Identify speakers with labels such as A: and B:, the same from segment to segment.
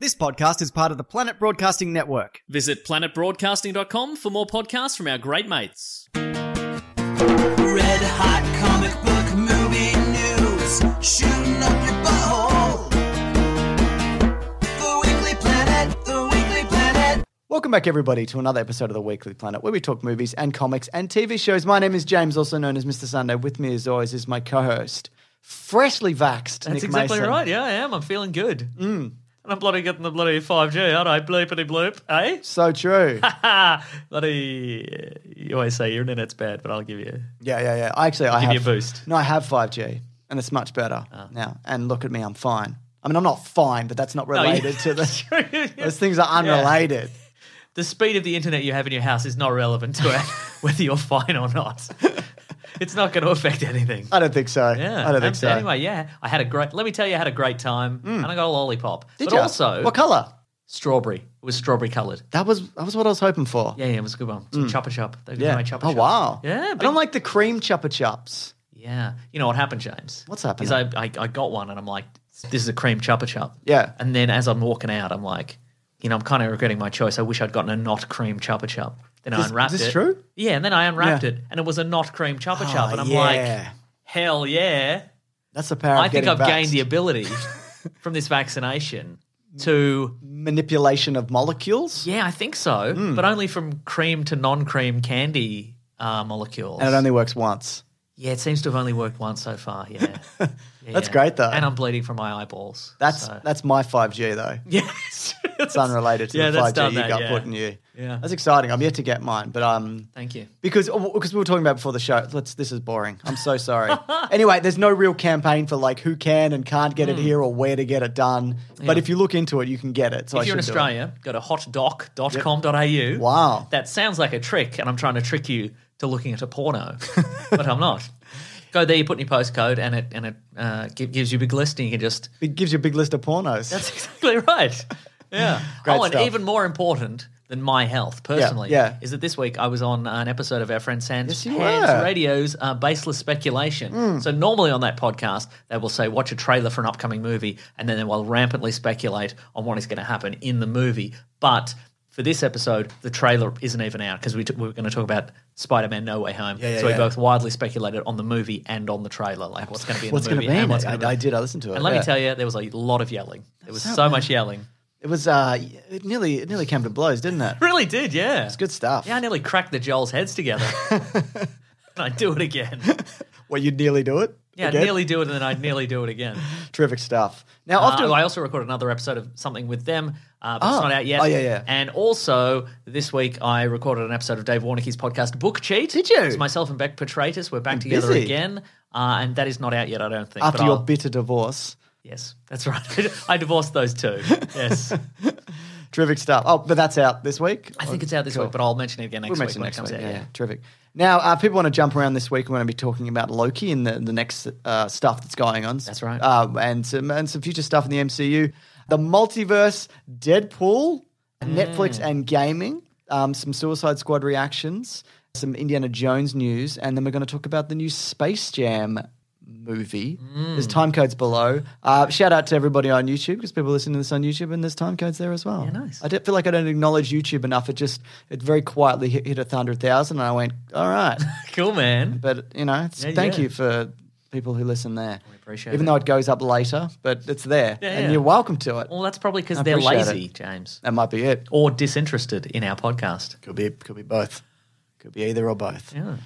A: This podcast is part of the Planet Broadcasting Network.
B: Visit planetbroadcasting.com for more podcasts from our great mates.
C: Red hot comic book movie news, shooting up your butthole. The Weekly Planet, The Weekly Planet.
A: Welcome back, everybody, to another episode of the Weekly Planet, where we talk movies and comics and TV shows. My name is James, also known as Mr. Sunday. With me, as always, is my co-host, freshly vaxxed
B: That's
A: Nick
B: exactly
A: Mason.
B: right. Yeah, I am. I'm feeling good. Mm. And I'm bloody getting the bloody 5G, aren't I? Bloopity bloop. Eh?
A: So true.
B: Ha! bloody. uh, You always say your internet's bad, but I'll give you.
A: Yeah, yeah, yeah. I Actually, I
B: Give
A: have
B: you a boost. Ah.
A: No, I have five G, and it's much better now. And look at me, I'm fine. I mean, I'm not fine, but that's not
B: you-
A: related to the. Those things are unrelated.
B: the speed of the internet you have in your house is not relevant to it, whether you're fine or not. it's not going to affect anything.
A: I don't think so.
B: Yeah,
A: I don't
B: um,
A: think so. Mm.
B: Anyway, yeah, I had a great. Let me tell you, I had a great time, and I got a lollipop.
A: Did
B: but
A: ya?
B: also
A: what color?
B: strawberry. It was strawberry coloured.
A: That was that was what I was hoping for. Mm.
B: Yeah, yeah, it was a good one. Some chopper chop. They
A: Yeah.
B: made chopper
A: oh
B: chop.
A: wow.
B: Yeah,
A: I
B: big-
A: don't like the cream chopper chops.
B: Yeah. You know what happened, James?
A: What's happened?
B: Is I, I I got one, and I'm like, this is a cream chopper chop.
A: Yeah.
B: And then as I'm walking out, I'm like, you know, I'm kind of regretting my choice. I wish I'd gotten a not cream chopper chop. Then I
A: This-
B: unwrapped
A: is
B: it.
A: this true?
B: Yeah, and then I unwrapped
A: Yeah.
B: it, and it was a not cream chopper
A: Oh,
B: chop, and I'm like,
A: yeah.
B: hell yeah.
A: that's the power.
B: I
A: of
B: think
A: getting
B: I've gained
A: vaxxed.
B: the ability from this vaccination to
A: manipulation of molecules. Hmm.
B: yeah, I think so, but only from cream to non-cream candy uh, molecules.
A: And it only works once.
B: yeah, it seems to have only worked once so far. Yeah, Yeah,
A: That's
B: yeah.
A: great, though.
B: And I'm bleeding from my eyeballs.
A: That's
B: so.
A: that's my five G though.
B: yes.
A: It's unrelated to
B: Yeah,
A: the
B: that's
A: five G
B: done
A: you
B: that,
A: got
B: yeah.
A: putting you.
B: Yeah.
A: that's exciting. I'm yet to get mine, but um,
B: Thank you.
A: because oh, because we were talking about before the show. Let's. This is boring. I'm so sorry. anyway, there's no real campaign for like who can and can't get
B: Mm.
A: it here or where to get it done. But if you look into it, you can get it. So I
B: if you're in
A: should do it.
B: Australia, go to hotdoc.com.au.
A: Wow.
B: That sounds like a trick, and I'm trying to trick you to looking at a porno, but I'm not. Go there, you put in your postcode, and it and it uh, gi- gives you a big list, and you can just.
A: it gives you a big list of pornos.
B: That's exactly right. Yeah.
A: Great
B: oh, and
A: stuff.
B: even more important than my health personally
A: yeah.
B: is that this week I was on an episode of our friend Sans
A: Yes, you
B: Hans
A: were.
B: Radio's uh, Baseless Speculation.
A: Hmm.
B: So normally on that podcast they will say watch a trailer for an upcoming movie and then they will rampantly speculate on what is going to happen in the movie. But for this episode, the trailer isn't even out because we, t- we were going to talk about Spider-Man: No Way Home.
A: yeah,
B: so we
A: yeah.
B: both widely speculated on the movie and on the trailer, like what's going to be in
A: what's
B: the
A: going
B: movie
A: to be?
B: and
A: in
B: what's
A: it?
B: going to be.
A: I, I did. I listened to it.
B: And let
A: yeah.
B: me tell you, there was a lot of yelling. There was so much yelling.
A: it was uh, it nearly it nearly came to blows, didn't it?
B: Really did, yeah.
A: It's good stuff.
B: Yeah, I nearly cracked the Joel's heads together. and I do it again.
A: Well, you nearly do it.
B: Yeah, I'd
A: Again?
B: nearly do it, and then I'd nearly do it again.
A: Terrific stuff. Now,
B: Uh,
A: after
B: I also recorded another episode of something with them, uh, but it's
A: Oh.
B: not out yet.
A: Oh, yeah, yeah.
B: And also this week I recorded an episode of Dave Warnicki's podcast, Book Cheat.
A: Did you?
B: It's myself and Beck Petratus. We're back together
A: busy.
B: again, uh, and that is not out yet. I don't think.
A: after
B: but
A: your
B: I'll-
A: bitter divorce,
B: yes, that's right. I divorced those two. Yes.
A: terrific stuff. Oh, but that's out this week.
B: I think it's out this week, but I'll mention it again next
A: We'll
B: week
A: mention
B: when
A: next
B: it comes
A: week.
B: out.
A: Yeah,
B: yeah.
A: yeah, terrific. Now, uh, people want to jump around this week. We're going to be talking about Loki and the, the next uh, stuff that's going on.
B: That's right.
A: Uh, and some and some future stuff in the MCU, the multiverse, Deadpool,
B: Mm.
A: Netflix, and gaming. Um, some Suicide Squad reactions, some Indiana Jones news, and then we're going to talk about the new Space Jam movie.
C: Mm.
A: There's time codes below. Uh, shout out to everybody on YouTube because people listen to this on YouTube, and there's time codes there as well.
B: Yeah, nice.
A: I don't feel like I don't acknowledge YouTube enough. It just it very quietly hit, hit a hundred thousand, and I went, all right.
B: Cool, man.
A: But you know, it's,
B: Yeah,
A: thank
B: yeah.
A: you for
B: people who listen there. We
C: appreciate it.
B: Even though it goes up later, but it's there.
C: Yeah,
B: and
C: yeah.
B: you're welcome to it.
C: Well, that's probably because
B: I
C: they're
B: appreciate
C: lazy, James,
B: That might be it.
C: or disinterested in our podcast.
B: Could be could be both. Could be either or both.
C: Yeah.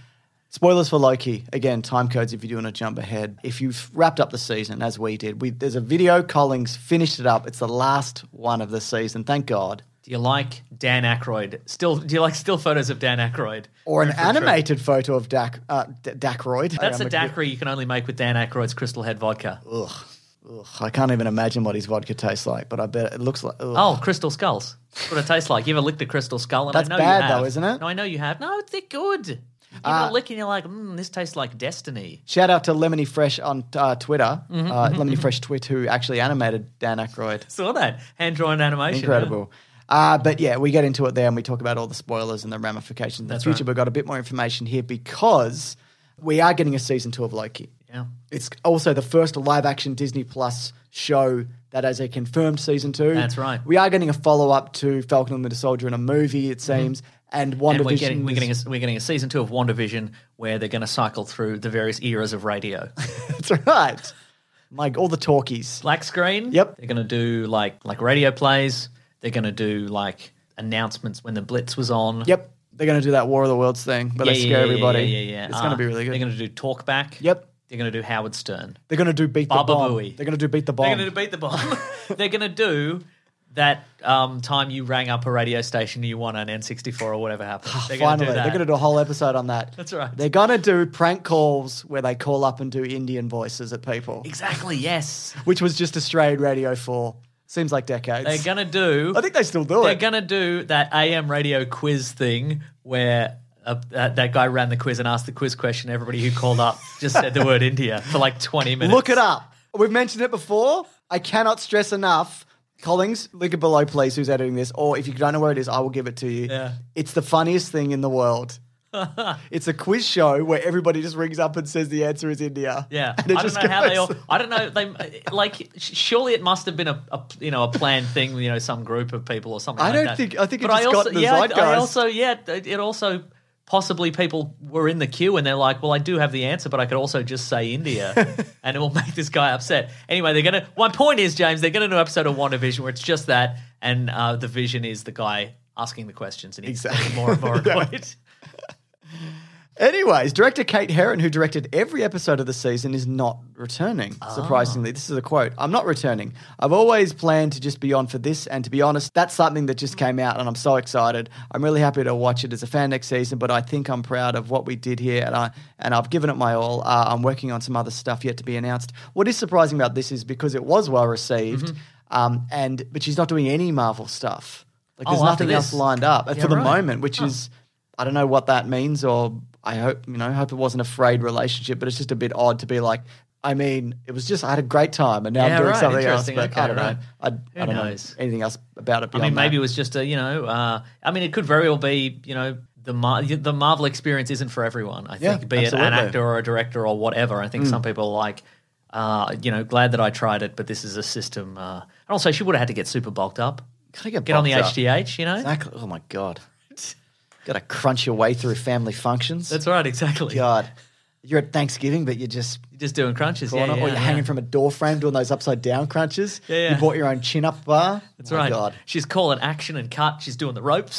B: Spoilers for Loki. Again, time codes if you do want to jump ahead. If you've wrapped up the season, as we did, we, there's a video. Collings finished it up. It's the last one of the season. Thank God.
C: Do you like Dan Aykroyd? Still, do you like still photos of Dan Aykroyd?
B: Or an
C: Go for a trip.
B: animated photo of Dak, uh, D- Dakroyd.
C: That's a
B: I'm bit-
C: daiquiri you can only make with Dan Aykroyd's Crystal Head vodka.
B: Ugh, I can't even imagine what his vodka tastes like, but I bet it looks like. ugh.
C: Oh, crystal skulls. That's what it tastes like. You ever licked a crystal skull? And I
B: That's
C: know
B: bad
C: you have.
B: though, isn't it?
C: No, I know you have. No, they're good. You give it a lick and you're like, mm, this tastes like destiny. Mm-hmm,
B: Shout out to Lemony Fresh on uh, Twitter, uh, Lemony Fresh Twit, who actually animated Dan Aykroyd.
C: Saw that hand drawn animation.
B: Incredible. Uh, but yeah, we get into it there and we talk about all the spoilers and the ramifications in the future. We've got a bit more information here because we are getting a season two of Loki.
C: Yeah.
B: It's also the first live action Disney Plus show that has a confirmed season two.
C: That's right.
B: We are getting a follow up to Falcon and the Winter Soldier in a movie, it seems, and WandaVision.
C: Mm-hmm. And we're getting we're
B: is-
C: getting a, we're getting a season two of WandaVision where they're going to cycle through the various eras of radio.
B: That's right. Like all the talkies.
C: Black screen.
B: Yep.
C: They're going to do like like radio plays. They're going to do like announcements when the Blitz was on.
B: Yep. They're going to do that War of the Worlds thing, but they scare everybody.
C: Yeah, yeah, yeah.
B: It's going
C: Ah,
B: to be really good.
C: They're going to do talk back.
B: Yep.
C: They're going to do Howard Stern.
B: They're going to do beat
C: Baba
B: the bomb.
C: Booey.
B: They're going to do beat the
C: They're
B: bomb.
C: going to beat the bomb. They're going to do that um, time you rang up a radio station you won an N64 or whatever happened. They're gonna
B: Oh, Finally,
C: do that.
B: they're going to do a whole episode on that.
C: That's right.
B: They're going to do prank calls where they call up and do Indian voices at people,
C: Exactly, yes.
B: which was just Australian radio for seems like decades.
C: They're going to do.
B: I think they still do
C: They're
B: it.
C: going to do that AM radio quiz thing where. Uh, that, that guy ran the quiz and asked the quiz question. Everybody who called up just said the word India for like 20 minutes.
B: Look it up. We've mentioned it before. I cannot stress enough. Collings, link it below, please, who's editing this. Or if you don't know where it is, I will give it to you.
C: Yeah.
B: It's the funniest thing in the world. it's a quiz show where everybody just rings up and says the answer is India.
C: Yeah, I
B: And it
C: don't
B: just
C: know how they
B: goes-
C: all. I don't know. They like sh- surely it must have been a, a you know a planned thing. You know, some group of people or something.
B: I
C: like
B: don't
C: that.
B: think- I think it
C: uh, But
B: just got
C: also,
B: in the
C: yeah, I- I
B: zeitgeist.
C: also yeah. It it also possibly people were in the queue and they're like, well, I do have the answer, but I could also just say India, and it will make this guy upset. Anyway, they're gonna. My point is, James, they're gonna do an episode of WandaVision where it's just that, and uh, the vision is the guy asking the questions and he's
B: Exactly.
C: getting more and more annoyed.
B: Anyways, director Kate Herron, who directed every episode of the season, is not returning.
C: Ah.
B: Surprisingly, this is a quote I'm not returning. I've always planned to just be on for this, and to be honest, that's something that just came out, and I'm so excited. I'm really happy to watch it as a fan next season, but I think I'm proud of what we did here, and, I, and I've given it my all. Uh, I'm working on some other stuff yet to be announced. What is surprising about this is because it was well received, um, and but she's not doing any Marvel stuff. Like,
C: Mm-hmm. Oh,
B: there's
C: after
B: nothing else
C: this?
B: lined up uh,
C: Yeah,
B: for the
C: right.
B: moment, which is I don't know what that means, or I hope you know, I hope it wasn't a frayed relationship, but it's just a bit odd to be like. I mean, it was just I had a great time, and now
C: Yeah,
B: I'm doing
C: right,
B: something else.
C: interesting,
B: But
C: okay,
B: I don't
C: right.
B: know. I, I don't
C: knows?
B: know anything else about it.
C: I mean,
B: beyond that.
C: maybe it was just a you know. Uh, I mean, it could very well be you know the Mar- the Marvel experience isn't for everyone. I
B: Yeah,
C: think be it an
B: absolutely. Mm.
C: actor or a director or whatever. I think some people are like. Uh, you know, glad that I tried it, but this is a system. Uh, and also, she would have had to get super bulked up.
B: Gotta get
C: Get on the
B: bulked up.
C: HDH, you know?
B: Exactly. Oh my god, got to crunch your way through family functions.
C: That's right, exactly.
B: god. You're at Thanksgiving, but you're just
C: You're just doing crunches. Yeah,
B: corner, Oh,
C: yeah,
B: or you're
C: yeah.
B: hanging from a door frame doing those upside down crunches.
C: Yeah, yeah.
B: You bought your own chin up bar.
C: That's
B: oh my
C: right.
B: God.
C: She's calling action and cut. She's doing the ropes.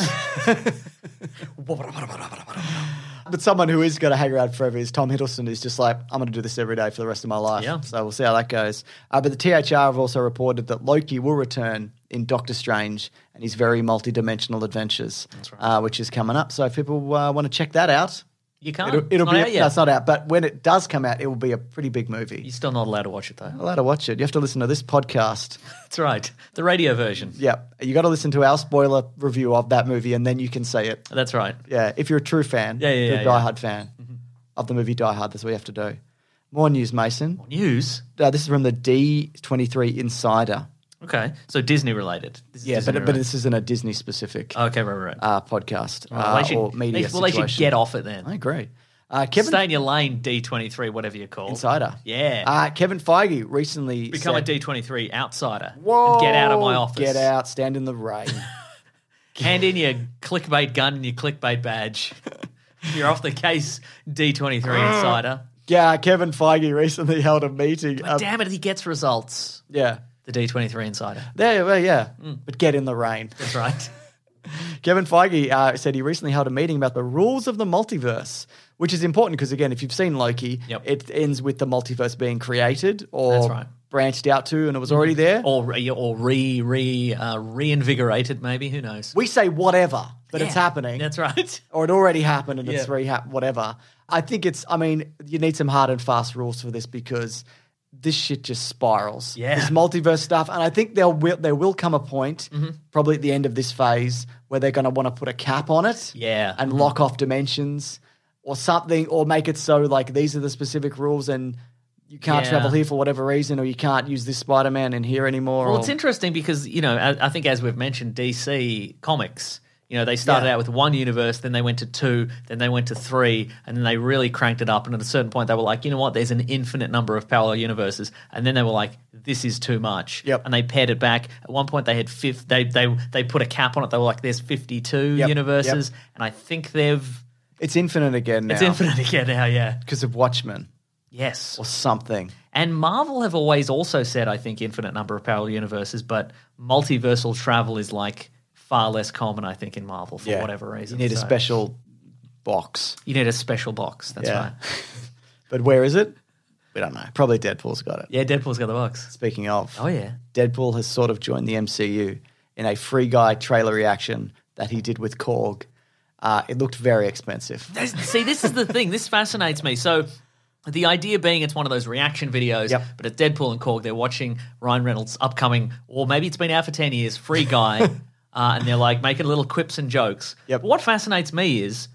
B: But someone who is going to hang around forever is Tom Hiddleston, who's just like, I'm going to do this every day for the rest of my life.
C: Yeah.
B: So we'll see how that goes. Uh, but the THR have also reported that Loki will return in Doctor Strange and his very multi-dimensional adventures, uh, which is coming up. So if people uh, want to check that out,
C: You can't.
B: it'll, it'll
C: It's
B: be
C: not out yet.
B: that's not out. But when it does come out, it will be a pretty big movie.
C: You're still not allowed to watch it, though.
B: You're allowed to watch it. You have to listen to this podcast.
C: That's right. The radio version.
B: yeah, you got to listen to our spoiler review of that movie, and then you can see it.
C: That's right.
B: Yeah, if you're a true fan,
C: Yeah, yeah,
B: if you're
C: yeah, Mm-hmm.
B: a
C: yeah.
B: diehard fan of the movie Die Hard, that's what you have to do. More news, Mason.
C: News.
B: Uh, this is from the D23 Insider.
C: Okay. So Disney related. This is
B: Yeah,
C: Disney
B: but, but
C: related.
B: this isn't a Disney specific
C: Okay, right, right. right.
B: uh, podcast
C: Well,
B: uh,
C: they should,
B: or media.
C: they, well, they should
B: situation.
C: get off it then.
B: I agree. Uh, Kevin
C: Stay in your lane, D23, whatever you're called.
B: Insider.
C: Yeah.
B: Uh, Kevin Feige recently
C: Become
B: said,
C: a D23 outsider.
B: Whoa,
C: and get out of my office.
B: Get out. Stand in the rain.
C: Hand in your clickbait gun and your clickbait badge. you're off the case, D23 insider.
A: Yeah, Kevin Feige recently held a meeting.
B: But
A: uh,
B: damn it, he gets results.
A: yeah.
B: The D23 Insider. Mm.
A: There, well, yeah. But get in the rain.
B: That's right.
A: Kevin Feige uh, said he recently held a meeting about the rules of the multiverse, which is important because, again, if you've seen Loki,
B: Yep.
A: it ends with the multiverse being created
B: That's
A: or
B: right. Mm.
A: branched out to, and it was already there.
B: or re, or re re uh, reinvigorated, maybe. Who knows?
A: we say whatever, but it's
B: Yeah,
A: happening.
B: That's right.
A: or it already happened and it's
B: Yeah.
A: rehab, whatever. I think it's, I mean, you need some hard and fast rules for this because this shit just spirals.
B: Yeah.
A: This multiverse stuff. And I think there will, there will come a point,
B: Mm-hmm.
A: probably at the end of this phase, where they're going to want to put a cap on it
B: Yeah. Mm-hmm.
A: and lock off dimensions or something, or make it so like these are the specific rules and you can't
B: Yeah.
A: travel here for whatever reason, or you can't use this Spider Man in here anymore.
B: Well,
A: or,
B: it's interesting because you know I, I think as we've mentioned, DC Comics. You know, they started
A: Yeah.
B: out with one universe, then they went to two, then they went to three, and then they really cranked it up. And at a certain point, they were like, you know what? There's an infinite number of parallel universes, and then they were like, this is too much.
A: Yep.
B: And they pared it back. At one point, they had fifth. They they they put a cap on it. They were like, there's 52
A: Yep,
B: universes, and I think they've
A: it's infinite again now.
B: it's infinite again now. Yeah.
A: Because of Watchmen
B: Yes.
A: or something.
B: And Marvel have always also said, I think, infinite number of parallel universes, but multiversal travel is like far less common, I think, in Marvel for whatever reason.
A: You need a
B: So-
A: special box.
B: You need a special box. That's
A: Yeah.
B: right.
A: But where is it? We don't know. Probably Deadpool's got it.
B: Yeah, Deadpool's got the box.
A: Speaking of,
B: Oh yeah.
A: Deadpool has sort of joined the MCU in a free guy trailer reaction that he did with Korg. Uh, it looked very expensive.
B: There's- See, this is the thing. This fascinates me. So. The idea being it's one of those reaction videos,
A: Yep.
B: but it's Deadpool and Korg. They're watching Ryan Reynolds' upcoming, or maybe it's been out for 10 years, Free Guy, uh, and they're like making little quips and jokes.
A: Yep.
B: But what fascinates me is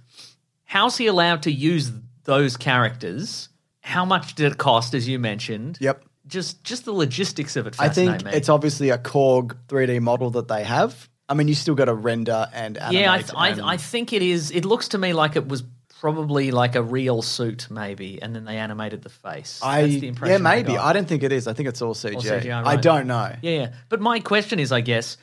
B: how's he allowed to use those characters? How much did it cost, as you mentioned?
A: Yep.
B: Just just the logistics of it
A: I
B: fascinate
A: think
B: me.
A: it's obviously a Korg 3D model that they have. I mean, you still got to render and animate.
B: yeah, I, th-
A: and-
B: I, I think it is. It looks to me like it was probably like a real suit, maybe, and then they animated the face.
A: I-
B: That's the impression.
A: yeah, maybe.
B: got.
A: I, don't think it is. I think it's all CG.
B: CGI,
A: I
B: right.
A: don't know.
B: Yeah, yeah. But my question is, I guess,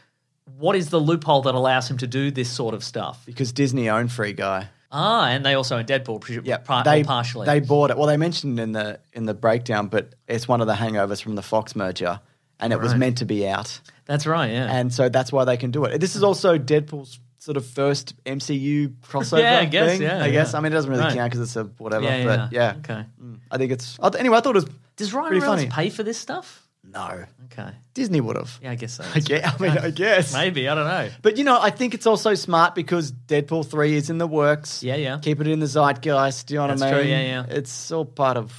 B: what is the loophole that allows him to do this sort of stuff?
A: Because Disney owned Free Guy.
B: Ah, and they also in Deadpool, presu-
A: Yeah,
B: par-
A: they
B: partially.
A: they bought it. Well, they mentioned in the in the breakdown, but it's one of the hangovers from the Fox merger, and it was meant to be out,
B: That's right. Yeah.
A: and so that's why they can do it. This is also Deadpool's sort of first MCU crossover.
B: Yeah, I guess,
A: thing,
B: yeah,
A: I guess.
B: yeah.
A: I mean, it doesn't really
B: Right.
A: count because it's a whatever.
B: yeah,
A: but yeah,
B: Okay.
A: Mm. I think it's I th- anyway. I thought it was
B: Does Ryan
A: Pretty
B: Reynolds
A: funny.
B: pay for this stuff?
A: no
B: Okay.
A: Disney would have.
B: Yeah, I guess so.
A: I guess. I mean, I guess.
B: Maybe I don't know.
A: But you know, I think it's also smart because Deadpool three is in the works.
B: Yeah, yeah.
A: Keep it in the zeitgeist. Do you know what
B: That's
A: I
B: true,
A: mean?
B: yeah, yeah.
A: It's all part of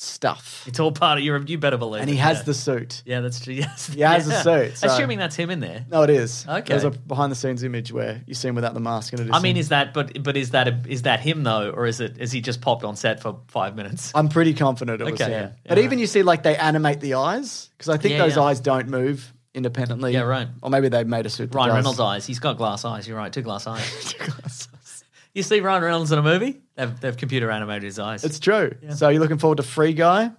A: stuff.
B: It's all part of your. You better believe.
A: and
B: it,
A: he has
B: yeah.
A: the suit.
B: Yeah, that's true. Yes,
A: He has a suit, so-
B: Assuming that's him in there.
A: No, it is.
B: Okay.
A: There's a behind the scenes image where you see him without the mask, and it is.
B: I mean,
A: him.
B: is that but but is that a, is that him though, or is it is he just popped on set for five minutes?
A: I'm pretty confident it was him.
B: Okay, yeah,
A: but
B: yeah,
A: even you see, like they animate the eyes because I think
B: Yeah,
A: those
B: yeah.
A: eyes don't move independently.
B: Yeah, right.
A: Or maybe they made a suit. that
B: Ryan
A: does.
B: Reynolds' eyes. He's got glass eyes. You're right. Two glass eyes. You see Ryan Reynolds in a movie? They've, they've computer animated his eyes.
A: It's true. So you're looking forward to Free Guy?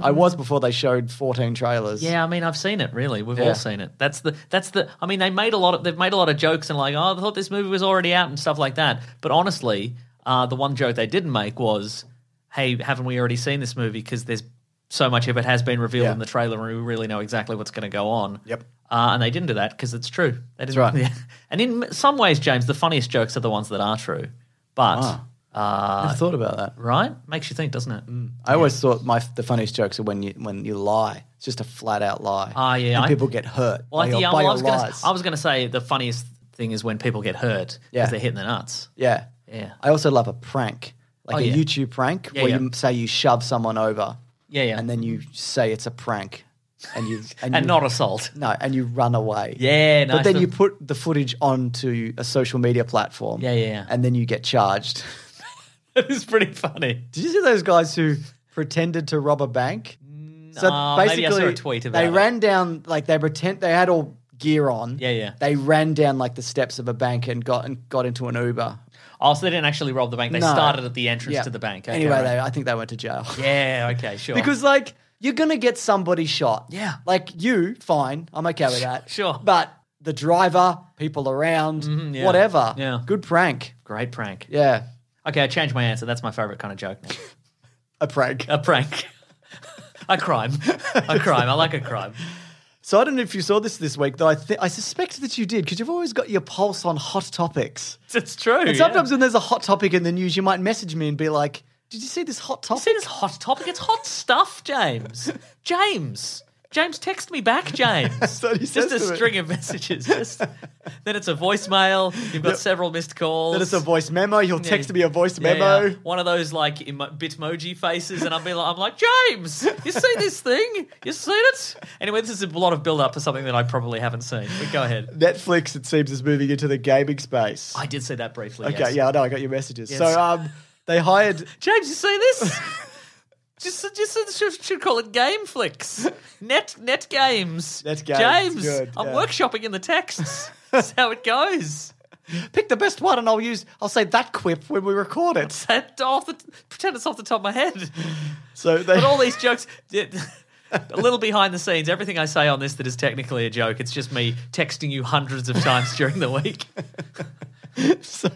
A: I was before they showed 14 trailers.
B: yeah, I mean, I've seen it. Really, we've
A: Yeah.
B: all seen it. That's the that's the. I mean, they made a lot of they've made a lot of jokes and like, oh, I thought this movie was already out and stuff like that. But honestly, uh, the one joke they didn't make was, hey, haven't we already seen this movie? Because there's so much of it has been revealed
A: Yeah.
B: in the trailer, and we really know exactly what's going to go on.
A: Yep.
B: Uh, and they didn't do that because it's true. They
A: That's
B: didn't,
A: right.
B: And in some ways, James, the funniest jokes are the ones that are true. But uh,
A: I Ah. thought about that. Mm.
B: right? Makes you think, doesn't it?
A: I always thought my the funniest jokes are when you when you lie. It's just a flat out lie.
B: Ah, yeah,
A: And
B: I-
A: people get hurt
B: Well,
A: by
B: I,
A: your,
B: yeah,
A: by
B: well, I
A: your
B: was gonna,
A: lies.
B: I was going to say the funniest thing is when people get hurt because
A: Yeah.
B: they're hitting the nuts.
A: Yeah.
B: Yeah.
A: I also love a prank, like
B: Oh,
A: a
B: yeah.
A: YouTube prank
B: Yeah,
A: where
B: yeah.
A: you say you shove someone over
B: Yeah, yeah,
A: and then you say it's a prank and you and,
B: and
A: you,
B: not assault.
A: no, and you run away.
B: Yeah, nice.
A: But then
B: The-
A: you put the footage onto a social media platform.
B: Yeah, yeah, yeah.
A: And then you get charged.
B: it was pretty funny.
A: Did you see those guys who pretended to rob a bank? So
B: Nah, maybe I saw a tweet about
A: they
B: it.
A: ran down like they pretend they had all gear on.
B: Yeah, yeah.
A: They ran down like the steps of a bank and got and got into an Uber.
B: Oh, so they didn't actually rob the bank. They
A: No.
B: started at the entrance
A: Yeah.
B: to the bank. Okay,
A: anyway,
B: right.
A: they, I think they went to jail.
B: yeah, okay, sure.
A: because like you're gonna get somebody shot.
B: Yeah.
A: Like you, fine, I'm okay with that.
B: Sure. Mm-hmm,
A: But the driver, people around, whatever.
B: Yeah.
A: Good prank.
B: great prank.
A: Yeah.
B: Okay, I changed my answer. That's my favorite kind of joke now.
A: a prank.
B: A prank. a crime. A crime. I like a crime.
A: So I don't know if you saw this this week, though. I th- I suspect that you did because you've always got your pulse on hot topics.
B: It's true.
A: And sometimes when there's a hot topic in the news, you might message me and be like, "Did you see this hot topic?"
B: See this hot topic? It's hot stuff, James. James. James, text me back, James.
A: what he says
B: just a
A: to me.
B: string of messages. Just then it's a voicemail. You've got several missed calls.
A: Then it's a voice memo. You'll text me a voice
B: Yeah,
A: memo.
B: yeah. One of those like emo- bitmoji faces, and I'm be like, I'm like, James, you see this thing? You seen it? Anyway, this is a lot of build up for something that I probably haven't seen. But go ahead.
A: Netflix, it seems, is moving into the gaming space.
B: I did see that briefly.
A: okay,
B: yes.
A: yeah, I know. I got your messages.
B: Yes.
A: So um, they hired.
B: James, you see this? just, just should, should call it Gameflix. Net, net games.
A: Net games,
B: James,
A: good,
B: I'm
A: yeah.
B: workshopping in the texts. That's how it goes.
A: Pick the best one, and I'll use. I'll say that quip when we record it.
B: That off the, pretend it's off the top of my head.
A: So they.
B: But all these jokes. it- A little behind the scenes, everything I say on this that is technically a joke, it's just me texting you hundreds of times during the week.
A: So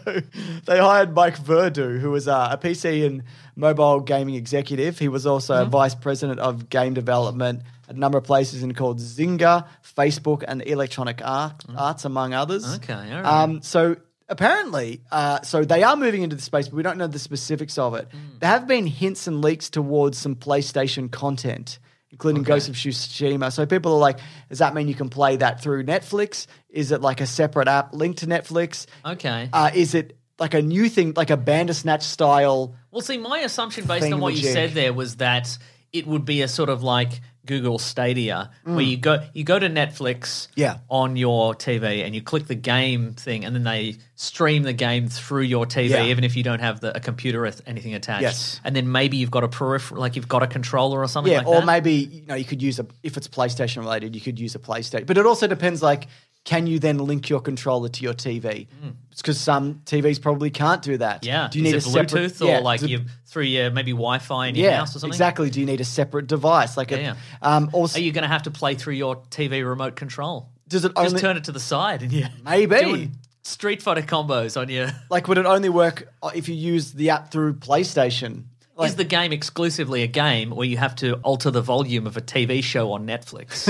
A: they hired Mike Verdu, who was uh, a PC and mobile gaming executive. He was also
B: Mm-hmm.
A: a vice president of game development at a number of places in called Zynga, Facebook, and Electronic Art, Arts, among others.
B: Mm-hmm. Okay, all right.
A: Um, so apparently, uh, so they are moving into the space, but we don't know the specifics of it.
B: Mm.
A: There have been hints and leaks towards some PlayStation content. Including Ghost of Tsushima. So people are like, does that mean you can play that through Netflix? Is it like a separate app linked to Netflix?
B: Okay.
A: uh, is it like a new thing, like a Bandersnatch style?
B: Well, see, my assumption based on what you
A: thingamajig.
B: said there was that it would be a sort of like Google Stadia, where you go you go to Netflix
A: Mm. Yeah.
B: on your TV and you click the game thing, and then they stream the game through your TV,
A: Yeah.
B: even if you don't have the, a computer or anything attached.
A: Yes.
B: And then maybe you've got a peripheral, like you've got a controller or something
A: Yeah,
B: like
A: or
B: that.
A: maybe you know you could use a if it's PlayStation related, you could use a PlayStation. But it also depends, like, can you then link your controller to your TV? Because some TVs probably can't do that.
B: Hmm. yeah.
A: Do you
B: Is
A: need
B: it
A: a
B: Bluetooth
A: separate,
B: or
A: yeah,
B: like
A: do-
B: you through your uh, maybe Wi-Fi in your
A: yeah,
B: house or something?
A: exactly. Do you need a separate device? Like, a,
B: Yeah,
A: um, also,
B: Are you going to have to play through your TV remote control?
A: does it
B: Just
A: only
B: turn it to the side and yeah,
A: Maybe.
B: doing street fighter combos on your.
A: like would it only work uh, if you use the app through PlayStation? Like,
B: is the game exclusively a game where you have to alter the volume of a TV show on Netflix?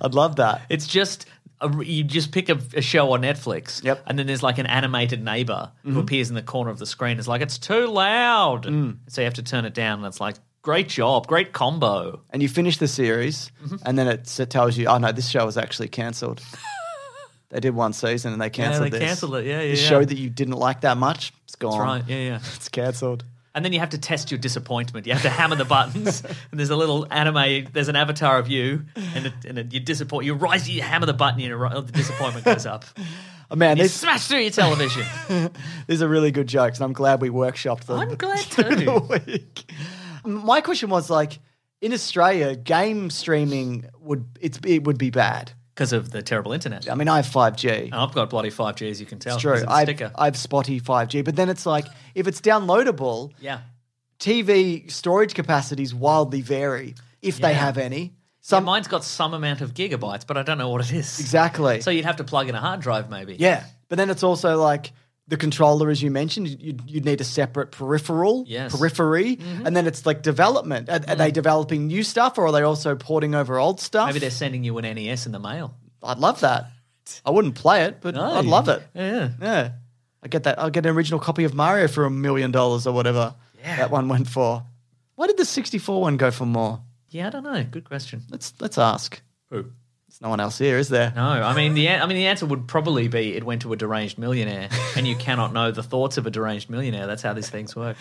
A: I'd love that.
B: it's just a, you just pick a, a show on Netflix,
A: Yep. Mm-hmm.
B: and then there's like an animated neighbor who appears in the corner of the screen. It's like it's too loud,
A: Mm.
B: so you have to turn it down. And it's like great job, great combo. Mm-hmm.
A: And you finish the series, and then it s- tells you, "Oh no, this show was actually cancelled." they did one season and they cancelled
B: they
A: this.
B: cancelled it. Yeah, yeah,
A: This
B: yeah.
A: show that you didn't like that much, it's gone.
B: Right? Yeah, yeah.
A: It's cancelled.
B: And then you have to test your disappointment. You have to hammer the buttons, and there's a little anime. There's an avatar of you, and it, and it, you disappoint. You rise, you hammer the button, and your, ri- the disappointment goes up.
A: Oh man,
B: You
A: these,
B: smash through your television.
A: these are really good jokes, and I'm glad we workshopped them.
B: I'm glad
A: through
B: too.
A: the week. My question was like, in Australia, game streaming would it's it would be bad.
B: Because of the terrible internet.
A: I mean, I have five G.
B: And I've got bloody 5G, as you can tell.
A: It's
B: because
A: true.
B: of the
A: I've,
B: sticker.
A: I've spotty 5G, but then it's like if it's downloadable,
B: yeah.
A: TV storage capacities wildly vary if they
B: Yeah.
A: have any.
B: So
A: Some
B: mine's got some amount of gigabytes, but I don't know what it is.
A: exactly.
B: So you'd have to plug in a hard drive, maybe.
A: yeah, but then it's also like the controller, as you mentioned, you'd, you'd need a separate peripheral,
B: Yes. Mm-hmm.
A: periphery, and then it's like development. Are, are they developing new stuff, or are they also porting over old stuff?
B: Maybe they're sending you an NES in the mail.
A: I'd love that. I wouldn't play it, but
B: No.
A: I'd love it.
B: Yeah.
A: Yeah, I get that. I'll get an original copy of Mario for a million dollars or whatever that one went for. Why did the sixty-four one go for more?
B: Yeah, I don't know. Good question.
A: Let's let's ask.
B: Who?
A: There's no one else here, is there?
B: No, I mean the an- I mean the answer would probably be it went to a deranged millionaire, and you cannot know the thoughts of a deranged millionaire. That's how these things work.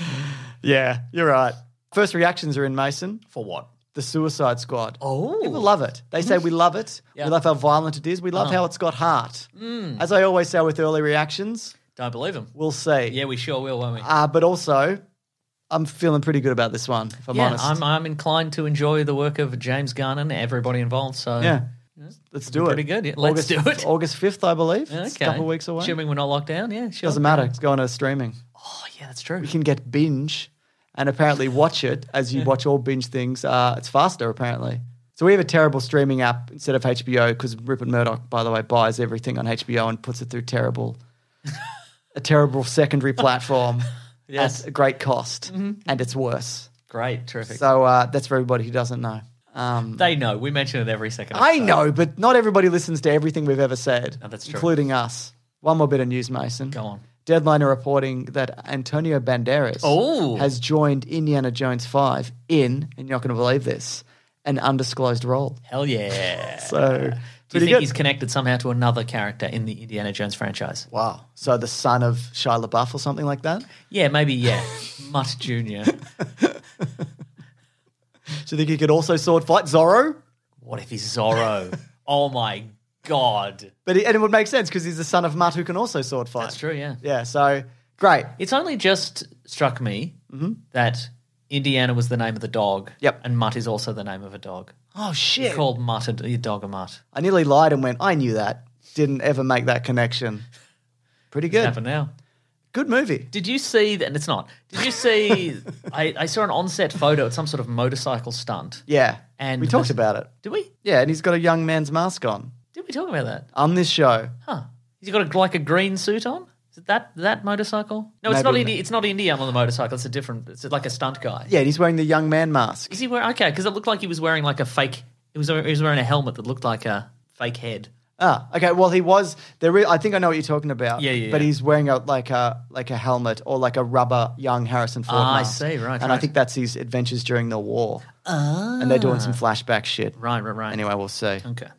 A: Yeah, you're right. First reactions are in Mason,
B: For what?
A: the Suicide Squad.
B: Oh.
A: People love it. They say we love it.
B: Yeah. Oh. Mm.
A: We love how violent it is. We love how it's got heart. As I always say with early reactions,
B: Don't believe him.
A: we'll see.
B: Yeah, we sure will, won't we?
A: Uh, but also, I'm feeling pretty good about this one, if I'm
B: yeah,
A: honest.
B: I'm, uh, I'm inclined to enjoy the work of James Gunn and everybody involved. So
A: yeah. Let's do
B: pretty
A: it.
B: good, yeah.
A: August,
B: Let's do it.
A: August 5th, I believe.
B: okay.
A: It's a couple of weeks away.
B: Assuming we're not locked down, yeah, sure.
A: Doesn't matter. It's going to streaming.
B: Oh, yeah, that's true.
A: You can get binge and apparently watch it as you watch all binge things. Uh, it's faster, apparently. So we have a terrible streaming app instead of HBO because Rupert Murdoch, by the way, buys everything on HBO and puts it through terrible, a terrible secondary platform.
B: Yes.
A: at a great cost, and it's worse.
B: Great, terrific.
A: So uh, that's for everybody who doesn't know. Um,
B: they know. We mention it every second.
A: I
B: episode.
A: know, but not everybody listens to everything we've ever said,
B: uh, No, that's true.
A: including us. One more bit of news, Mason.
B: Go on.
A: Deadline are reporting that Antonio Banderas
B: Oh.
A: has joined Indiana Jones 5 in, and you're not going to believe this, an undisclosed role.
B: Hell yeah.
A: So,
B: Do you
A: pretty
B: think
A: good.
B: he's connected somehow to another character in the Indiana Jones franchise?
A: wow. So, the son of Shia LaBeouf or something like that?
B: Yeah, maybe. Yeah, Mutt Junior.
A: Do you think he could also sword fight Zorro?
B: What if he's Zorro? Oh my god,
A: But it, and it would make sense because he's the son of Mutt who can also sword fight.
B: that's true. Yeah,
A: Yeah, so great.
B: it's only just struck me that Indiana was the name of the dog.
A: Mm-hmm. Yep.
B: and Mutt is also the name of a dog.
A: Oh, shit.
B: Called Mutt a your dog a Mutt.
A: I nearly lied and went, I knew that. Didn't ever make that connection. Pretty good.
B: Happen now.
A: Good movie.
B: Did you see? th- And it's not. Did you see? I, I saw an on-set photo at some sort of motorcycle stunt.
A: Yeah.
B: And
A: we talked
B: the-
A: about it.
B: Did we?
A: Yeah, and he's got a young man's mask on
B: Did we talk about that?
A: on this show.
B: Huh. He's got a, like a green suit on. Is it that that motorcycle? No, it's
A: Maybe
B: not.
A: we-
B: Indi- it's not Indiana on the motorcycle. It's a different. It's like a stunt guy.
A: Yeah, and he's wearing the young man mask.
B: Is he wearing? Okay, because it looked like he was wearing like a fake. He was he was wearing a helmet that looked like a fake head.
A: Ah, okay. Well, he was there. Is, I think I know what you're talking about.
B: Yeah, yeah,
A: But
B: yeah.
A: he's wearing a like a like a helmet or like a rubber young Harrison Ford
B: Ah, I
A: mask.
B: see, right,
A: And I
B: right.
A: think that's his adventures during the war. And they're doing some flashback shit.
B: Ah. Right, right, right.
A: Anyway, we'll see.
B: Okay.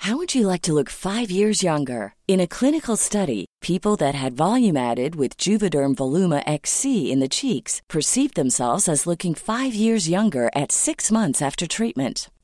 D: How would you like to look five years younger? In a clinical study, people that had volume added with Juvederm Voluma XC in the cheeks perceived themselves as looking five years younger at six months after treatment.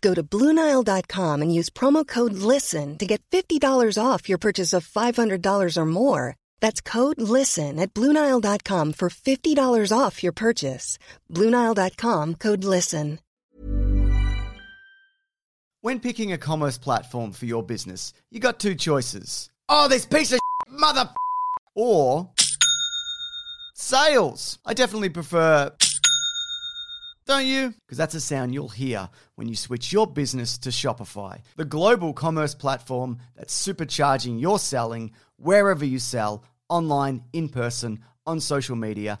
E: Go to Bluenile.com and use promo code LISTEN to get $50 off your purchase of $500 or more. That's code LISTEN at Bluenile.com for $50 off your purchase. Bluenile.com code LISTEN.
A: When picking a commerce platform for your business, you got two choices. Oh, this piece of shit, mother f- or sales. I definitely prefer don't you? Because that's a sound you'll hear when you switch your business to Shopify, the global commerce platform that's supercharging your selling wherever you sell, online, in person, on social media,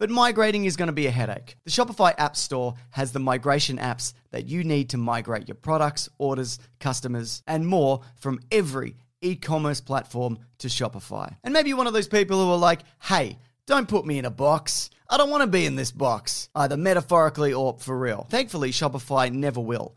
A: but migrating is going to be a headache. The Shopify App Store has the migration apps that you need to migrate your products, orders, customers, and more from every e commerce platform to Shopify. And maybe you're one of those people who are like, hey, don't put me in a box. I don't want to be in this box, either metaphorically or for real. Thankfully, Shopify never will,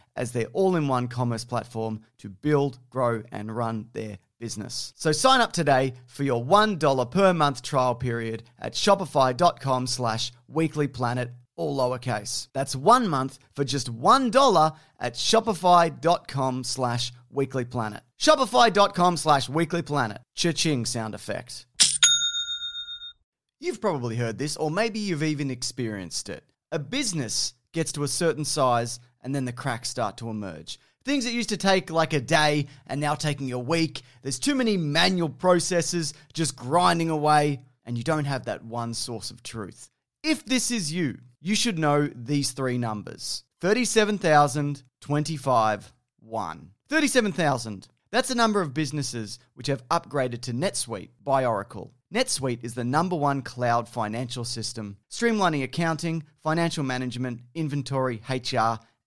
A: as their all in one commerce platform to build, grow, and run their business. So sign up today for your $1 per month trial period at shopify.com slash weeklyplanet, all lowercase. That's one month for just $1 at shopify.com slash weeklyplanet. Shopify.com slash weeklyplanet. Cha-ching sound effect. You've probably heard this, or maybe you've even experienced it. A business gets to a certain size, and then the cracks start to emerge. Things that used to take like a day and now taking a week. There's too many manual processes just grinding away, and you don't have that one source of truth. If this is you, you should know these three numbers 37,025 one. 37,000. That's the number of businesses which have upgraded to NetSuite by Oracle. NetSuite is the number one cloud financial system, streamlining accounting, financial management, inventory, HR,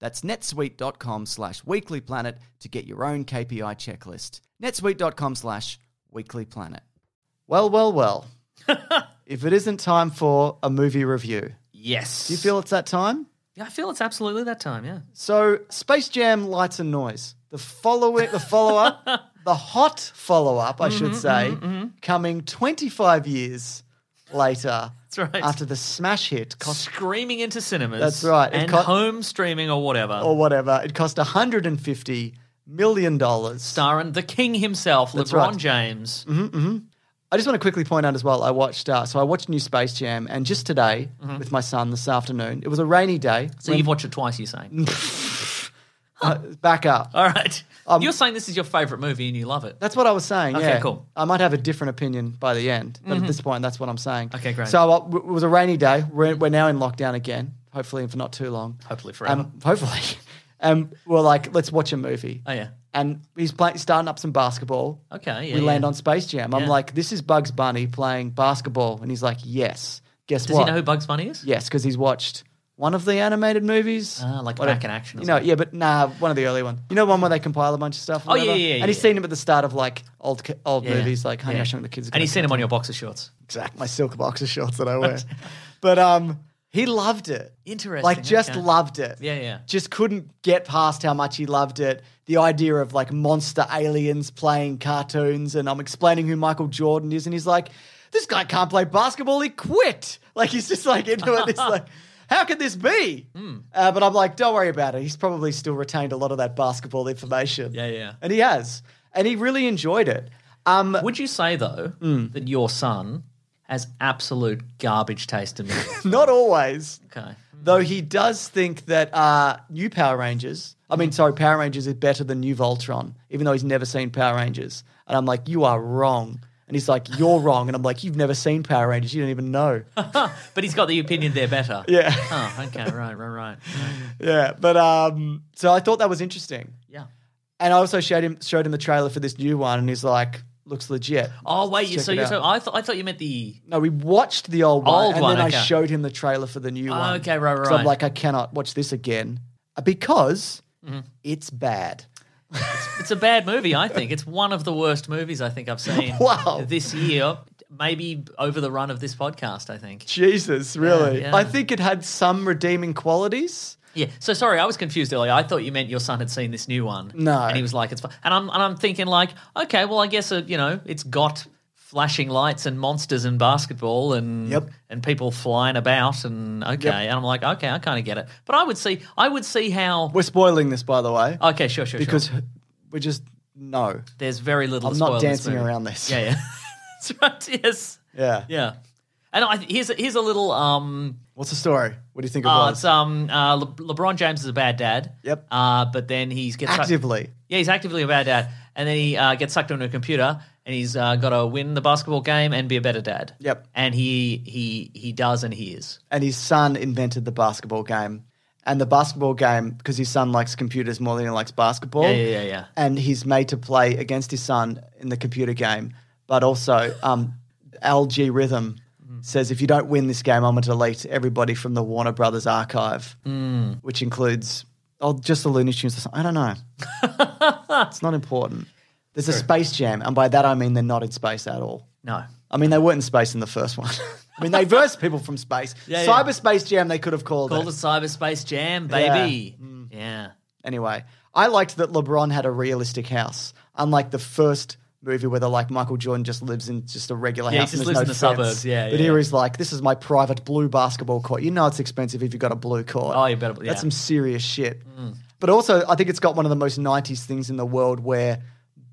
A: That's netsuite.com slash weeklyplanet to get your own KPI checklist. netsuite.com slash weeklyplanet. Well, well, well. if it isn't time for a movie review,
B: Yes.
A: do you feel it's that time?
B: Yeah, I feel it's absolutely that time. Yeah.
A: So, Space Jam: Lights and Noise, the following, the follow up, the hot follow up,
B: Mm-hmm,
A: I should say, coming 25 years later. That's
B: right.
A: After the smash hit, cost
B: Screaming into cinemas.
A: That's right. It
B: And
A: co- Oh.
B: home streaming or whatever.
A: or whatever, it cost 150 million dollars.
B: starring the king himself,
A: That's
B: LeBron
A: right. Mm-hmm.
B: James.
A: I just want to quickly point out as well. I watched, uh, so I watched New Space Jam, and just today with my son this afternoon. It was a rainy day.
B: Mm-hmm. So you've watched it twice, you're saying.
A: Mm-hmm. Uh, back up.
B: All right. you're saying this is your favorite movie and you love it.
A: Um, That's what I was saying.
B: Okay,
A: yeah.
B: cool. Mm-hmm.
A: I might have a different opinion by the end, but at this point, that's what I'm saying.
B: Okay, great.
A: So uh, w- it was a rainy day. We're, we're now in lockdown again, hopefully for not too long.
B: Hopefully forever.
A: Um, hopefully. Um, we're like, let's watch a movie.
B: oh, yeah.
A: And he's playing, starting up some basketball.
B: Okay. Yeah,
A: we land
B: yeah.
A: on Space Jam. I'm
B: Yeah.
A: like, this is Bugs Bunny playing basketball, and he's like, yes. Guess
B: Does
A: what?
B: he know who Bugs Bunny is?
A: Yes, because he's watched one of the animated movies.
B: Ah, like
A: Whatever.
B: Back in Action or
A: You know,
B: something.
A: yeah, but nah, one of the early ones. You know, one where they compile a bunch of stuff.
B: Oh, yeah,
A: whatever?
B: yeah, yeah,
A: And he's
B: yeah.
A: seen him at the start of like old ki- old
B: Yeah.
A: movies, like Honey,
B: Yeah.
A: I Shrunk the Kids.
B: And he's seen him on your boxer shorts.
A: exact my silk boxer shorts that I wear. but um, he loved it.
B: Interesting,
A: Like just
B: okay.
A: loved it.
B: Yeah, yeah.
A: Just couldn't get past how much he loved it. The idea of like monster aliens playing cartoons, and I'm explaining who Michael Jordan is, and he's like, "This guy can't play basketball. He quit." Like he's just like into it. It's like. How could this be?
B: Hmm.
A: Uh, but I'm like, don't worry about it. He's probably still retained a lot of that basketball information.
B: Yeah, yeah.
A: And he has. And he really enjoyed it.
B: Would you say, though,
A: Mm.
B: that your son has absolute garbage taste in movies?
A: Not always.
B: okay.
A: Though he does think that uh, new Power Rangers, I
B: Hmm.
A: mean, sorry, Power Rangers is better than new Voltron, even though he's never seen Power Rangers. And I'm like, you are wrong. And he's like, you're wrong. And I'm like, you've never seen Power Rangers. You don't even know.
B: But he's got the opinion they're better.
A: Yeah.
B: Oh, okay. Right, right, right. right.
A: yeah. But um, so I thought that was interesting.
B: Yeah.
A: And I also showed him, showed him the trailer for this new one. And he's like, looks legit.
B: Oh, wait. You,
A: Check
B: so
A: it
B: you
A: out.
B: so I, thought I thought you meant the.
A: No, we watched the old one,
B: Old
A: and
B: one,
A: then
B: okay.
A: I showed him the trailer for the new
B: Oh,
A: one.
B: okay, right, right,
A: 'Cause I'm
B: right.
A: like, I cannot watch this again Uh, because
B: Mm-hmm.
A: it's bad.
B: It's a bad movie, I think. It's one of the worst movies I think I've seen
A: Wow.
B: this year, maybe over the run of this podcast, I think.
A: Jesus, really?
B: yeah.
A: I think it had some redeeming qualities.
B: Yeah. So sorry, I was confused earlier. I thought you meant your son had seen this new one.
A: No.
B: And he was like, it's fine. And I'm, and I'm thinking, like, okay, well, I guess, uh, you know, it's got flashing lights and monsters and basketball and
A: Yep.
B: and people flying about and okay and I'm like okay I kind of get it but I would see I would see how
A: We're spoiling this, by the way,
B: okay sure sure
A: because
B: sure.
A: we just no.
B: there's very little
A: I'm
B: to spoil
A: not
B: in this
A: dancing
B: movie.
A: around this.
B: yeah yeah That's right. Yes.
A: Yeah.
B: Yeah. And I, here's a, here's a little um
A: What's the story? What do you think it
B: uh,
A: was?
B: it's um uh, Le- LeBron James is a bad dad.
A: Yep.
B: Uh, but then he's gets sucked-
A: Actively.
B: yeah, he's actively a bad dad, and then he uh, gets sucked into a computer, and he's uh, got to win the basketball game and be a better dad.
A: Yep.
B: And he he he does, and he is.
A: and his son invented the basketball game. And the basketball game, because his son likes computers more than he likes basketball.
B: Yeah, yeah, yeah, yeah.
A: And he's made to play against his son in the computer game. But also, um, LG Rhythm
B: Mm.
A: says if you don't win this game, I'm going to delete everybody from the Warner Brothers archive,
B: Mm.
A: which includes oh, just the Looney Tunes. Or something. I don't know. it's not important. There's a Space Jam, and by that I mean they're not in space at all.
B: No.
A: I mean, they weren't in space in the first one. I mean, they versed people from space.
B: Yeah, yeah.
A: Cyberspace Jam, they could have called,
B: Call
A: it.
B: the cyberspace jam, baby. Yeah.
A: Anyway, I liked that LeBron had a realistic house, unlike the first movie where they're like Michael Jordan just lives in just a regular
B: Yeah, he
A: house. and
B: just
A: there's
B: lives
A: no
B: in the
A: fence.
B: suburbs. Yeah,
A: But
B: yeah.
A: here he's like, this is my private blue basketball court. You know it's expensive if you've got a blue court.
B: Oh, you better- yeah. Mm.
A: That's some serious shit. But also, I think it's got one of the most 90s things in the world where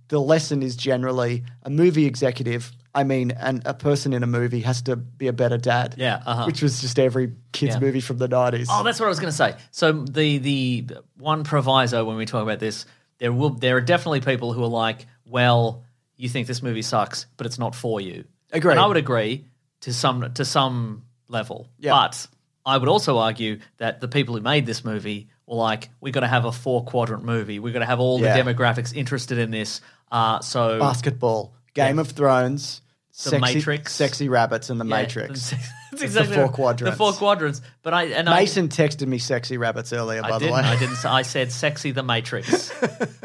A: the lesson is generally a movie executive, I mean, an, a person in a movie has to be a better dad.
B: Yeah, uh-huh.
A: Which was just every kid's
B: Yeah.
A: movie from the 90s.
B: Oh, that's what I was going to say. So the the one proviso when we talk about this, there will there are definitely people who are like, well, you think this movie sucks, but it's not for you.
A: Agreed.
B: And I would agree to some to some level.
A: Yeah.
B: But I would also argue that the people who made this movie were like, we got to have a four quadrant movie. We got to have all
A: Yeah.
B: the demographics interested in this. Uh, so
A: Basketball, Game of Thrones,
B: The
A: sexy,
B: Matrix.
A: Sexy rabbits, and The
B: Yeah,
A: Matrix.
B: That's
A: the
B: exactly
A: four
B: right.
A: quadrants.
B: The four quadrants. But I and I,
A: Mason texted me sexy rabbits earlier, by
B: I
A: the
B: didn't.
A: way.
B: I didn't. say- I said sexy the Matrix.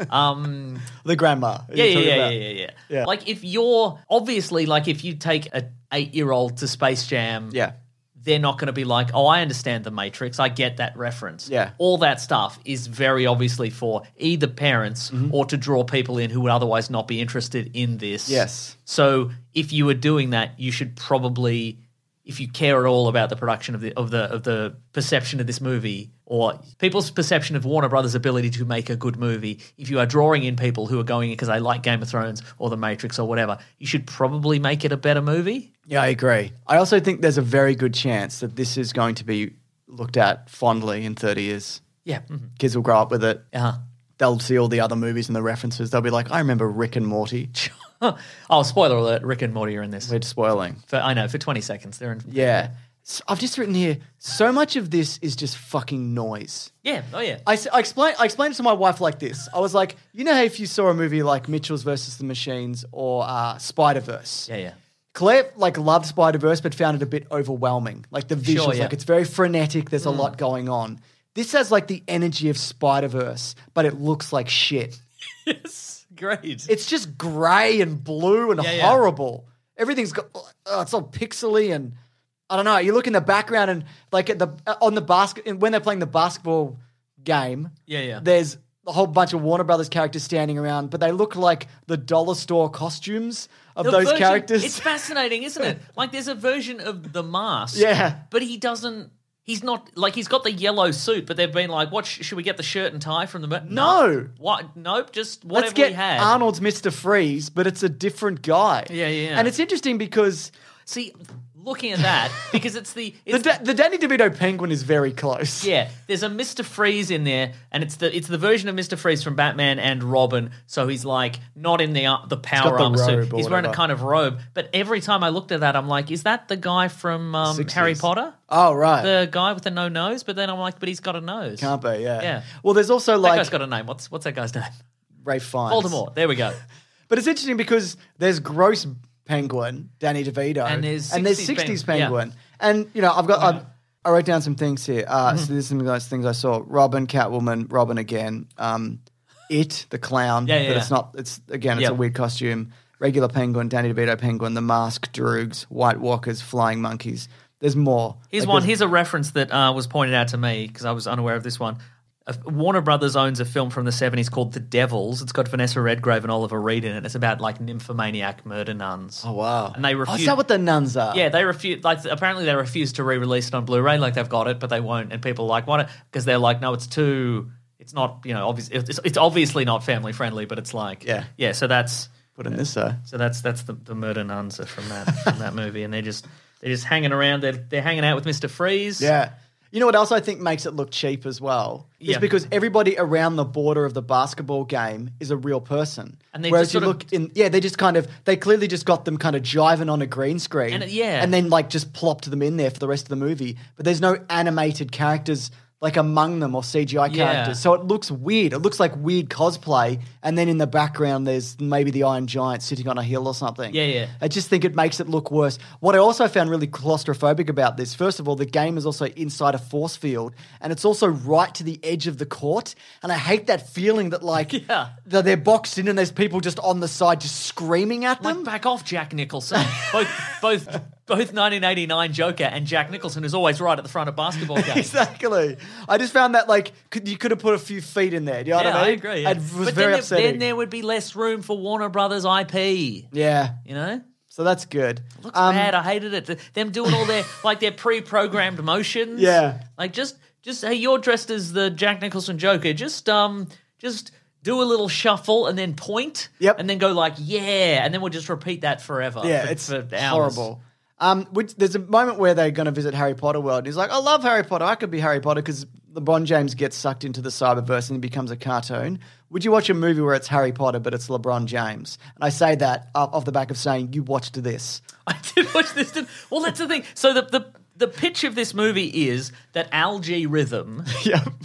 B: Um,
A: the grandma. who
B: yeah,
A: you're
B: yeah,
A: talking
B: yeah, yeah,
A: about.
B: yeah, yeah,
A: Yeah.
B: Like if you're obviously like if you take a eight year old to Space Jam,
A: Yeah.
B: they're not going to be like, oh, I understand the Matrix. I get that reference.
A: Yeah.
B: all that stuff is very obviously for either parents
A: Mm-hmm.
B: or to draw people in who would otherwise not be interested in this.
A: Yes.
B: So if you were doing that, you should probably, if you care at all about the production of the of the of the perception of this movie or people's perception of Warner Brothers' ability to make a good movie, if you are drawing in people who are going in because they like Game of Thrones or The Matrix or whatever, you should probably make it a better movie.
A: Yeah, I agree. I also think there's a very good chance that this is going to be looked at fondly in 30 years.
B: Yeah. mhm.
A: Kids will grow up with it.
B: Uh-huh.
A: They'll see all the other movies and the references. They'll be like, I remember Rick and Morty.
B: oh, spoiler alert! Rick and Morty are in this.
A: We're spoiling.
B: For, I know for twenty seconds they're in.
A: Yeah. S- I've just written here, so much of this is just fucking noise.
B: Yeah. Oh yeah.
A: I, s- I explained I explained it to my wife like this. I was like, you know, how if you saw a movie like Mitchell's versus the Machines or uh, Spider Verse,
B: yeah. Yeah.
A: Claire like loved Spider Verse but found it a bit overwhelming. Like the visuals,
B: yeah. Mm.
A: like it's very frenetic. There's a lot going on. This has like the energy of Spider Verse, but it looks like shit.
B: Great.
A: It's just grey and blue and
B: yeah.
A: horrible. Everything's got oh, it's all pixely and I don't know. You look in the background and like at the uh, on the basket and when they're playing the basketball game.
B: Yeah, yeah.
A: There's a whole bunch of Warner Brothers characters standing around, but they look like the dollar store costumes of
B: The
A: those
B: version-
A: characters.
B: It's fascinating, isn't it? Like there's a version of the mask.
A: Yeah.
B: But he doesn't. He's not like he's got the yellow suit, but they've been like, "What sh- should we get the shirt and tie from the?" ma-"
A: No.
B: What? Nope. Just whatever
A: Let's get
B: we had.
A: Arnold's Mr. Freeze, but it's a different guy.
B: Yeah, yeah.
A: And it's interesting because
B: See, looking at that because it's the
A: the,
B: it's
A: da- the Danny DeVito penguin is very close.
B: Yeah, there's a Mister Freeze in there, and it's the it's the version of Mister Freeze from Batman and Robin. So he's like not in the uh, the power
A: the
B: armor
A: robe
B: suit.
A: or
B: He's wearing a
A: whatever.
B: kind of robe. But every time I looked at that, I'm like, is that the guy from um,
A: 60s.
B: Harry Potter?
A: Oh, right.
B: The guy with the no nose. But then I'm like, but he's got a nose.
A: Can't be, yeah.
B: Yeah.
A: Well, there's also
B: that
A: like
B: guy's got a name. What's what's that guy's name?
A: Ray Fiennes.
B: Voldemort. There we go.
A: But it's interesting because there's gross penguin, Danny DeVito,
B: And there's 60s
A: 60s
B: Penguin, yeah.
A: penguin. And, you know, I've got, I've, I wrote down some things here. Uh,
B: Mm-hmm.
A: So there's some of those things I saw Robin, Catwoman, Robin again, um, It, the clown.
B: Yeah, yeah,
A: But
B: yeah.
A: it's not, it's, again, it's
B: Yeah.
A: a weird costume. Regular penguin, Danny DeVito penguin, the mask, droogs, white walkers, flying monkeys. There's more.
B: Here's
A: Like,
B: one.
A: there's-
B: Here's a reference that uh, was pointed out to me because I was unaware of this one. Uh, Warner Brothers owns a film from the 70s called The Devils. It's got Vanessa Redgrave and Oliver Reed in it. It's about like nymphomaniac murder nuns.
A: Oh, wow.
B: And they
A: Oh, is
B: refuse.
A: that what the nuns are?
B: yeah, they refuse. Like apparently they refuse to re-release it on Blu-ray. Like they've got it, but they won't. And people are like want it because they're like, no, it's too. It's not. You know, obvious. It's, it's obviously not family friendly, but it's like
A: Yeah.
B: yeah. So that's
A: Put Putting this so.
B: So that's that's the, the murder nuns are from that from that movie, and they're just they're just hanging around. They're they're hanging out with Mister Freeze.
A: Yeah. You know what else I think makes it look cheap as well? Is
B: Yeah.
A: because everybody around the border of the basketball game is a real person.
B: And they
A: Whereas
B: just
A: you
B: sort of-
A: look in, yeah, they just kind of, they clearly just got them kind of jiving on a green screen.
B: And it- yeah.
A: And then like just plopped them in there for the rest of the movie. But there's no animated characters like among them or CGI
B: Yeah.
A: characters. So it looks weird. It looks like weird cosplay. And then in the background, there's maybe the Iron Giant sitting on a hill or something.
B: Yeah, yeah.
A: I just think it makes it look worse. What I also found really claustrophobic about this, first of all, the game is also inside a force field and it's also right to the edge of the court. And I hate that feeling that, like,
B: Yeah.
A: that they're boxed in and there's people just on the side just screaming at
B: Like
A: them.
B: back off, Jack Nicholson. Both both both 1989 Joker and Jack Nicholson is always right at the front of basketball games.
A: Exactly. I just found that like could, you could have put a few feet in there. Do you know
B: Yeah,
A: what I
B: I
A: mean?
B: agree. yeah.
A: It was
B: but
A: very
B: then, there,
A: upsetting.
B: then there would be less room for Warner Brothers IP. You
A: yeah.
B: know,
A: So that's good. Um,
B: looks bad. I hated it. Th- Them doing all their like their pre-programmed motions.
A: Yeah.
B: like just just hey, you're dressed as the Jack Nicholson Joker. Just um, just do a little shuffle and then point.
A: Yep.
B: and then go like yeah, and then we'll just repeat that forever.
A: Yeah,
B: Oh, for-
A: it's
B: for hours.
A: horrible. Um, which, there's a moment where they're going to visit Harry Potter world, and he's like, "I love Harry Potter. I could be Harry Potter because LeBron James gets sucked into the cyberverse and he becomes a cartoon." Would you watch a movie where it's Harry Potter but it's LeBron James? And I say that off, off the back of saying you watched this.
B: I did watch this. Didn't. Well, that's the thing. So the the the pitch of this movie is that Al G. Rhythm,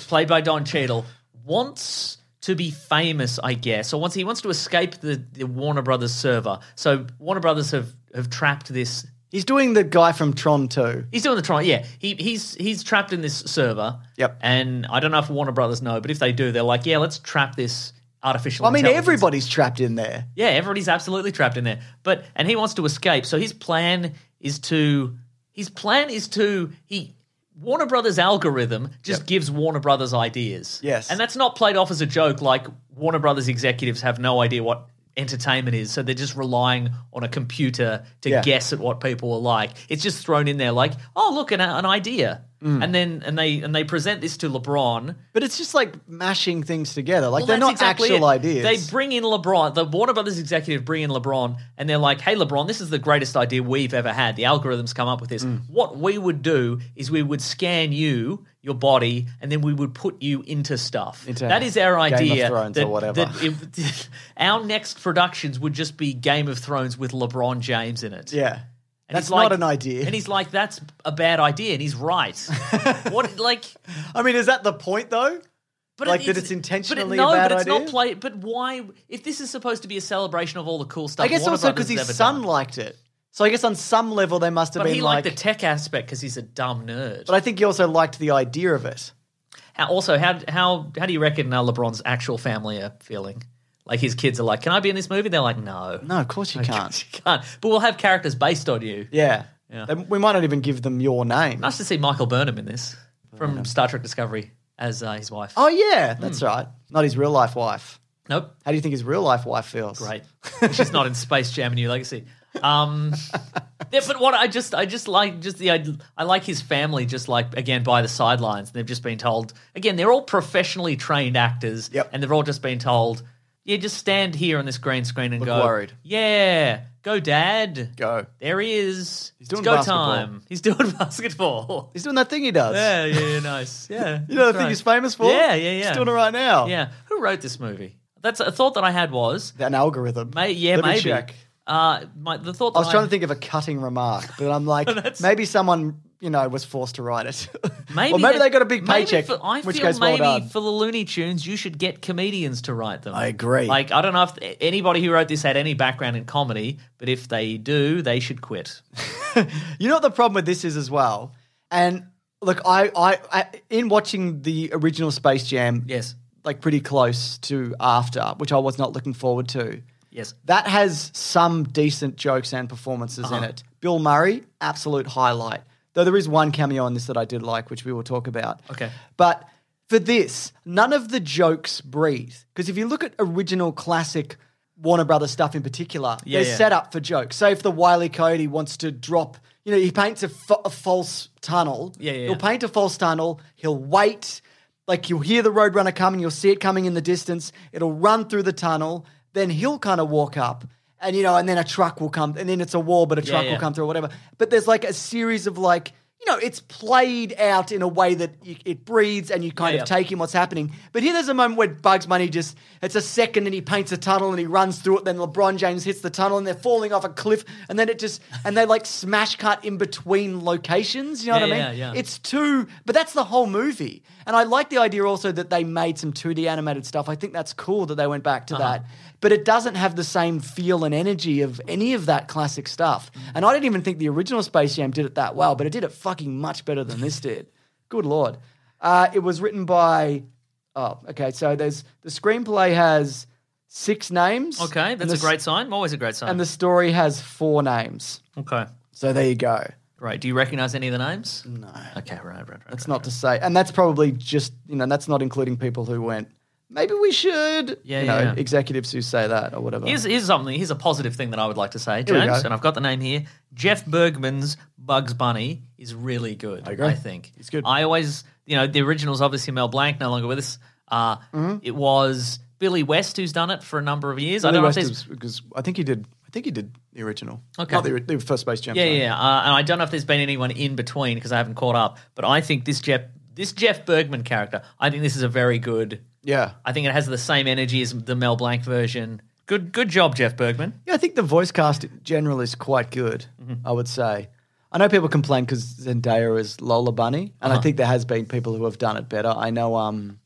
B: played by Don Cheadle, wants to be famous, I guess, or wants he wants to escape the, the Warner Brothers server. So Warner Brothers have have trapped this.
A: He's doing the guy from Tron too.
B: He's doing the trial. Yeah, he he's he's trapped in this server.
A: Yep.
B: And I don't know if Warner Brothers know, but if they do, they're like, yeah, let's trap this artificial.
A: I mean,
B: intelligence.
A: everybody's trapped in there.
B: Yeah, everybody's absolutely trapped in there. But and he wants to escape. So his plan is to his plan is to he Warner Brothers algorithm just gives Warner Brothers ideas.
A: Yes.
B: And that's not played off as a joke like Warner Brothers executives have no idea what entertainment is, so they're just relying on a computer to
A: Yeah.
B: guess at what people are like. It's just thrown in there like, "Oh, look an, an idea."
A: Mm.
B: And then and they and they present this to LeBron
A: But it's just like mashing things together. Like
B: well,
A: they're
B: that's
A: not
B: exactly
A: actual
B: it.
A: ideas.
B: They bring in LeBron. The Warner Brothers executive bring in LeBron, and they're like, "Hey, LeBron, this is the greatest idea we've ever had. The algorithms come up with this.
A: Mm.
B: What we would do is we would scan you, your body, and then we would put you into stuff.
A: Into
B: that is our
A: Game of
B: idea.
A: Thrones or
B: that-
A: whatever.
B: that it- our next productions would just be Game of Thrones with LeBron James in it.
A: yeah,
B: And
A: that's
B: he's like-
A: not an idea.
B: And he's like, "That's a bad idea," and he's right. what like?
A: I mean, is that the point though?
B: But
A: Like, that it's
B: but
A: intentionally
B: it, no,
A: a bad
B: but it's not
A: idea?
B: play. But why? If this is supposed to be a celebration of all the cool stuff,
A: I guess
B: Warner
A: also
B: Brothers
A: because
B: has
A: his
B: ever
A: son
B: done.
A: liked it. So I guess on some level they must have
B: But
A: been
B: he
A: like.
B: liked the tech aspect because he's a dumb nerd.
A: but I think he also liked the idea of it.
B: How- also, how how how do you reckon uh, LeBron's actual family are feeling? Like his kids are like, "Can I be in this movie?" They're like, "No,
A: No, of course you can't.
B: you can't." But we'll have characters based on you.
A: Yeah. Then We might not even give them your name.
B: Nice to see Michael Burnham in this from Star Trek Discovery as uh, his wife.
A: Oh, yeah, that's
B: Hmm.
A: right. Not his real life wife.
B: Nope,
A: How do you think his real life wife feels?
B: Right. She's not in Space Jam and New Legacy. Um, yeah, but what I just, I just like, just the, I, I like his family, just like again by the sidelines. They've just been told again, they're all professionally trained actors,
A: Yep.
B: and they've all just been told, yeah, just stand here on this green screen and
A: Look
B: go,
A: worried.
B: yeah, go, dad,
A: Go.
B: There he is.
A: He's doing
B: it's go
A: basketball.
B: time. He's doing basketball.
A: He's doing that thing he does.
B: yeah, yeah, yeah, nice. Yeah,
A: You know the
B: that's
A: thing
B: right.
A: he's famous for?
B: Yeah, yeah, yeah.
A: He's doing it right now.
B: Yeah, who wrote this movie? That's a thought that I had was
A: An algorithm.
B: May, yeah,
A: Let me
B: maybe.
A: check.
B: Uh, my, the thought.
A: I was
B: that
A: trying to think of a cutting remark, but I'm like, maybe someone, you know, was forced to write it. or maybe
B: that-
A: they got a big
B: maybe
A: paycheck,
B: for- I
A: which
B: feel
A: case,
B: maybe
A: well done.
B: for the Looney Tunes, you should get comedians to write them.
A: I agree.
B: Like, I don't know if anybody who wrote this had any background in comedy, but if they do, they should quit.
A: You know what the problem with this is as well? And look, I, I, I in watching the original Space Jam,
B: Yes.
A: like pretty close to after, which I was not looking forward to.
B: Yes.
A: That has some decent jokes and performances in
B: Uh-huh.
A: it. Bill Murray, absolute highlight. Though there is one cameo in this that I did like, which we will talk about.
B: Okay.
A: But for this, none of the jokes breathe. Because if you look at original classic Warner Brothers stuff in particular,
B: Yeah,
A: they're
B: yeah.
A: set up for jokes. Say if the Wiley Cody wants to drop, you know, he paints a, fa- a false tunnel.
B: Yeah, yeah,
A: He'll
B: yeah.
A: paint a false tunnel. He'll wait. Like you'll hear the Roadrunner coming, you'll see it coming in the distance. It'll run through the tunnel. Then he'll kind of walk up. and you know, and then a truck will come, and then it's a wall, but a truck
B: yeah.
A: will come through or whatever. But there's like a series of like, you know, it's played out in a way that you, it breathes, and you kind
B: Yeah,
A: of
B: yeah.
A: take in what's happening. But here, there's a moment where Bugs Bunny just—it's a second, and he paints a tunnel, and he runs through it. Then LeBron James hits the tunnel, and they're falling off a cliff, and then it just—and they like smash cut in between locations. You know
B: Yeah,
A: what I
B: yeah,
A: mean?
B: yeah.
A: It's it's two, but that's the whole movie. And I like the idea also that they made some 2D animated stuff. I think that's cool that they went back to
B: Uh-huh.
A: that. But it doesn't have the same feel and energy of any of that classic stuff. And I didn't even think the original Space Jam did it that well, but it did it fucking much better than this did. Good lord. Uh, it was written by. Oh, okay. So there's the screenplay has six names.
B: Okay,
A: and
B: that's
A: the
B: a great
A: s-
B: sign. Always a great sign.
A: And the story has four names.
B: okay,
A: So there you go.
B: right. Do you recognize any of the names? No. Okay, right, right, right.
A: That's
B: right.
A: not to say, and that's probably just you know that's not including people who went. Maybe we should.
B: Yeah,
A: you
B: yeah,
A: know,
B: yeah.
A: executives who say that or whatever.
B: Here's, here's something. Here's a positive thing that I would like to say,
A: we
B: James.
A: go.
B: And I've got the name here. Jeff Bergman's Bugs Bunny is really good. I,
A: agree.
B: think
A: It's good.
B: I always, you know, the original's obviously Mel Blanc, no longer with us. Uh,
A: Mm-hmm.
B: It was Billy West who's done it for a number of years. I
A: Billy
B: don't know if
A: West
B: there's
A: is- because I think he did. I think he did the original.
B: Okay.
A: Not the, ori- the first Space Jam.
B: Yeah,
A: sorry.
B: yeah. Uh, and I don't know if there's been anyone in between because I haven't caught up. But I think this Jeff, this Jeff Bergman character, I think this is a very good.
A: yeah,
B: I think it has the same energy as the Mel Blanc version. Good, good job, Jeff Bergman.
A: Yeah, I think the voice cast in general is quite good.
B: Mm-hmm.
A: I would say. I know people complain because Zendaya is Lola Bunny, and
B: Uh-huh.
A: I think there has been people who have done it better. I know. Um,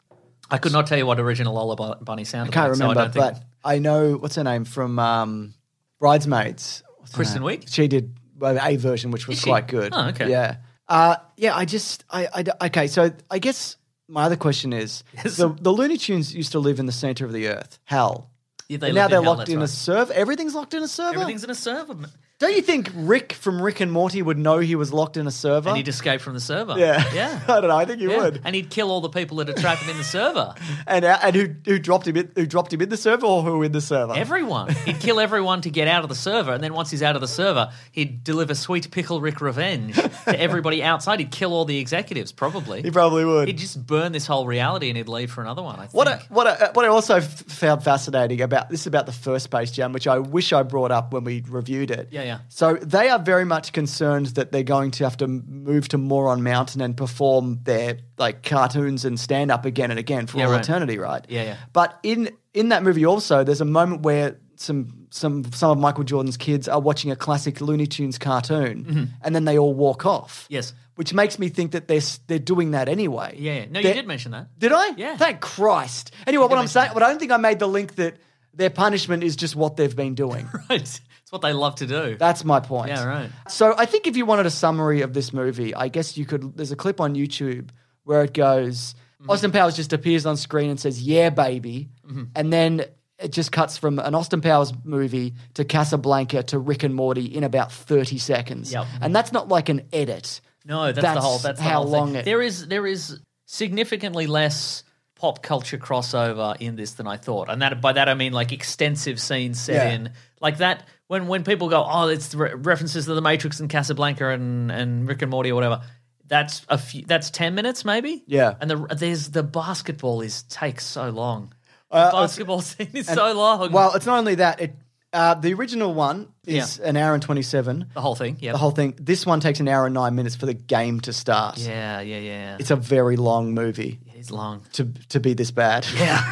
B: I could not tell you what original Lola Bu- Bunny sounded
A: I can't
B: like. so
A: remember,
B: I don't think-
A: but I know what's her name from um, Bridesmaids. What's her
B: Kristen
A: name?
B: Wiig?
A: She did well, a version which was
B: she?
A: quite good.
B: Oh, okay.
A: Yeah. Uh, yeah. I just. I, I d- Okay. So I guess my other question is: the, the Looney Tunes used to live in the center of the earth, hell.
B: Yeah,
A: And
B: they
A: now
B: lived
A: they're
B: hell,
A: locked
B: that's
A: in a
B: right.
A: server. Everything's locked in a server.
B: Everything's in a server, m-
A: Don't you think Rick from Rick and Morty would know he was locked in a server?
B: and he'd escape from the server.
A: yeah.
B: yeah.
A: I don't know. I think he
B: Yeah.
A: would.
B: And he'd kill all the people that had trapped him in the server.
A: And uh, and who who dropped him in, who dropped him in the server or who in the server?
B: Everyone. He'd kill everyone to get out of the server, and then once he's out of the server, he'd deliver sweet pickle Rick revenge to everybody outside. He'd kill all the executives, probably.
A: he probably would.
B: He'd just burn this whole reality and he'd leave for another one. I think.
A: What I, what I, what I also f- found fascinating about this is about the first Space Jam, which I wish I brought up when we reviewed it.
B: Yeah, yeah.
A: So they are very much concerned that they're going to have to move to Moron Mountain and perform their like cartoons and stand up again and again for
B: Yeah,
A: all
B: right.
A: eternity, right?
B: Yeah, yeah.
A: But in in that movie also, there's a moment where some some some of Michael Jordan's kids are watching a classic Looney Tunes cartoon, and then they all walk off.
B: Mm-hmm. Yes.
A: Which makes me think that they're s- they're doing that anyway.
B: Yeah, yeah. No, you
A: They're-
B: did mention that.
A: did I?
B: Yeah.
A: Thank Christ. Anyway, what I'm saying, but I don't think I made the link that their punishment is just what they've been doing.
B: Right. It's what they love to do.
A: That's my point.
B: Yeah, right.
A: So I think if you wanted a summary of this movie, I guess you could. There's a clip on YouTube where it goes
B: Mm-hmm.
A: Austin Powers just appears on screen and says, "Yeah, baby," and then it just cuts from an Austin Powers movie to Casablanca to Rick and Morty in about 30 seconds.
B: Yep.
A: And that's not like an edit.
B: no, that's, the whole. That's the
A: how
B: whole thing.
A: long it.
B: There is there is significantly less pop culture crossover in this than I thought, and that by that I mean like extensive scenes set
A: Yeah.
B: in like that. When when people go, oh, it's re- references to the Matrix and Casablanca and and Rick and Morty or whatever. That's a few. That's ten minutes, maybe.
A: Yeah.
B: And the there's the basketball is takes so long. the
A: Uh, it's-
B: basketball scene is so long.
A: Well, it's not only that. It uh, the original one is an hour and twenty seven.
B: the whole thing. Yeah.
A: The whole thing. This one takes an hour and nine minutes for the game to start.
B: Yeah, yeah, yeah.
A: It's a very long movie
B: It's long.
A: to to be this bad.
B: Yeah.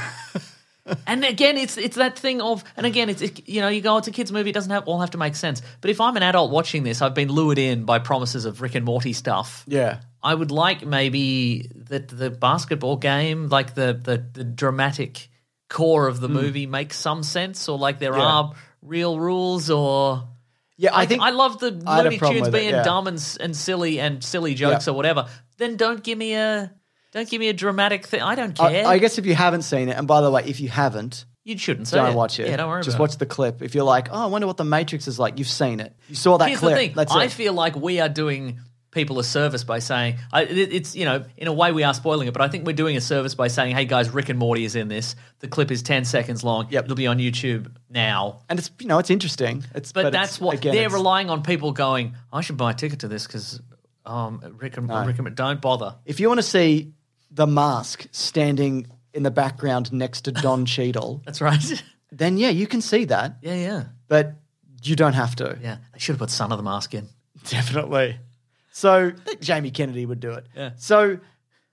B: and again, it's it's that thing of, and again, it's it, you know, you go, it's a kids' movie. It doesn't have all have to make sense. But if I'm an adult watching this, I've been lured in by promises of Rick and Morty stuff.
A: Yeah.
B: I would like maybe that the basketball game, like the the, the dramatic core of
A: Hmm.
B: the movie, makes some sense, or like there are real rules, or
A: Yeah, I,
B: I,
A: think
B: I love the
A: I had a
B: Looney
A: problem
B: Tunes
A: with it,
B: being
A: yeah.
B: dumb and, s- and silly and silly jokes or whatever. Then don't give me a don't give me a dramatic thing. I don't
A: I,
B: care.
A: I guess if you haven't seen it, and by the way, if you haven't,
B: you shouldn't. say
A: don't watch it.
B: Yeah, don't worry.
A: Just
B: about
A: watch the clip. If you're like, oh, I wonder what the Matrix is like, you've seen it. You saw that
B: Here's
A: clip.
B: the thing.
A: That's
B: I
A: it.
B: feel like we are doing people a service by saying I, it, it's you know in a way we are spoiling it, but I think we're doing a service by saying, hey guys, Rick and Morty is in this. The clip is ten seconds long.
A: Yep.
B: it'll be on YouTube now.
A: and it's you know it's interesting. It's
B: But,
A: it's-
B: that's what
A: again,
B: they're
A: it's-
B: relying on. People going, I should buy a ticket to this because um, Rick and Rick and don't bother.
A: If you want to see the mask standing in the background next to Don Cheadle,
B: That's right.
A: then yeah, you can see that.
B: yeah, yeah.
A: but you don't have to.
B: Yeah, they should have put Son of the Mask in.
A: Definitely. So I think Jamie Kennedy would do it.
B: Yeah.
A: So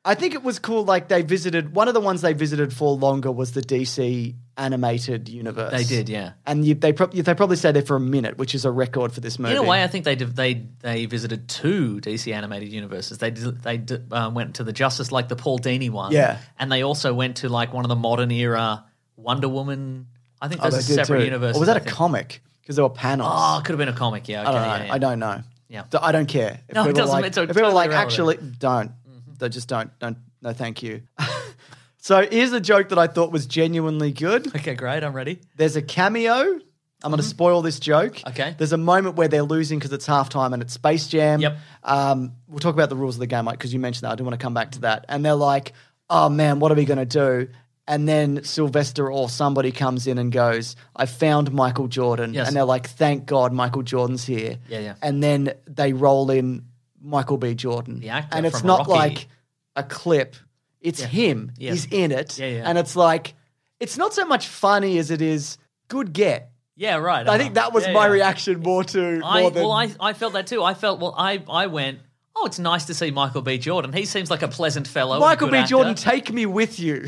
A: I think it was cool. Like they visited one of the ones they visited for longer was the DC animated universe.
B: They did, yeah.
A: and you, they prob- they probably stayed there for a minute, which is a record for this movie.
B: In a way, I think they div- they they visited two DC animated universes. They did- they d- um, went to the Justice like the Paul Dini one,
A: Yeah.
B: and they also went to like one of the modern era Wonder Woman. I think
A: Oh,
B: those
A: they
B: are
A: did
B: separate
A: too.
B: universes.
A: Or was that
B: I
A: a
B: think.
A: comic? Because there were panels.
B: Oh, it could have been a comic. Yeah, okay,
A: I don't know.
B: yeah, yeah.
A: I don't know.
B: Yeah.
A: So I don't care. If
B: No, it
A: people
B: doesn't-
A: Like,
B: it's
A: if people
B: totally
A: like,
B: irrelevant. Mm-hmm.
A: actually, don't. They just don't. Don't. No, thank you. so here's a joke that I thought was genuinely good.
B: Okay, great. I'm ready.
A: There's a cameo. I'm going to spoil this joke.
B: Mm-hmm. Okay.
A: There's a moment where they're losing because it's halftime and it's Space Jam.
B: Yep.
A: Um, we'll talk about the rules of the game, Mike, because you mentioned that. I do want to come back to that. And they're like, oh man, what are we going to do? And then Sylvester or somebody comes in and goes, I found Michael Jordan.
B: Yes.
A: And they're like, thank God Michael Jordan's here.
B: Yeah, yeah.
A: And then they roll in Michael B. Jordan.
B: The actor
A: and it's
B: from
A: not
B: Rocky.
A: like a clip, it's him.
B: Yeah.
A: He's in it.
B: Yeah, yeah.
A: And it's like, it's not so much funny as it is good get.
B: Yeah, right.
A: I
B: uh-huh.
A: think that was
B: Yeah,
A: my
B: yeah.
A: reaction more to
B: I
A: more than
B: well, I, I felt that too. I felt well. I I went. Oh, it's nice to see Michael B. Jordan. He seems like a pleasant fellow.
A: Michael B. Jordan, take me with you.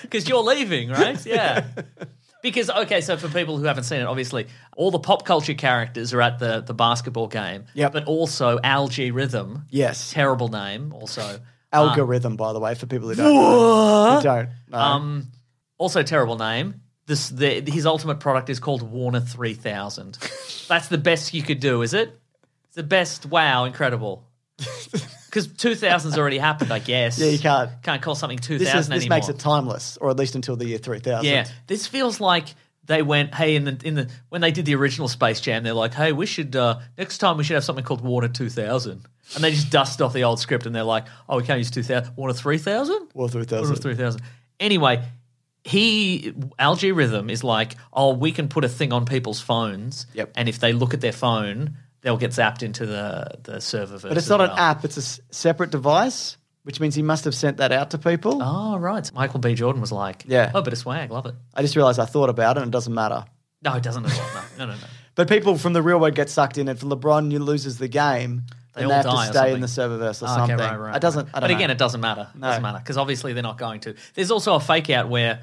B: because you're leaving, right? Yeah. Because okay, so for people who haven't seen it, obviously all the pop culture characters are at the the basketball game.
A: Yep.
B: But also Algae Rhythm.
A: yes,
B: Terrible name. Also.
A: algorithm, by the way, for people who don't. Know. Who don't. uh, know.
B: Um. Also terrible name. This the his ultimate product is called Warner Three Thousand. That's the best you could do, is it? It's the best. Wow, incredible. Because 2000's already happened, I guess.
A: Yeah, you can't.
B: Can't call something 2000
A: this is, this
B: anymore.
A: makes it timeless, or at least until the year three thousand.
B: Yeah, this feels like they went, hey, in the in the when they did the original Space Jam, they're like, hey, we should uh, next time we should have something called Warner Two Thousand, and they just dust off the old script and they're like, oh, we can't use two thousand, Warner Three Thousand,
A: War three
B: Warner
A: thousand.
B: Three Thousand. Anyway, he Algae Rhythm is like, oh, we can put a thing on people's phones,
A: Yep.
B: and if they look at their phone, they'll get zapped into the the server.
A: But it's not an app; it's a s- separate device, which means he must have sent that out to people.
B: Oh right, Michael B. Jordan was like,
A: Yeah.
B: oh, but it's swag, love it.
A: I just realized I thought about it, and it doesn't matter.
B: No, it doesn't at all. No, no, no, no.
A: But people from the real world get sucked in, and if LeBron you loses the game,
B: They
A: then
B: all
A: they have
B: die or
A: to stay
B: something.
A: in the serververse or
B: Oh,
A: something.
B: Okay, right, right.
A: It doesn't.
B: right.
A: I don't
B: but again,
A: know.
B: it doesn't matter. It doesn't
A: No.
B: matter because obviously they're not going to. There's also a fake out where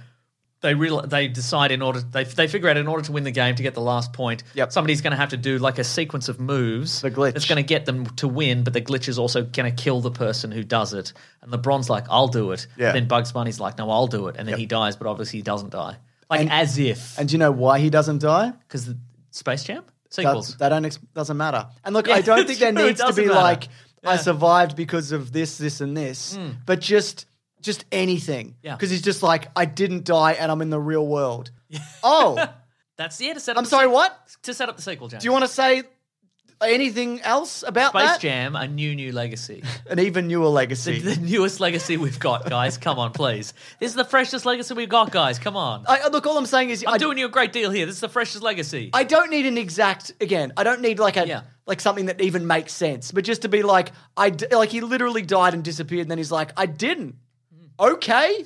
B: they real they decide in order they they figure out in order to win the game to get the last point.
A: Yep.
B: Somebody's going to have to do like a sequence of moves.
A: The glitch.
B: That's going to get them to win, but the glitch is also going to kill the person who does it. And LeBron's like, "I'll do it."
A: Yeah.
B: Then Bugs Bunny's like, "No, I'll do it," and then he dies, but obviously he doesn't die. Like as if
A: and do you know why he doesn't die?
B: because the Space Jam
A: That,
B: sequels.
A: they don't ex- doesn't matter. And look,
B: Yeah,
A: I don't
B: it's
A: think there
B: true, it
A: needs to
B: doesn't
A: be
B: matter.
A: like I survived because of this, this, and this, but just just anything.
B: Hmm. Yeah.
A: Because he's just like I didn't die and I'm in the real world. oh,
B: That's yeah to set up.
A: I'm
B: the
A: sorry.
B: se-
A: What
B: to set up the sequel? James.
A: do you want to say? Anything else about
B: Space
A: that?
B: Jam, a new new legacy.
A: An even newer legacy.
B: the newest legacy we've got, guys. Come on, please. This is the freshest legacy we've got, guys. Come on.
A: I, look, all I'm saying is
B: I'm
A: I,
B: doing you a great deal here. This is the freshest legacy.
A: I don't need an exact again. I don't need like a
B: Yeah.
A: like something that even makes sense, but just to be like I d- like he literally died and disappeared, and then he's like I didn't. Okay,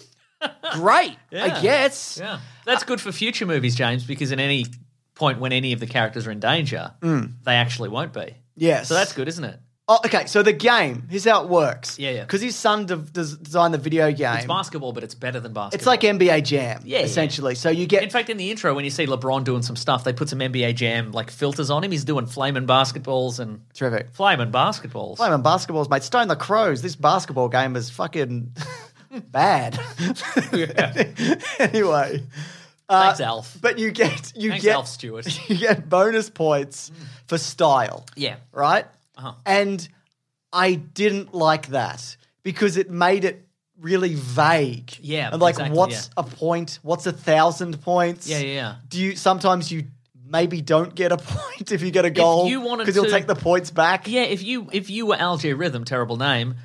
A: great.
B: Yeah.
A: I guess.
B: yeah. That's good for future movies, James, because in any point when any of the characters are in danger, they actually won't be.
A: Mm. Yes.
B: So that's good, isn't it?
A: Oh, okay, so the game. Here's how it works.
B: Yeah, yeah.
A: Because his son de- des- designed the video game.
B: It's basketball, but it's better than basketball.
A: It's like NBA Jam,
B: Yeah, yeah.
A: essentially. So you get
B: In fact, in the intro, when you see LeBron doing some stuff, they put some NBA Jam like filters on him. He's doing flaming basketballs and
A: terrific.
B: flaming basketballs.
A: Playing on basketballs, mate. Stone the Crows. This basketball game is fucking bad. anyway,
B: Thanks, Alf.
A: Uh, but you get you
B: Thanks,
A: get
B: Alf Stewart.
A: you get bonus points for style.
B: Yeah. Uh-huh.
A: Right? And I didn't like that because it made it really vague.
B: Yeah,
A: And like
B: exactly,
A: what's a point? What's a thousand points?
B: Yeah, yeah, yeah.
A: Do you sometimes you maybe don't get a point if you get a goal
B: you wanted
A: because you'll
B: to-
A: take the points back?
B: Yeah, if you if you were Algae Rhythm, terrible name,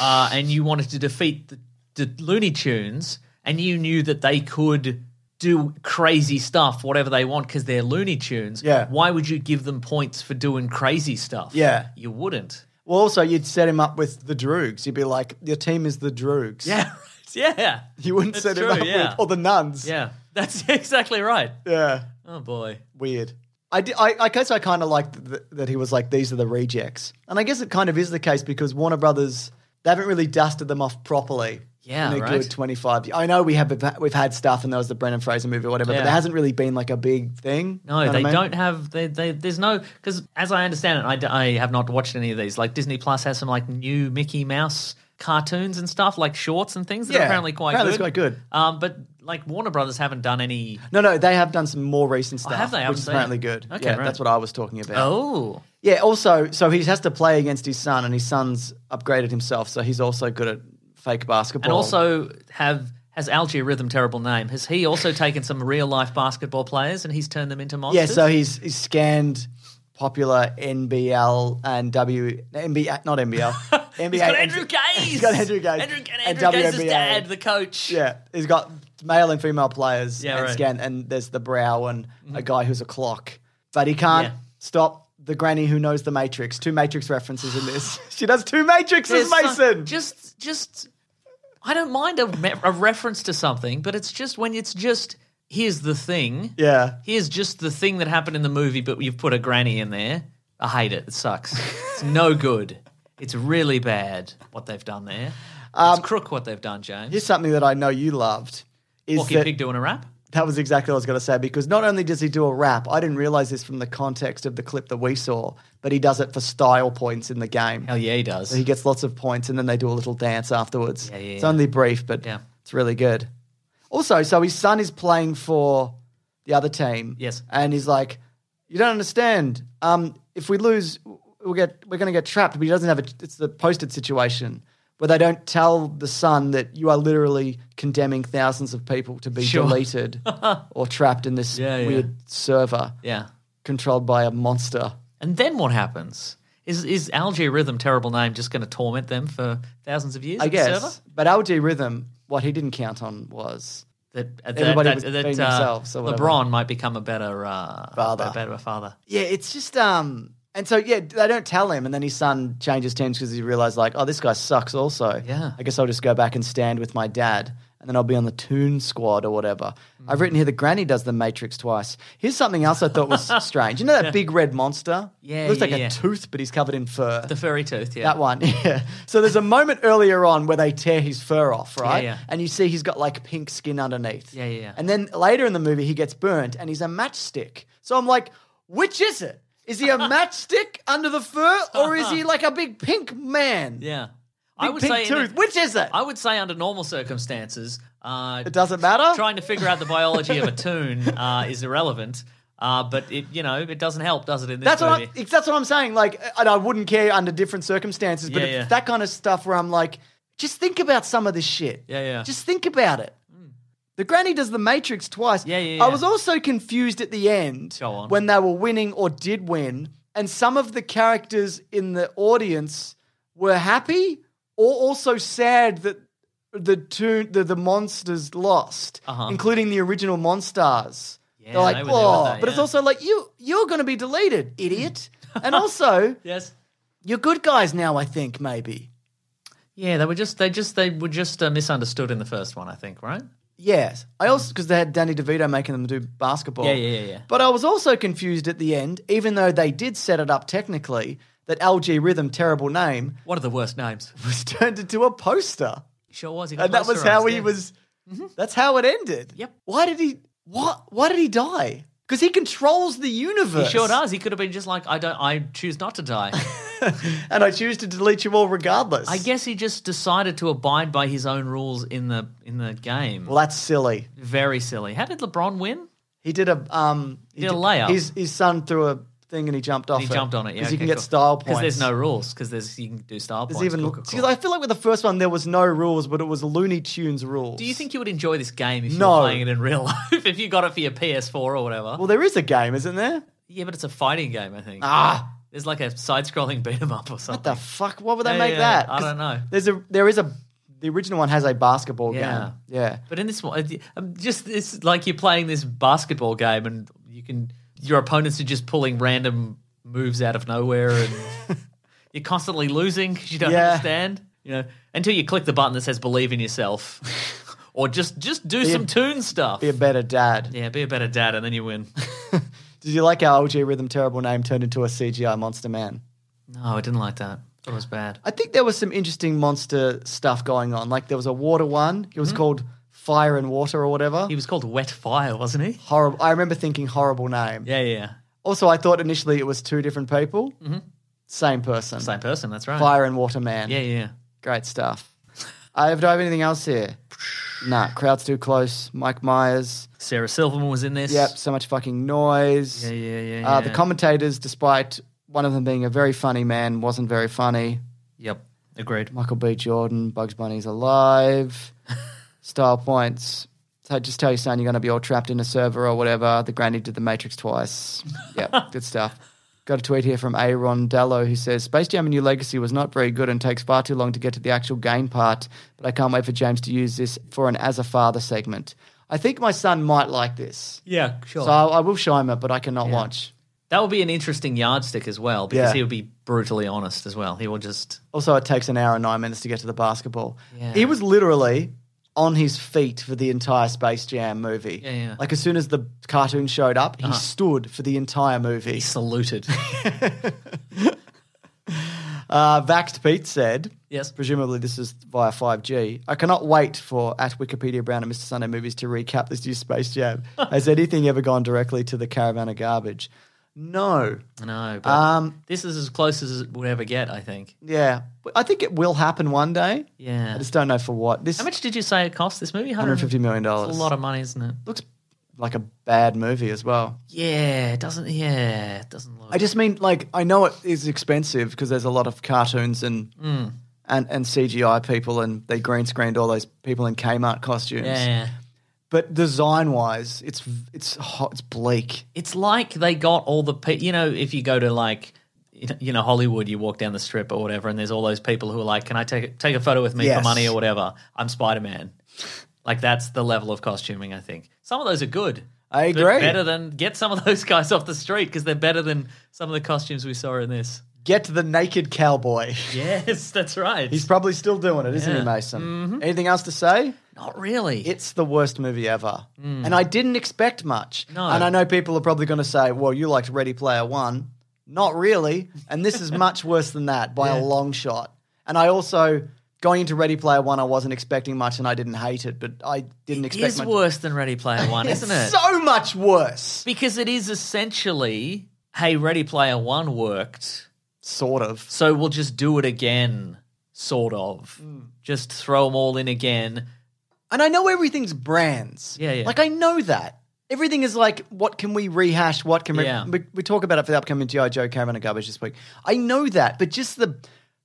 B: uh, and you wanted to defeat the, the Looney Tunes, and you knew that they could do crazy stuff, whatever they want, because they're Looney Tunes.
A: Yeah.
B: Why would you give them points for doing crazy stuff?
A: Yeah.
B: You wouldn't.
A: Well, also you'd set him up with the Droogs. You'd be like, your team is the Droogs.
B: Yeah. right, yeah.
A: You wouldn't
B: That's
A: set him
B: true,
A: up
B: yeah.
A: with or the nuns.
B: Yeah. That's exactly right.
A: Yeah.
B: Oh boy.
A: Weird. I, di- I, I guess I kind of liked th- that he was like, these are the rejects. And I guess it kind of is the case because Warner Brothers, they haven't really dusted them off properly.
B: Yeah,
A: in a
B: right.
A: good 25 I know we have we've had stuff and there was the Brendan Fraser movie or whatever,
B: Yeah.
A: but there hasn't really been like a big thing.
B: No,
A: You know what
B: they
A: I mean?
B: don't have. They, they there's no because as I understand it, I, d- I have not watched any of these. Like Disney Plus has some like new Mickey Mouse cartoons and stuff, like shorts and things that are
A: Yeah.
B: apparently quite
A: Apparently it's
B: good.
A: quite good.
B: Um, but like Warner Brothers haven't done any.
A: No, no, they have done some more recent
B: Oh,
A: stuff,
B: have they? I haven't
A: which is
B: seen
A: apparently
B: it.
A: good.
B: Okay,
A: yeah,
B: right.
A: that's what I was talking about.
B: Oh,
A: Yeah, also, so he has to play against his son, and his son's upgraded himself, so he's also good at fake basketball.
B: and also have has Algae Rhythm terrible name? Has he also taken some real life basketball players and he's turned them into
A: yeah,
B: monsters?
A: so he's, he's scanned popular NBL and W NBA, not NBL, NBA.
B: he's got Andrew Gaze.
A: He's got Andrew Gaze.
B: Andrew,
A: and
B: and Andrew Gaze's
A: WNBA.
B: dad, the coach.
A: Yeah, he's got male and female players
B: Yeah,
A: and
B: right. Mm-hmm.
A: scan, and there's the brow and a guy who's a clock, but he can't
B: Yeah.
A: stop the granny who knows the Matrix. Two Matrix references in this. she does two Matrixes,
B: There's some-
A: Mason.
B: just, just, I don't mind a, me- a reference to something, but it's just when it's just here's the thing.
A: yeah,
B: Here's just the thing that happened in the movie, but you've put a granny in there. I hate it. It sucks. it's no good. It's really bad what they've done there. it's crook what they've done, James.
A: Um, here's something that I know you loved. Is
B: Walking
A: that,
B: Pig doing a rap?
A: That was exactly what I was going to say because not only does he do a rap, I didn't realize this from the context of the clip that we saw, but he does it for style points in the game.
B: Hell yeah, he does.
A: So he gets lots of points and then they do a little dance afterwards.
B: yeah,
A: It's
B: yeah.
A: only brief, but
B: Yeah.
A: it's really good. Also, so his son is playing for the other team.
B: Yes.
A: And he's like, You don't understand. Um, if we lose, we'll get, we're going to get trapped. But he doesn't have a, it's the posted situation where they don't tell the son that you are literally condemning thousands of people to be
B: Sure.
A: deleted or trapped in this
B: Yeah, yeah.
A: weird server
B: yeah.
A: controlled by a monster.
B: And then what happens? Is is Algae Rhythm terrible name just going to torment them for thousands of years?
A: I
B: at the server?
A: guess. But LG Rhythm, what he didn't count on was
B: that uh, that,
A: Everybody
B: that,
A: was
B: that,
A: being
B: uh,
A: themselves or whatever.
B: LeBron might become a better uh,
A: Father.
B: a better father.
A: Yeah, it's just um, and so yeah, they don't tell him, and then his son changes teams because he realized like, oh, this guy sucks. Also,
B: Yeah.
A: I guess I'll just go back and stand with my dad, and then I'll be on the Toon Squad or whatever.
B: Mm.
A: I've written here that Granny does the Matrix twice. Here's something else I thought was strange. You know that big red monster?
B: Yeah,
A: looks like
B: yeah,
A: a
B: yeah.
A: tooth, but he's covered in fur.
B: The furry tooth, yeah.
A: That one, yeah. So there's a moment earlier on where they tear his fur off, right?
B: yeah.
A: And you see he's got like pink skin underneath.
B: Yeah, yeah, yeah.
A: And then later in the movie, he gets burnt and he's a matchstick. So I'm like, which is it? Is he a matchstick under the fur or is he like a big pink man? Big
B: Yeah. I would
A: pink
B: say in a-
A: tooth. which is it?
B: I would say under normal circumstances, uh,
A: it doesn't matter.
B: trying to figure out the biology of a toon uh, is irrelevant. Uh, but it, you know, it doesn't help, does it? In this
A: that's what
B: movie,
A: I'm, it's- that's what I'm saying. Like, and I wouldn't care under different circumstances, but
B: Yeah,
A: it's
B: yeah.
A: that kind of stuff where I'm like, just think about some of this shit.
B: Yeah, yeah. Hmm.
A: Just think about it. The granny does the Matrix twice.
B: Yeah, yeah,
A: I
B: yeah.
A: was also confused at the end
B: Go on.
A: when they were winning or did win, and some of the characters in the audience were happy or also sad that the two the, the monsters lost,
B: Uh-huh.
A: including the original monsters.
B: Yeah,
A: They're like,
B: they were there,
A: oh,
B: weren't they?
A: but it's
B: Yeah.
A: also like you you're going to be deleted, idiot. and also,
B: yes,
A: you're good guys now. I think maybe.
B: yeah, they were just, they just, they were just uh, misunderstood in the first one, I think, right?
A: Yes, I also because they had Danny DeVito making them do basketball.
B: Hmm. Yeah, yeah, yeah, yeah.
A: But I was also confused at the end, even though they did set it up technically that LG Rhythm, terrible name,
B: What are the worst names?
A: was turned into a poster,
B: Sure was, he got
A: and that was how
B: posterized,
A: he
B: yeah.
A: was. That's how it ended.
B: Mm-hmm. Yep.
A: Why did he? What? Why did he die? Because he controls the universe.
B: He sure does. He could have been just like, I don't, I choose not to die.
A: And I choose to delete you all regardless.
B: I guess he just decided to abide by his own rules in the in the game.
A: Well, that's silly.
B: Very silly. How did LeBron win?
A: He did a um. He
B: did a layup.
A: His his son threw a thing and he jumped off.
B: He jumped on it. Yeah,
A: because you
B: okay,
A: can get
B: cool.
A: style points.
B: Because there's no rules. Because there's you can do style
A: There's
B: points.
A: even
B: Cool, cool,
A: because
B: cool.
A: I feel like with the first one there was no rules, but it was Looney Tunes rules.
B: Do you think you would enjoy this game if you
A: No.
B: were playing it in real life? if you got it for your PS4 or whatever?
A: Well, there is a game, isn't there?
B: yeah, but it's a fighting game. I think.
A: Ah,
B: There's like a side-scrolling beat 'em up or something.
A: what the fuck? Why would they
B: Yeah,
A: make
B: yeah,
A: that?
B: I
A: 'Cause
B: don't know.
A: There's a there is a the original one has a basketball
B: Yeah.
A: game. Yeah,
B: But in this one, I'm just it's like you're playing this basketball game, and you can your opponents are just pulling random moves out of nowhere, and you're constantly losing because you don't
A: Yeah.
B: understand. You know, until you click the button that says "Believe in yourself," or just just do some tune stuff.
A: be a better dad.
B: yeah, be a better dad, and then you win.
A: Did you like our LG Rhythm terrible name turned into a CGI monster man?
B: No, I didn't like that. Thought it was bad.
A: I think there was some interesting monster stuff going on. Like there was a water one. It was called Fire and Water or whatever.
B: Hmm? He was called Wet Fire, wasn't he?
A: Horrible. I remember thinking horrible name.
B: Yeah, yeah, yeah.
A: Also, I thought initially it was two different people. Same person.
B: Mm-hmm. Same person. That's right.
A: Fire and Water Man.
B: Yeah, yeah.
A: Great stuff. I do I have anything else here? Nah, crowd's too close. Mike Myers.
B: Sarah Silverman was in this.
A: Yep, so much fucking noise.
B: Yeah, yeah, yeah.
A: Uh,
B: yeah.
A: the commentators, despite one of them being a very funny man, wasn't very funny.
B: Yep. Agreed.
A: Michael B. Jordan, Bugs Bunny's alive. Style points. So just tell your son you're going to be all trapped in a server or whatever. The granny did the Matrix twice. Yep, good stuff. Got a tweet here from A. Rondello who says Space Jam: A New Legacy was not very good and takes far too long to get to the actual game part. But I can't wait for James to use this for an as a father segment. I think my son might like this,
B: Yeah, sure.
A: so I, I will show him it, but I cannot watch.
B: that would be an interesting yardstick as well because
A: Yeah.
B: he would be brutally honest as well. He will just.
A: Also, it takes an hour and nine minutes to get to the basketball. He was literally on his feet for the entire Space Jam movie.
B: Yeah, yeah. Uh-huh.
A: Like as soon as the cartoon showed up, he stood for the entire movie.
B: He saluted.
A: Uh, Vaxed Pete said,
B: Yes.
A: presumably this is via 5G. I cannot wait for at Wikipedia Brown and Mr. Sunday Movies to recap this new Space Jam. Has anything ever gone directly to the caravan of garbage? No.
B: no, but
A: Um,
B: this is as close as it would ever get, I think.
A: yeah. But I think it will happen one day. I
B: Yeah.
A: just don't know for what. This
B: How much did you say it cost this movie?
A: $150 million.
B: It's a lot of money, isn't it?
A: looks like a bad movie as well.
B: Yeah, it doesn't. Yeah, it doesn't look.
A: I just mean like I know it is expensive because there's a lot of cartoons and and and CGI people and they green screened all those people in Kmart costumes.
B: yeah, yeah.
A: But design wise, it's it's hot, it's bleak.
B: It's like they got all the pe- you know if you go to like you know- you know Hollywood, you walk down the strip or whatever, and there's all those people who are like, "Can I take take a photo with me
A: Yes.
B: for money or whatever?" I'm Spider Man. Like that's the level of costuming. I think some of those are good.
A: I
B: But
A: agree.
B: Better than get some of those guys off the street because they're better than some of the costumes we saw in this.
A: Get to the naked cowboy.
B: Yes, that's right.
A: He's probably still doing it, isn't he,
B: Yeah.
A: Mason? Anything else to say?
B: not really.
A: It's the worst movie ever. And I didn't expect much.
B: Hmm. No.
A: And I know people are probably going to say, well, you liked Ready Player One. Not really. And this is much worse than that by a long shot. And I also, going into Ready Player One, I wasn't expecting much and I didn't hate it, but I didn't
B: It
A: expect
B: is
A: much.
B: worse than Ready Player One,
A: It's
B: isn't it?
A: so much worse.
B: because it is essentially, hey, Ready Player One worked.
A: Sort of.
B: So we'll just do it again, sort of. Just throw them all in again.
A: And I know everything's brands.
B: Yeah, yeah.
A: Like I know that. Everything is like, what can we rehash? What can we,
B: Yeah.
A: we? We talk about it for the upcoming GI Joe Caravan of Garbage this week. I know that, but just the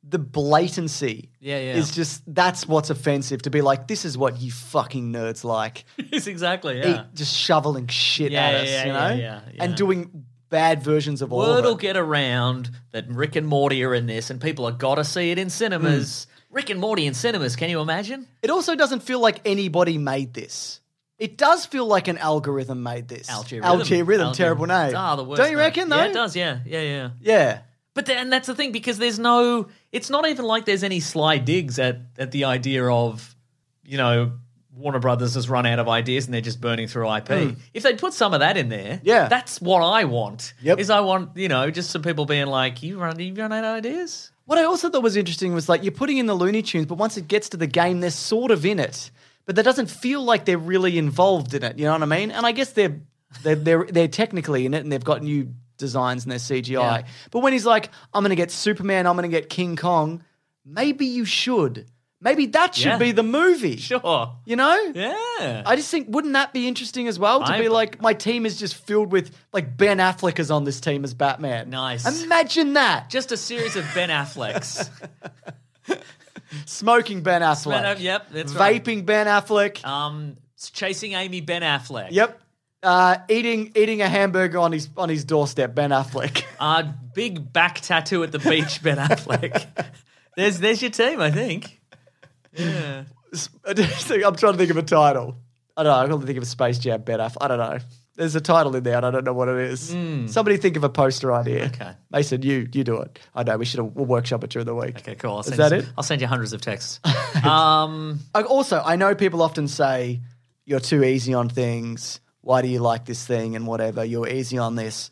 A: the blatancy.
B: Yeah, yeah.
A: Is just that's what's offensive to be like. This is what you fucking nerds like.
B: Yes, exactly.
A: Eat- just shoveling shit
B: Yeah,
A: at
B: yeah,
A: us,
B: yeah,
A: you
B: yeah,
A: know,
B: yeah, yeah.
A: and doing bad versions of all
B: Word
A: of it.
B: will get around that Rick and Morty are in this, and people have got to see it in cinemas. Rick and Morty in cinemas. Can you imagine?
A: It also doesn't feel like anybody made this. It does feel like an algorithm made this.
B: Algae
A: Algae rhythm, terrible name.
B: Ah, the worst.
A: Don't you
B: name.
A: reckon though?
B: Yeah, it does. Yeah, yeah, yeah.
A: Yeah.
B: But then that's the thing because there's no. It's not even like there's any sly digs at at the idea of, you know, Warner Brothers has run out of ideas and they're just burning through IP. If they put some of that in there,
A: Hmm. Yeah.
B: that's what I want.
A: Yep.
B: is I want you know just some people being like, you run, you run out of ideas.
A: What I also thought was interesting was like you're putting in the Looney Tunes, but once it gets to the game, they're sort of in it, but that doesn't feel like they're really involved in it. You know what I mean? And I guess they're they're they're, they're technically in it, and they've got new designs and their CGI.
B: Yeah.
A: But when he's like, "I'm going to get Superman, I'm going to get King Kong," maybe you should. Maybe that should
B: Yeah.
A: be the movie.
B: Sure.
A: You know?
B: Yeah.
A: I just think wouldn't that be interesting as well to
B: I-
A: be like my team is just filled with like Ben Affleck is on this team as Batman.
B: Nice.
A: Imagine that. Just
B: just a series of Ben Afflecks.
A: smoking Ben Affleck.
B: Ben, yep, that's right.
A: Vaping Ben Affleck.
B: Um, chasing Amy Ben Affleck.
A: yep. Uh, eating eating a hamburger on his on his doorstep, Ben Affleck.
B: Uh, big back tattoo at the beach, Ben Affleck. there's there's your team, I think.
A: I'm trying to think of a title. I don't know. I'm trying to think of a Space Jam Ben Affleck. I don't know. There's a title in there, and I don't know what it is. Somebody think of a poster idea.
B: Hmm. Okay.
A: Mason, you you do it. I know. We should have, we'll workshop it during the week.
B: Okay, cool. I'll
A: Is
B: send
A: that
B: you,
A: it?
B: I'll send you hundreds of texts. um,
A: I- Also, I know people often say you're too easy on things. why do you like this thing and whatever, you're easy on this.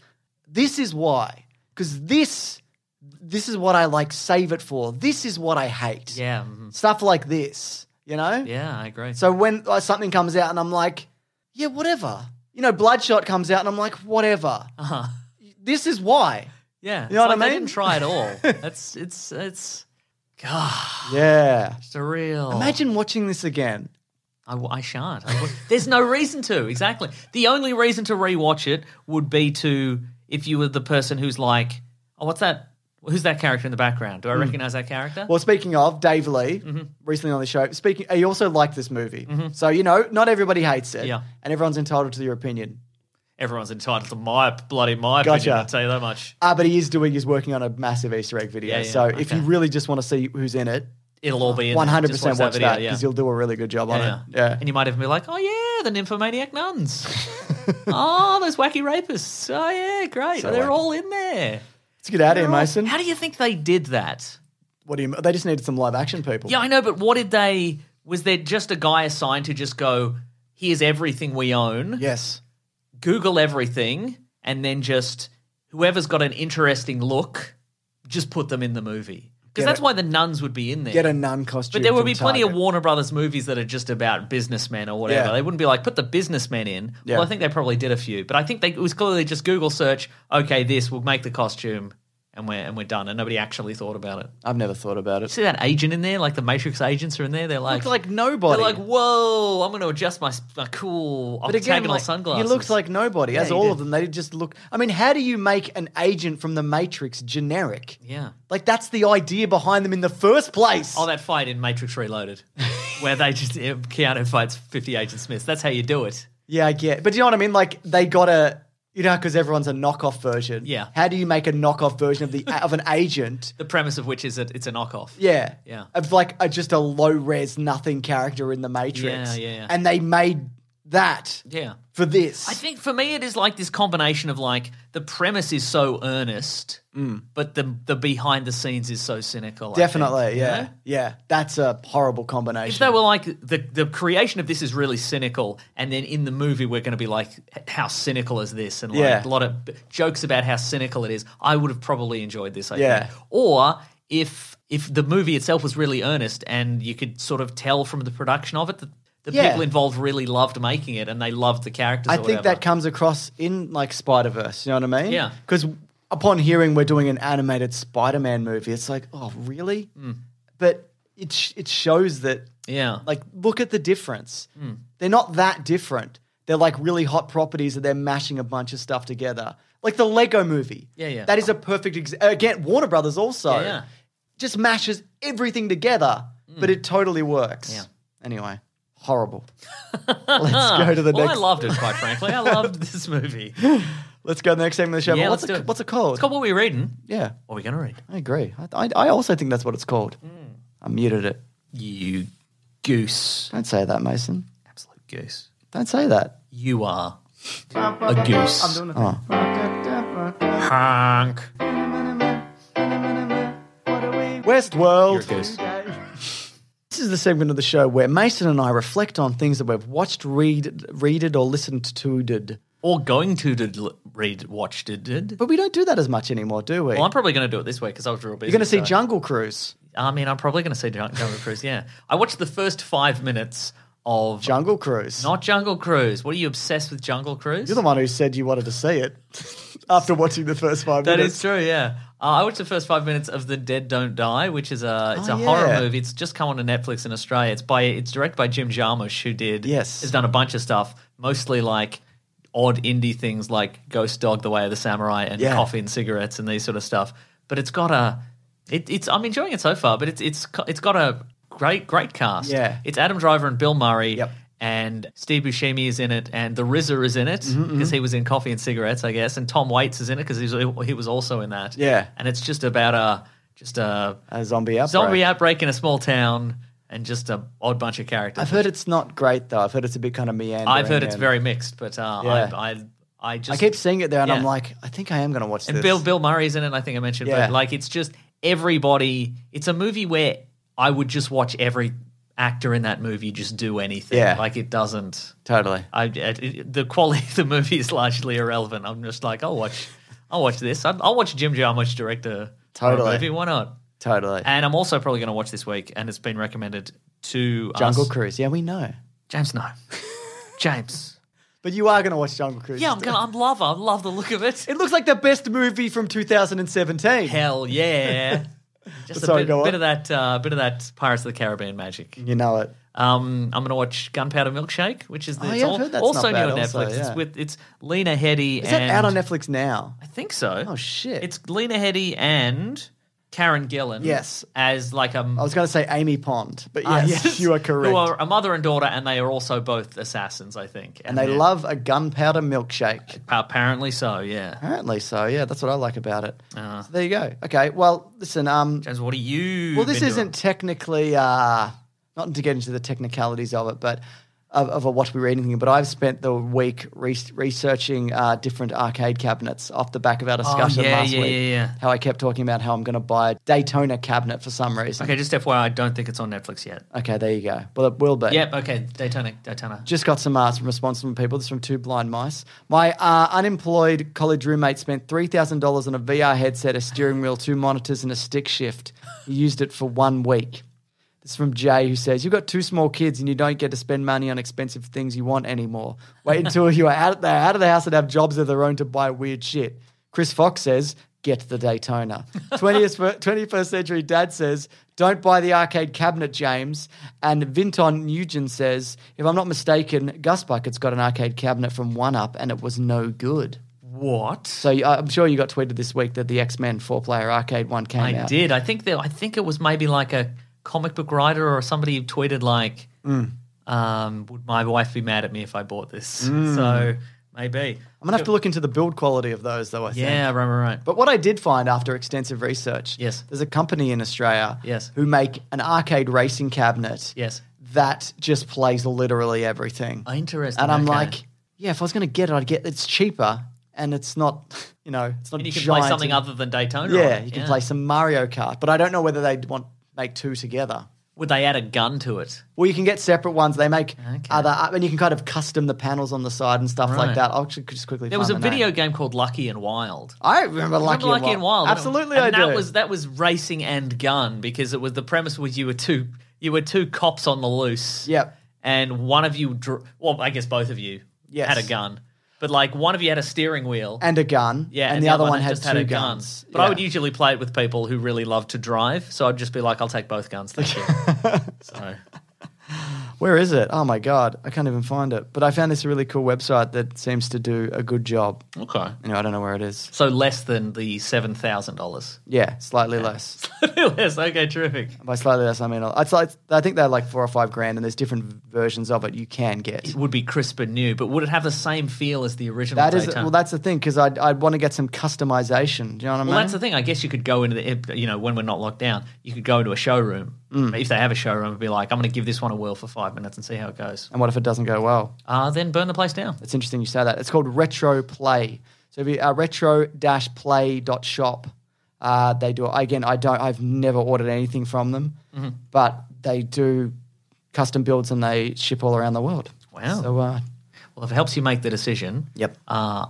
A: This is why. Because this this is what I like save it for. This is what I hate.
B: Yeah. mhm.
A: Stuff like this, you know?
B: Yeah, I agree.
A: So when uh, something comes out and I'm like, yeah, whatever. You know, Bloodshot comes out and I'm like, whatever.
B: uh-huh.
A: This is why.
B: Yeah. it's
A: know what I
B: like They
A: mean?
B: didn't try at all. That's it's it's God,
A: Yeah.
B: it's a real
A: Imagine watching this again.
B: I, w- I shan't. I w- there's no reason to. Exactly. The only reason to rewatch it would be to if you were the person who's like, oh, what's that? Who's that character in the background? Do I recognize that character?
A: Hmm. Well, speaking of Dave Lee,
B: Mm-hmm.
A: recently on the show, speaking, he also liked this movie. So you know, not everybody hates it,
B: Yeah.
A: and everyone's entitled to their opinion.
B: Everyone's entitled to my bloody my opinion.
A: Gotcha.
B: I'll tell you that much.
A: Ah, but he is doing, he's working on a massive Easter egg video.
B: Yeah, yeah,
A: so if you
B: okay.
A: really just want to see who's in it,
B: It'll all be in there.
A: one hundred
B: Just
A: percent watch
B: video,
A: that because he'll do a really good job on it. Yeah.
B: And you might even be like, oh, yeah, the nymphomaniac nuns. oh, those wacky rapists. Oh, yeah, great. They're all in there.
A: Let's get out of here, Mason.
B: How do you think they did that?
A: what do you? They just needed some live action people.
B: Yeah, I know, but what did they. Was there just a guy assigned to just go, here's everything we own,
A: Yes.
B: Google everything, and then just whoever's got an interesting look, just put them in the movie? Because that's why the nuns would be in there.
A: Get a nun costume.
B: But there will
A: from
B: be plenty of
A: Target.
B: Warner Brothers movies that are just about businessmen or whatever.
A: Yeah.
B: They wouldn't be like, put the businessmen in.
A: Yeah.
B: Well, I think they probably did a few, but I think they, it was clearly just Google search, okay, this, we'll make the costume, and we're, and we're done. And nobody actually thought about it.
A: I've never thought about it.
B: See that agent in there? Like the Matrix agents are in there? They're like,
A: Looked like nobody.
B: they're like whoa, I'm going to adjust my, my cool
A: But again,
B: octagonal
A: like,
B: sunglasses.
A: he looks like nobody. as
B: he
A: all
B: did.
A: of them, they just look. I mean, how do you make an agent from the Matrix generic?
B: Yeah.
A: Like that's the idea behind them in the first place.
B: Oh, that fight in Matrix Reloaded, where they just, Keanu fights 50 Agent Smiths. That's how you do it.
A: yeah, I get. But do you know what I mean? Like they got a, you know, because everyone's a knockoff version.
B: Yeah.
A: How do you make a knockoff version of the of an agent?
B: The premise of which is that it's a knockoff.
A: Yeah.
B: Yeah.
A: Of like a, just a low res nothing character in the Matrix.
B: Yeah, yeah, yeah.
A: And they made that
B: Yeah.
A: for this.
B: I think for me it is like this combination of like the premise is so earnest,
A: Mm.
B: but the the behind the scenes is so cynical. I think,
A: Definitely.
B: you
A: yeah.
B: know?
A: Yeah. That's a horrible combination.
B: If they were like the the creation of this is really cynical, and then in the movie we're going to be like, how cynical is this? And like
A: Yeah.
B: a lot of b- jokes about how cynical it is. I would have probably enjoyed this. I
A: Yeah.
B: think. Or if if the movie itself was really earnest, and you could sort of tell from the production of it that the
A: Yeah.
B: people involved really loved making it, and they loved the characters.
A: I
B: or
A: think
B: whatever.
A: that comes across in like Spider Verse. You know what I mean?
B: Yeah.
A: Because upon hearing we're doing an animated Spider Man movie, it's like, oh, really? But it sh- it shows that
B: Hmm. yeah. Hmm.
A: like look at the difference. They're not that different. They're like really hot properties that they're mashing a bunch of stuff together. Like the Lego movie.
B: Yeah, yeah.
A: That is a perfect ex- again Warner Brothers also
B: Yeah, yeah.
A: just mashes everything together, but it totally works.
B: Yeah.
A: Anyway, horrible. Let's go to the
B: well,
A: next
B: I loved it, quite frankly. I loved this movie.
A: Let's go to the next segment of the show.
B: Yeah,
A: But what's,
B: let's
A: it,
B: do it.
A: what's it called?
B: It's called What We Reading.
A: Yeah,
B: What are we going to read?
A: I agree. I, I, I also think that's what it's called.
B: Hmm.
A: I muted it.
B: You goose.
A: Don't say that, Mason.
B: Absolute goose.
A: Don't say that.
B: You are a goose. Ah.
A: Oh.
B: Honk. You're a
A: Westworld.
B: goose.
A: This is the segment of the show where Mason and I reflect on things that we've watched, read, readed, or listened to. Did.
B: Or going to did- read, watch, did, did.
A: But we don't do that as much anymore, do we?
B: Well, I'm probably going to do it this way because I was real busy.
A: You're going to see
B: so-
A: Jungle Cruise.
B: I mean, I'm probably going to see Jun- Jungle Cruise, yeah. I watched the first five minutes of.
A: Jungle Cruise.
B: not Jungle Cruise. What are you obsessed with Jungle Cruise?
A: You're the one who said you wanted to see it after watching the first five
B: That
A: minutes.
B: is true. Yeah, uh, I watched the first five minutes of the Dead Don't Die, which is a it's
A: Oh,
B: a
A: yeah.
B: horror movie. It's just come onto Netflix in Australia. It's by it's directed by Jim Jarmusch, who did
A: Yes.
B: has done a bunch of stuff, mostly like odd indie things like Ghost Dog, The Way of the Samurai, and
A: Yeah.
B: Coffee and Cigarettes, and these sort of stuff. But it's got a it, it's I'm enjoying it so far, but it's it's co- it's got a great great cast.
A: Yeah.
B: it's Adam Driver and Bill Murray.
A: Yep.
B: And Steve Buscemi is in it, and the RZA is in it
A: Mm-hmm,
B: because he was in Coffee and Cigarettes, I guess. And Tom Waits is in it because he was, he was also in that.
A: Yeah.
B: And it's just about a just a
A: A zombie outbreak.
B: zombie outbreak in a small town, and just a odd bunch of characters.
A: I've heard it's not great though. I've heard it's a bit kind of meandering.
B: I've heard it's
A: and-
B: very mixed, but uh,
A: Yeah.
B: I, I I
A: I
B: just
A: keep seeing it there, and I'm
B: Yeah.
A: like, I think I am going to watch
B: and
A: this.
B: Bill Bill Murray's in it. I think I mentioned,
A: Yeah.
B: but like it's just everybody. It's a movie where I would just watch every actor in that movie just do anything.
A: Yeah.
B: Like it doesn't.
A: Totally.
B: I, it, it- the quality of the movie is largely irrelevant. I'm just like, I'll watch, I'll watch this. I'll, I'll watch Jim Jarmusch direct a
A: Totally.
B: a movie. Why not?
A: Totally.
B: And I'm also probably going to watch this week, and it's been recommended to
A: Jungle
B: us.
A: Cruise. Yeah, we know.
B: James, no, James.
A: But you are going to watch Jungle Cruise.
B: Yeah, I'm gonna. I'm love. I love the look of it.
A: It looks like the best movie from 2017.
B: Hell yeah! Just
A: Sorry,
B: a
A: go
B: bit,
A: on.
B: bit of that. Uh, bit of that Pirates of the Caribbean magic.
A: You know it.
B: Um, I'm gonna watch Gunpowder Milkshake, which is the,
A: Oh,
B: it's
A: yeah, I've
B: al-
A: heard that's
B: also
A: not
B: new
A: bad
B: on
A: also,
B: Netflix.
A: yeah.
B: It's with it's Lena Headey.
A: Is
B: and,
A: that out on Netflix now?
B: I think so.
A: Oh, shit.
B: It's Lena Headey and Karen Gillan.
A: Yes.
B: as like a
A: I was going to say Amy Pond, but yes,
B: Ah,
A: you are correct.
B: Who are a mother and daughter, and they are also both assassins, I think.
A: and they
B: they're-
A: love a gunpowder milkshake.
B: apparently so. Yeah,
A: Apparently so. Yeah, that's what I like about it.
B: Ah.
A: So there you go. Okay. Well, listen. Um.
B: James, what are you?
A: Well, this
B: been doing?
A: isn't technically uh, not to get into the technicalities of it, but of, of a what we reading thing. But I've spent the week re- researching uh, different arcade cabinets off the back of our discussion
B: Oh, yeah,
A: last
B: yeah,
A: week.
B: yeah, yeah.
A: How I kept talking about how I'm going to buy a Daytona cabinet for some reason.
B: Okay, just FYI, I don't think it's on Netflix yet.
A: Okay, there you go. Well, it will be.
B: Yep. Okay. Daytona. Daytona.
A: Just got some uh, some response from people. This is from Two Blind Mice. My uh, unemployed college roommate spent three thousand dollars on a VR headset, a steering wheel, two monitors, and a stick shift. He used it for one week. This is from Jay, who says, "You've got two small kids, and you don't get to spend money on expensive things you want anymore. Wait until you are out, they're out of the house and have jobs of their own to buy weird shit." Chris Fox says, "Get the Daytona." 20th, 21st century dad says, "Don't buy the arcade cabinet, James." And Vinton Nugent says, "If I'm not mistaken, Gus Bucket's got an arcade cabinet from One Up, and it was no good."
B: What?
A: So you- I'm sure you got tweeted this week that the X Men four player arcade one came
B: I
A: out.
B: did. I think that. I think it was maybe like a comic book writer or somebody tweeted like,
A: Mm.
B: um, "Would my wife be mad at me if I bought this?" So maybe.
A: Mm. I'm gonna have to look into the build quality of those, though. I think.
B: Yeah. Right. Right. Right.
A: But what I did find after extensive research,
B: Yes.
A: there's a company in Australia,
B: Yes.
A: who make an arcade racing cabinet,
B: Yes.
A: that just plays literally everything.
B: Oh, Interesting.
A: and I'm
B: okay.
A: like, yeah, if I was going to get it, I'd get it's cheaper and it's not, you know, it's not.
B: And you can
A: giant
B: play something
A: and-
B: other than Daytona. on
A: Yeah,
B: it,
A: you can play some Mario Kart, but I don't know whether they'd want make two together.
B: Would they add a gun to it?
A: Well, you can get separate ones. They make
B: Okay.
A: other, uh, and you can kind of custom the panels on the side and stuff like
B: Right.
A: that. I'll actually just quickly.
B: There was a
A: find the name.
B: video game called Lucky and Wild.
A: I remember Lucky,
B: Remember Lucky and Wild.
A: Absolutely,
B: and
A: I
B: that
A: do.
B: was that was racing and gun because it was the premise was you were two you were two cops on the loose.
A: Yep.
B: And one of you, dr- well, I guess both of you
A: Yes.
B: had a gun, but like one of you had a steering wheel.
A: and a gun.
B: yeah,
A: and, the, other one, had
B: just
A: two
B: had a gun.
A: guns.
B: But I would usually play it with people who really love to drive, so I'd just be like, "I'll take both guns, thank you." so
A: Where is it? Oh my god, I can't even find it. But I found this really cool website that seems to do a good job.
B: okay,
A: You know, I don't know where it is.
B: so less than the seven thousand dollars.
A: Yeah, slightly less.
B: Yes, okay, terrific.
A: By slightly less, I mean it's like I think they're like four or five grand, and there's different versions of it you can get.
B: It would be crisp and new, but would it have the same feel as the original?
A: That is
B: Daytona?
A: well, that's the thing because I'd, I'd want to get some customization. Do you know what I mean?
B: Well, that's the thing. I guess you could go into the, if- you know, when we're not locked down, you could go into a showroom
A: Mm.
B: if they have a showroom and be like, I'm going to give this one a whirl for five minutes and see how it goes.
A: and what if it doesn't go well?
B: Uh, then burn the place down.
A: It's interesting you say that. It's called Retro Play. So if you uh, retro-play.shop, uh, they do again. I don't. I've never ordered anything from them,
B: Mm-hmm.
A: but they do custom builds and they ship all around the world.
B: Wow.
A: So uh,
B: Well, if it helps you make the decision,
A: Yep.
B: Uh,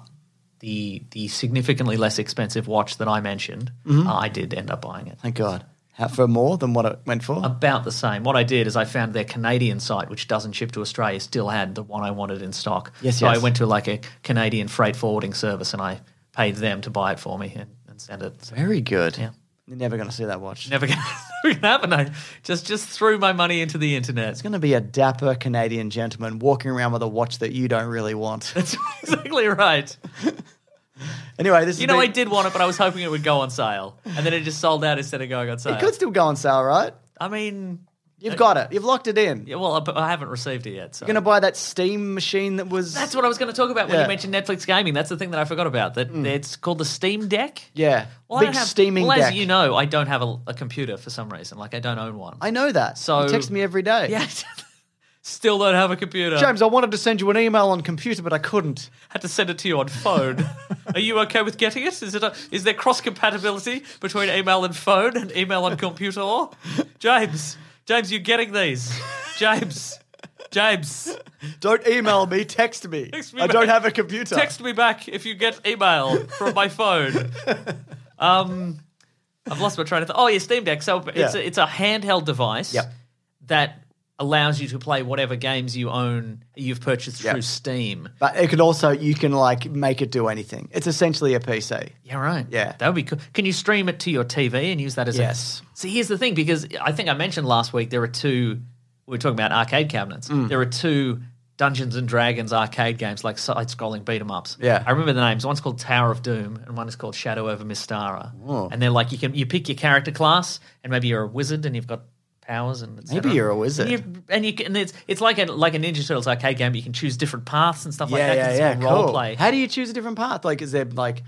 B: the the significantly less expensive watch that I mentioned,
A: Mm-hmm.
B: uh, I did end up buying it.
A: thank God How, for more than what it went for.
B: About the same. What I did is I found their Canadian site, which doesn't ship to Australia, still had the one I wanted in stock.
A: Yes,
B: so
A: yes.
B: I went to like a Canadian freight forwarding service and I paid them to buy it for me and, and send it. So-
A: Very good.
B: Yeah.
A: You're never going to see that watch.
B: never gonna, never gonna happen. I just just threw my money into the internet.
A: It's going to be a dapper Canadian gentleman walking around with a watch that you don't really want.
B: That's exactly right.
A: anyway, this
B: You
A: has
B: know, I
A: been-
B: did want it, but I was hoping it would go on sale, and then it just sold out instead of going on sale.
A: It could still go on sale, right?
B: I mean,
A: You've got it. You've locked it in.
B: yeah, well, I, but I haven't received it yet. So.
A: You're going to buy that Steam machine that was.
B: that's what I was going to talk about when
A: Yeah.
B: you mentioned Netflix gaming. That's the thing that I forgot about. That it's called the Steam Deck.
A: Yeah,
B: Well, I
A: big
B: don't have,
A: steaming
B: well,
A: deck.
B: as you know, I don't have a, a computer for some reason. Like I don't own one.
A: I know that.
B: So-
A: you text me every day.
B: yeah, still don't have a computer.
A: James, I wanted to send you an email on computer, but I couldn't.
B: had to send it to you on phone. Are you okay with getting it? Is it a, is there cross compatibility between email and phone and email on computer? James, James, you getting these? James, James,
A: Don't email me, text me.
B: Text me
A: I don't
B: back.
A: have a computer.
B: text me back if you get email from my phone. Um, I've lost my train of thought. Oh, yeah, Steam Deck. So it's
A: Yeah.
B: a, it's a handheld device
A: Yep.
B: that allows you to play whatever games you own you've purchased through Steam.
A: But it could also, you can like make it do anything. It's essentially a PC.
B: Yeah, right.
A: Yeah.
B: That would be cool. Can you stream it to your TV and use that as a-
A: Yes.
B: See, here's the thing because I think I mentioned last week there are two. We were talking about arcade cabinets.
A: Mm.
B: There are two Dungeons and Dragons arcade games, like side scrolling beat 'em ups.
A: Yeah.
B: I remember the names. One's called Tower of Doom and one is called Shadow over Mistara.
A: Oh.
B: And they're like, you can you pick your character class and maybe you're a wizard and you've got powers and et
A: Maybe
B: cetera.
A: you're a wizard.
B: And, you, and, you can, and it's, it's like a like a Ninja Turtles arcade game, but you can choose different paths and stuff like that. 'cause it's all role play.
A: How do you choose a different path? Like, is there like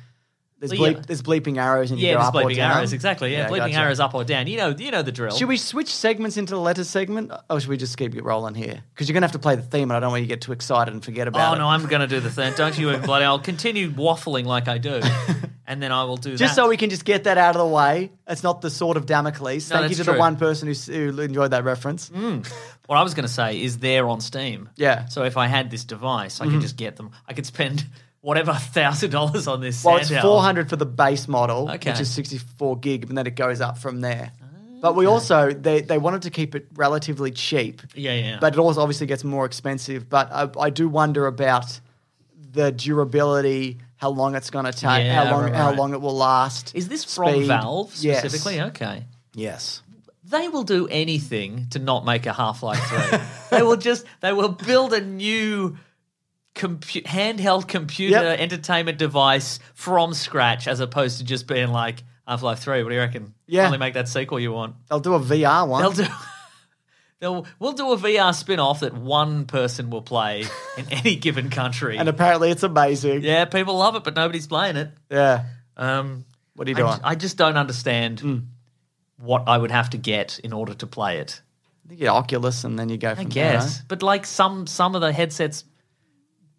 A: there's,
B: Well,
A: bleep,
B: yeah.
A: there's bleeping arrows and you
B: Yeah,
A: go
B: just
A: up or
B: bleeping
A: down?
B: arrows. Exactly. Yeah, bleeping
A: gotcha.
B: arrows up or down. You know, you know the drill.
A: Should we switch segments into the letters segment, or should we just keep it rolling here? Because you're gonna have to play the theme, and I don't want you to get too excited and forget about
B: Oh
A: it.
B: no, I'm going to do the thing. Don't you even bloody? I'll continue waffling like I do, and then I will do
A: just
B: that.
A: so we can just get that out of the way. It's not the sword of Damocles.
B: No,
A: Thank you
B: that's
A: to the
B: true. Mm.
A: one person who, s- who enjoyed that reference.
B: what I was going to say is they're on Steam.
A: Yeah. Mm-hmm.
B: So if I had this device, I could just get them. I could spend whatever thousand dollars on this.
A: Well, it's
B: handheld.
A: 400 for the base model,
B: Okay. Ah.
A: which is 64 gig, and then it goes up from there. But we also they, they wanted to keep it relatively cheap.
B: Yeah, yeah.
A: But it also obviously gets more expensive. But I, I do wonder about the durability, how long it's going to take,
B: Yeah,
A: how long
B: right,
A: how
B: right.
A: long it will last.
B: is this from
A: speed.
B: Valve
A: Yes.
B: specifically? Okay.
A: Yes.
B: They will do anything to not make a Half Life Three. they will just they will build a new. Compu- handheld computer
A: Yep.
B: entertainment device from scratch, as opposed to just being like Half Life Three. What do you reckon?
A: Yeah.
B: Only make that sequel you want.
A: They'll do a VR one.
B: They'll do. They'll, we'll do a VR spin off that one person will play in any given country.
A: and apparently it's amazing.
B: yeah, people love it, but nobody's playing it.
A: Yeah.
B: Um,
A: What are you
B: I,
A: doing?
B: just, I just don't understand
A: Hmm.
B: what I would have to get in order to play it.
A: You get Oculus and then you go
B: I
A: from there. eh?
B: guess, but like some some of the headsets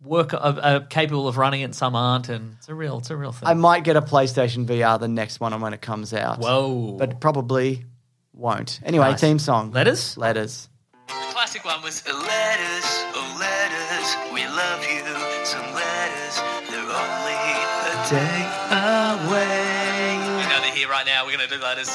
B: work are, are capable of running it, and some aren't, and it's a real it's a real thing.
A: I might get a PlayStation VR the next one when it comes out.
B: Whoa!
A: But probably won't. Anyway, theme song.
B: Letters?
A: Letters.
C: The classic one was letters, oh letters, we love you. Some letters, they're only a day away. You know they're here right now. We're gonna do letters.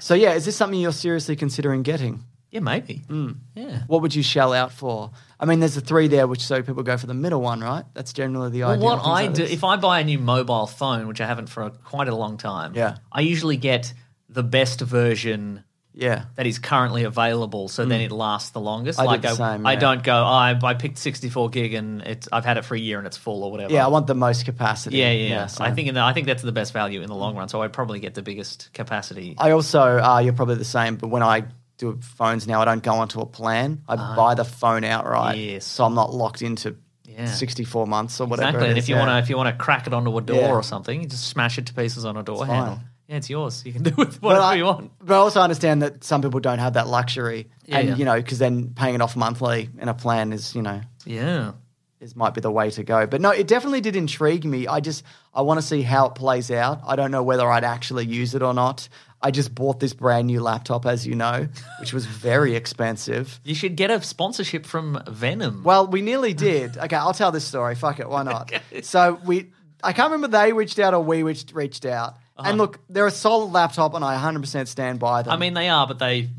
A: So yeah, is this something you're seriously considering getting?
B: yeah, maybe.
A: Hmm.
B: Yeah.
A: What would you shell out for? I mean, there's the three there, which so people go for the middle one, right? That's generally the
B: Well,
A: idea.
B: what I do, if I buy a new mobile phone, which I haven't for a, quite a long time,
A: Yeah.
B: I usually get the best version
A: yeah,
B: that is currently available, so then it lasts the longest.
A: Hmm. I did
B: like
A: the
B: I,
A: same,
B: I
A: yeah.
B: don't go, oh, I, I picked 64 gig and it's, I've had it for a year and it's full or whatever.
A: yeah, I want the most capacity.
B: yeah, yeah. yeah.
A: so-
B: I think in the, I think that's the best value in the long run. So I probably get the biggest capacity.
A: I also uh, you're probably the same, but when I do phones now, I don't go onto a plan. I buy the phone outright,
B: Uh-huh. Yes.
A: so I'm not locked into 64 months or whatever.
B: exactly.
A: it
B: And
A: is,
B: if you
A: yeah.
B: want to, if you want to crack it onto a door
A: Yeah.
B: or something, you just smash it to pieces on a door
A: fine.
B: handle. Yeah, it's yours. You can do with
A: But
B: whatever
A: I,
B: you want.
A: but I also understand that some people don't have that luxury,
B: Yeah,
A: and
B: yeah.
A: you know, because then paying it off monthly in a plan is you know
B: Yeah.
A: is might be the way to go. But no, it definitely did intrigue me. I just I want to see how it plays out. I don't know whether I'd actually use it or not. I just bought this brand new laptop, as you know, which was very expensive.
B: You should get a sponsorship from Venom.
A: Well, we nearly did. Okay, I'll tell this story. Fuck it, why not? So we, I can't remember they reached out or we reached reached out. And look, they're a solid laptop, and I 100% stand by them.
B: Uh-huh. I mean, they are, but they.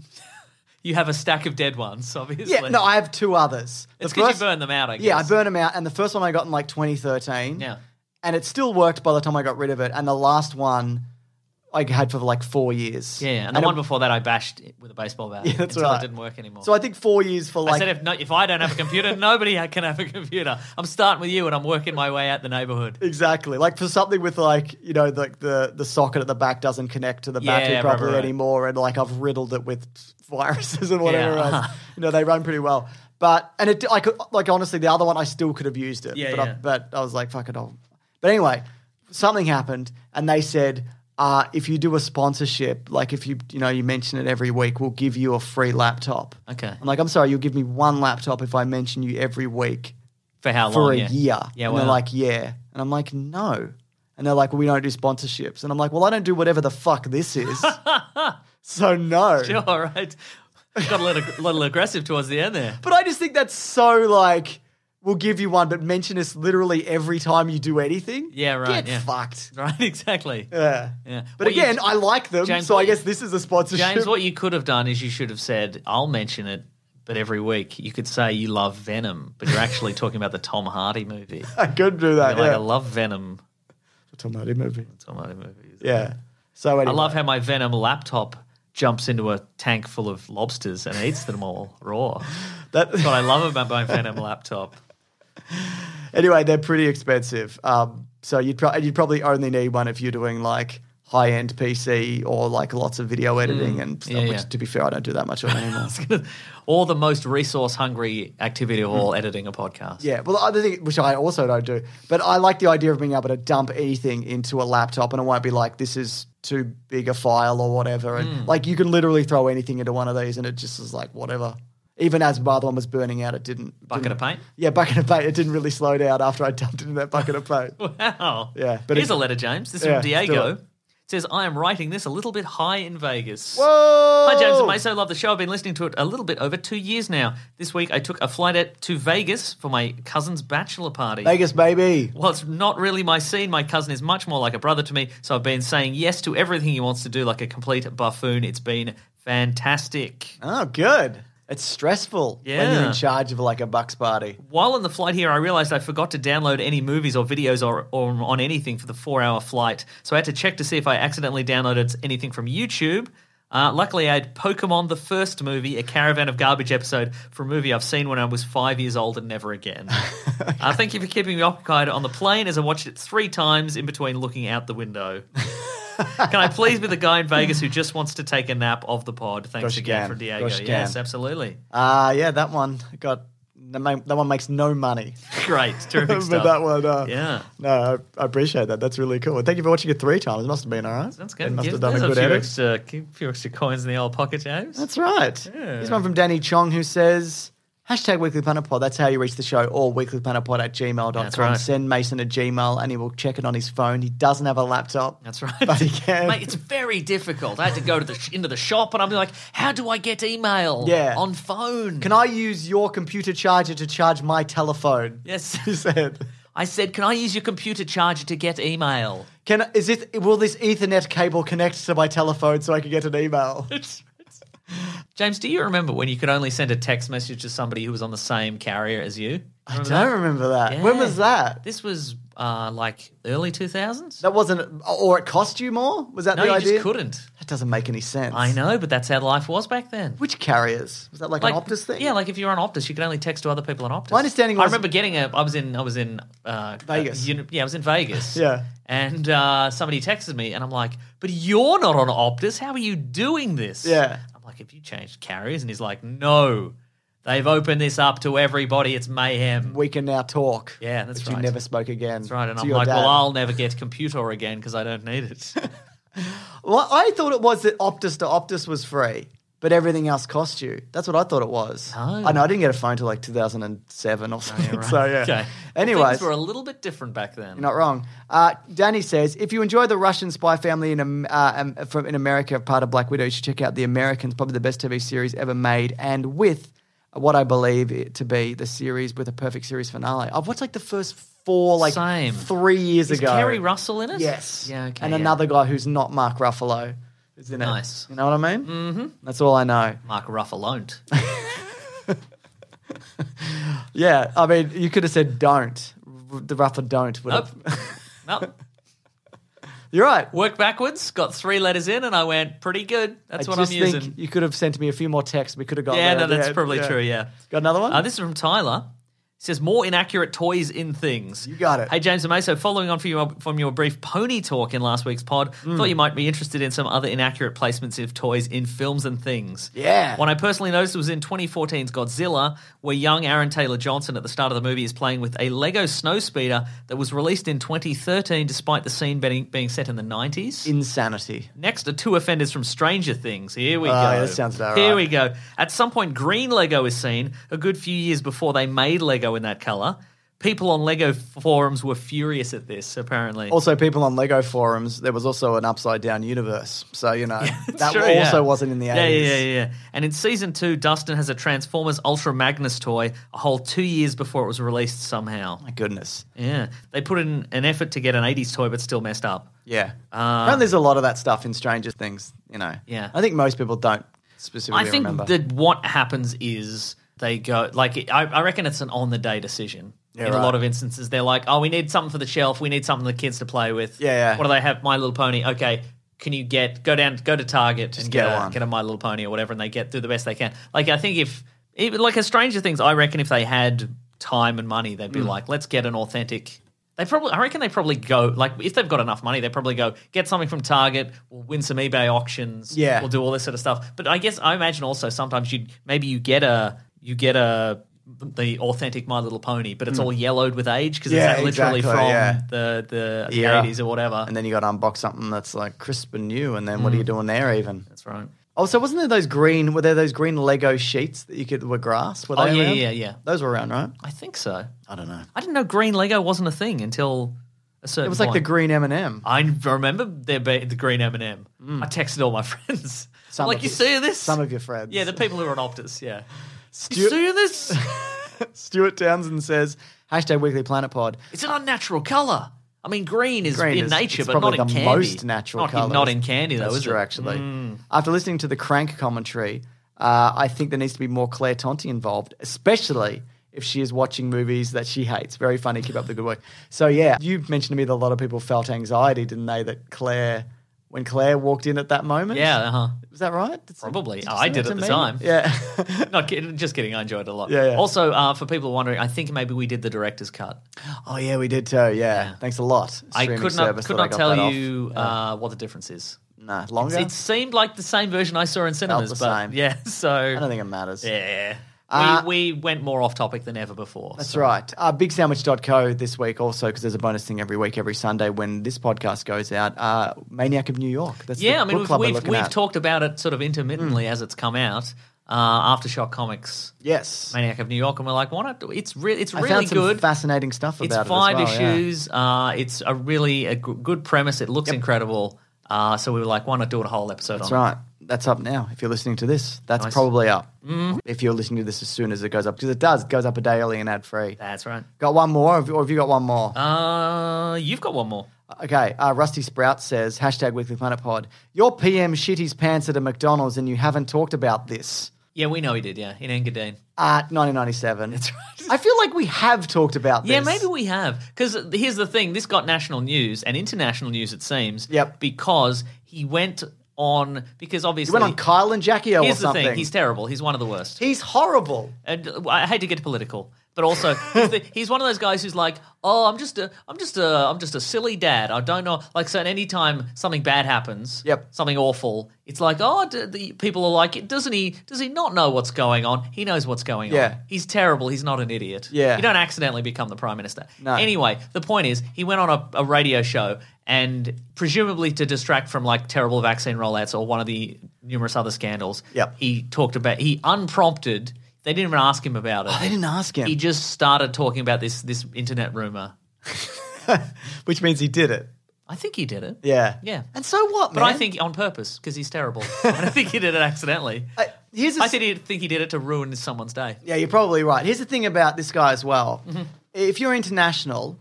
B: You have a stack of dead ones, obviously.
A: yeah, no, I have two others. The
B: it's because
A: first-
B: you burn them out, I guess.
A: Yeah, I burned them out, and the first one I got in like 2013.
B: Yeah.
A: and it still worked by the time I got rid of it. And the last one I had for like four years.
B: Yeah, and the
A: it-
B: one before that, I bashed it with a baseball bat.
A: Yeah, that's
B: until
A: right.
B: it didn't work anymore.
A: So I think four years for
B: I
A: like.
B: said, if, no, if I don't have a computer, nobody ha- can have a computer. I'm starting with you, and I'm working my way out the neighborhood.
A: Exactly, like for something with like you know like the the socket at the back doesn't connect to the
B: Yeah,
A: battery
B: right,
A: properly
B: right.
A: anymore, and like I've riddled it with viruses and whatever
B: Yeah.
A: else. You know they run pretty well, but and it I could like honestly the other one I still could have used it,
B: Yeah,
A: but I,
B: yeah.
A: but I was like fuck it all. But anyway, something happened, and they said uh, if you do a sponsorship, like if you you know you mention it every week, we'll give you a free laptop.
B: Okay.
A: I'm like I'm sorry, you'll give me one laptop if I mention you every week
B: For how
A: for
B: long?
A: a
B: yeah.
A: year.
B: Yeah,
A: and
B: well,
A: they're like, yeah. And I'm like, no. And they're like, well, we don't do sponsorships. And I'm like, well, I don't do whatever the fuck this is. so no.
B: sure, all right. Got a little, little aggressive towards the end there.
A: But I just think that's so like, we'll give you one, but mention us literally every time you do anything.
B: Yeah, right,
A: Get
B: yeah.
A: fucked.
B: Right, exactly.
A: Yeah.
B: Yeah.
A: But
B: What you-
A: again, I like them,
B: James,
A: so
B: what
A: I
B: you-
A: guess this is a sponsorship.
B: James, what you could have done is you should have said, I'll mention it, but every week you could say you love Venom, but you're actually talking about the Tom Hardy movie.
A: I could do that.
B: You're like,
A: yeah.
B: I love Venom.
A: Tom Hardy movie.
B: Tom Hardy movies.
A: Yeah. So
B: I
A: anyway.
B: love how my Venom laptop jumps into a tank full of lobsters and eats them all raw.
A: that.
B: That's what I love about my Venom laptop.
A: anyway, they're pretty expensive. Um, so you'd pro- you'd probably only need one if you're doing like high end PC or like lots of video editing and stuff.
B: Mm. Yeah,
A: which,
B: yeah.
A: to be fair, I don't do that much of anymore.
B: or the most resource hungry activity of all, editing a podcast.
A: Mm. yeah. Well, the other thing which I also don't do, but I like the idea of being able to dump anything into a laptop, and it won't be like this is too big a file or whatever. And
B: Mm.
A: like you can literally throw anything into one of these, and it just is like whatever. Even as my other one was burning out, it didn't.
B: Bucket of paint.
A: Yeah, bucket of paint. It didn't really slow down after I dumped it in that bucket of paint.
B: Wow.
A: Yeah, but
B: But Here's
A: it-
B: a letter, James. This is
A: Yeah,
B: from
A: let's do
B: Diego.
A: it.
B: It says, I am writing this a little bit high in Vegas.
A: Whoa!
B: Hi, James. I so love the show. I've been listening to it a little bit over two years now. This week, I took a flight out to Vegas for my cousin's bachelor party.
A: Vegas, baby.
B: Well, it's not really my scene. My cousin is much more like a brother to me, so I've been saying yes to everything he wants to do like a complete buffoon. It's been fantastic.
A: Oh, good. It's stressful when you're
B: Yeah.
A: in charge of like a bucks party.
B: While on the flight here, I realized I forgot to download any movies or videos or, or on anything for the four hour flight. So I had to check to see if I accidentally downloaded anything from YouTube. Uh, luckily, I had Pokemon the first movie, a Caravan of Garbage episode for a movie I've seen when I was five years old and never again. uh, thank you for keeping me occupied on the plane as I watched it three times in between looking out the window. can I please be the guy in Vegas who just wants to take a nap of the pod? Thanks
A: Gosh, you
B: again
A: can.
B: from Diego.
A: Gosh, you
B: yes,
A: can.
B: absolutely.
A: Uh, yeah, that one got that ma- that one makes no money.
B: Great. Terrific
A: but
B: stuff.
A: that one, uh,
B: Yeah.
A: No, I, I appreciate that. That's really cool. And thank you for watching it three times. It must have been all right.
B: That's
A: It
B: good.
A: must
B: Give-
A: have done a
B: there's
A: good
B: few
A: edit.
B: Extra, keep a few extra coins in the old pocket, James.
A: That's right. Here's one from Danny Chong who says, hashtag Weekly Planet Pod. That's how you reach the show or weeklyplanetpod at gmail.com.
B: That's right.
A: Send Mason a Gmail and he will check it on his phone. He doesn't have a laptop.
B: That's right.
A: But he can.
B: Mate, it's very difficult. I had to go to the sh- into the shop, and I'm like, how do I get email?
A: Yeah.
B: on phone.
A: Can I use your computer charger to charge my telephone?
B: Yes,
A: He said.
B: I said, can I use your computer charger to get email?
A: Can is it will this Ethernet cable connect to my telephone so I can get an email?
B: James, do you remember when you could only send a text message to somebody who was on the same carrier as you?
A: I don't remember that. Uh, When was
B: Yeah.
A: that?
B: This was uh, like early 2000s.
A: That wasn't, or it cost you more? Was that
B: no,
A: the
B: you
A: idea?
B: just couldn't.
A: That doesn't make any sense.
B: I know, but that's how life was back then.
A: Which carriers was that like, an Optus thing?
B: Yeah, like if you were on Optus, you could only text to other people on Optus.
A: My understanding
B: I
A: was-
B: remember getting a. I was in. I was in uh,
A: Vegas.
B: uh, uni- yeah, I was in Vegas.
A: Yeah.
B: And uh, somebody texted me, and I'm like, "But you're not on Optus. How are you doing this?"
A: Yeah.
B: I'm like, "Have you changed carriers?" And he's like, "No, they've opened this up to everybody. It's mayhem."
A: we can now talk.
B: Yeah, that's
A: But You
B: right.
A: never spoke again.
B: That's right. And
A: to
B: I'm
A: your
B: like,
A: dad.
B: "Well, I'll never get computer again because I don't need it."
A: Well, I thought it was that Optus to Optus was free, but everything else cost you. That's what I thought it was.
B: Oh.
A: I know I didn't get a phone till like 2007 or something. So yeah.
B: Okay.
A: Anyways,
B: things were a little bit different back then.
A: You're not wrong. Uh, Danny says, if you enjoy the Russian spy family in, Am- uh, um, from, in America, part of Black Widow, you should check out The Americans, probably the best TV series ever made, and with what I believe it to be the series with a perfect series finale. I've watched like the first four, like
B: Same.
A: three years
B: Is
A: ago.
B: Kerry Russell in it?
A: Yes.
B: Yeah. Okay.
A: And
B: yeah.
A: another guy who's not Mark Ruffalo is in it.
B: Nice.
A: You know what I mean? Mm-hmm. That's all I know.
B: Mark Ruffalo.
A: Yeah. I mean, you could have said don't. R- The Ruffalo don't. would
B: Nope.
A: have-
B: nope.
A: You're right.
B: Work backwards, got three letters in, and I went pretty good. That's
A: I
B: what
A: just
B: I'm
A: think
B: using.
A: You could have sent me a few more texts. We could have got
B: yeah,
A: there.
B: no, that's probably true. Yeah.
A: Got another one?
B: Uh, this is from Tyler. It says more inaccurate toys in things. You
A: got it.
B: Hey James and May, so following on from your from your brief pony talk in last week's pod,
A: Mm.
B: thought you might be interested in some other inaccurate placements of toys in films and things.
A: Yeah.
B: One I personally noticed was in 2014's Godzilla, where young Aaron Taylor Johnson at the start of the movie is playing with a Lego snow speeder that was released in 2013, despite the scene being, being set in the 90s.
A: Insanity.
B: Next are two offenders from Stranger Things. Here we
A: Ah,
B: go.
A: yeah, that sounds about
B: Here
A: right.
B: we go. At some point, green Lego is seen, a good few years before they made Lego in that color. people on Lego forums were furious at this. Apparently,
A: Also, people on Lego forums, there was also an upside down universe. So, you know, that
B: Sure,
A: also
B: yeah.
A: wasn't in the 80s.
B: Yeah, yeah, yeah, yeah. And in season two, Dustin has a Transformers Ultra Magnus toy a whole two years before it was released somehow.
A: My goodness.
B: Yeah. They put in an effort to get an 80s toy, but still messed up.
A: Yeah. and there's a lot of that stuff in Stranger Things, you know.
B: Um, Yeah.
A: I think most people don't specifically
B: I think
A: remember.
B: that what happens is they go, like, I, I reckon it's an on the day decision. in a
A: right.
B: lot of instances, they're like, oh, we need something for the shelf. We need something for the kids to play with.
A: Yeah, yeah.
B: What do they have? My Little Pony. Okay. Can you get, go down, go to Target and get,
A: get
B: a,
A: one.
B: get a My Little Pony or whatever, and they get, do the best they can. Like, I think if, even like a Stranger Things, I reckon if they had time and money, they'd be
A: Mm.
B: like, let's get an authentic. They probably, I reckon they probably go, like, if they've got enough money, they probably go, get something from Target, we'll win some eBay auctions.
A: Yeah.
B: We'll do all this sort of stuff. But I guess I imagine also sometimes you maybe you get a you get a the authentic My Little Pony, but it's all yellowed with age because
A: Mm. Yeah,
B: it's that literally
A: exactly,
B: from
A: yeah.
B: the the the
A: Era.
B: eighties or whatever.
A: and then you got to unbox something that's like crisp and new. And then
B: Mm.
A: what are you doing there, even?
B: That's right.
A: Also, wasn't there those green, were there those green Lego sheets that you could, were grass? Were they
B: Oh yeah,
A: around?
B: yeah, yeah.
A: Those were around, right?
B: I think so.
A: I don't know.
B: I didn't know green Lego wasn't a thing until a certain.
A: It was like the
B: point.
A: green M&M.
B: I remember there being the green M and m I texted all my friends.
A: Some
B: like
A: of
B: you
A: your-
B: see this?
A: Some of your friends.
B: yeah, the people who are on Optus. Yeah, you
A: Stu-
B: see this?
A: Stuart Townsend says, hashtag Weekly Planet Pod.
B: It's an unnatural color. I mean, green is
A: Green
B: in
A: is-
B: nature,
A: it's
B: but not
A: probably
B: in
A: the
B: candy.
A: most natural
B: not, in-
A: colour.
B: Not in candy, though,
A: That's
B: is
A: true,
B: it? Hmm.
A: actually. After listening to the crank commentary, uh, I think there needs to be more Claire Tonti involved, especially if she is watching movies that she hates. Very funny. Keep up the good work. So, yeah, you mentioned to me that a lot of people felt anxiety, didn't they, that Claire, when Claire walked in at that moment?
B: Yeah, uh-huh.
A: Was that right? Did-
B: Probably.
A: you
B: I
A: send
B: did
A: that
B: at
A: to
B: the
A: me?
B: time.
A: Yeah.
B: Not kidding, just kidding. I enjoyed it a lot.
A: Yeah, yeah.
B: Also, uh, for people wondering, I think maybe we did the director's cut.
A: oh, yeah, we did too. Yeah. Thanks a lot.
B: I
A: streaming
B: could not
A: service
B: could
A: that I
B: not
A: got that
B: tell
A: off.
B: you uh, what the difference is.
A: Nah, longer?
B: It seemed like the same version I saw in cinemas,
A: the
B: but
A: same.
B: yeah. So
A: I don't think it matters.
B: yeah,
A: Uh,
B: we, we went more off topic than ever before.
A: That's right. Uh, BigSandwich.co this week also because there's a bonus thing every week, every Sunday when this podcast goes out. Uh, Maniac of New York. That's
B: Yeah,
A: the
B: I mean,
A: book
B: we've,
A: club we're
B: we've,
A: looking
B: we've
A: at. Hmm.
B: talked about it sort of intermittently as it's come out. Uh, Aftershock Comics,
A: Yes,
B: Maniac of New York, and we're like, why not? do- It's really, it's
A: I
B: really
A: found some
B: good.
A: fascinating stuff
B: It's
A: about
B: five
A: it. as well, yeah.
B: issues. Uh, it's a really a g- good premise. It looks incredible. Uh, so we were like, why not do a whole episode
A: That's
B: on
A: right. That's up now. If you're listening to this, that's
B: Nice. Mm-hmm.
A: probably up. If you're listening to this as soon as it goes up, because it does, it goes up a day early and ad free.
B: it? That's right.
A: Got one more, or have- or have you got one more?
B: Uh, you've got one more.
A: Okay, uh, Rusty Sprout says hashtag Weekly Planet Pod. Your PM shit his pants at a McDonald's, and you haven't talked about this.
B: Yeah, we know he did. Yeah, in Engadine.
A: Uh, 1997. That's right. I feel like we have talked about this.
B: Yeah, maybe we have. Because here's the thing: this got national news and international news. It seems.
A: Yep.
B: Because he went on. Because obviously
A: He went on Kyle and Jackie O or
B: Here's the
A: something.
B: thing: he's terrible. He's one of the worst.
A: He's horrible.
B: and uh, I hate to get political, but also he's, the, he's one of those guys who's like, "Oh, I'm just a, I'm just a, I'm just a silly dad. I don't know." Like, so at any time something bad happens,
A: Yep.
B: something awful, it's like, "Oh, d- the people are like, doesn't he? Does he not know what's going on? He knows what's going
A: Yeah.
B: on. He's terrible. He's not an idiot.
A: Yeah.
B: you don't accidentally become the prime minister.
A: No.
B: Anyway, the point is, he went on a, a radio show. And presumably to distract from like terrible vaccine rollouts or one of the numerous other scandals,
A: Yep.
B: he talked about he unprompted. They didn't even ask him about it.
A: I Oh, didn't ask him,
B: He just started talking about this this internet rumor.
A: which means he did it.
B: I think he did it.
A: Yeah.
B: Yeah.
A: And so what,
B: But I
A: man?
B: think on purpose because he's terrible. I don't think he did it accidentally.
A: Uh, here's a
B: I think he, think he did it to ruin someone's day.
A: Yeah, you're probably right. Here's the thing about this guy as well.
B: Mm-hmm.
A: If you're international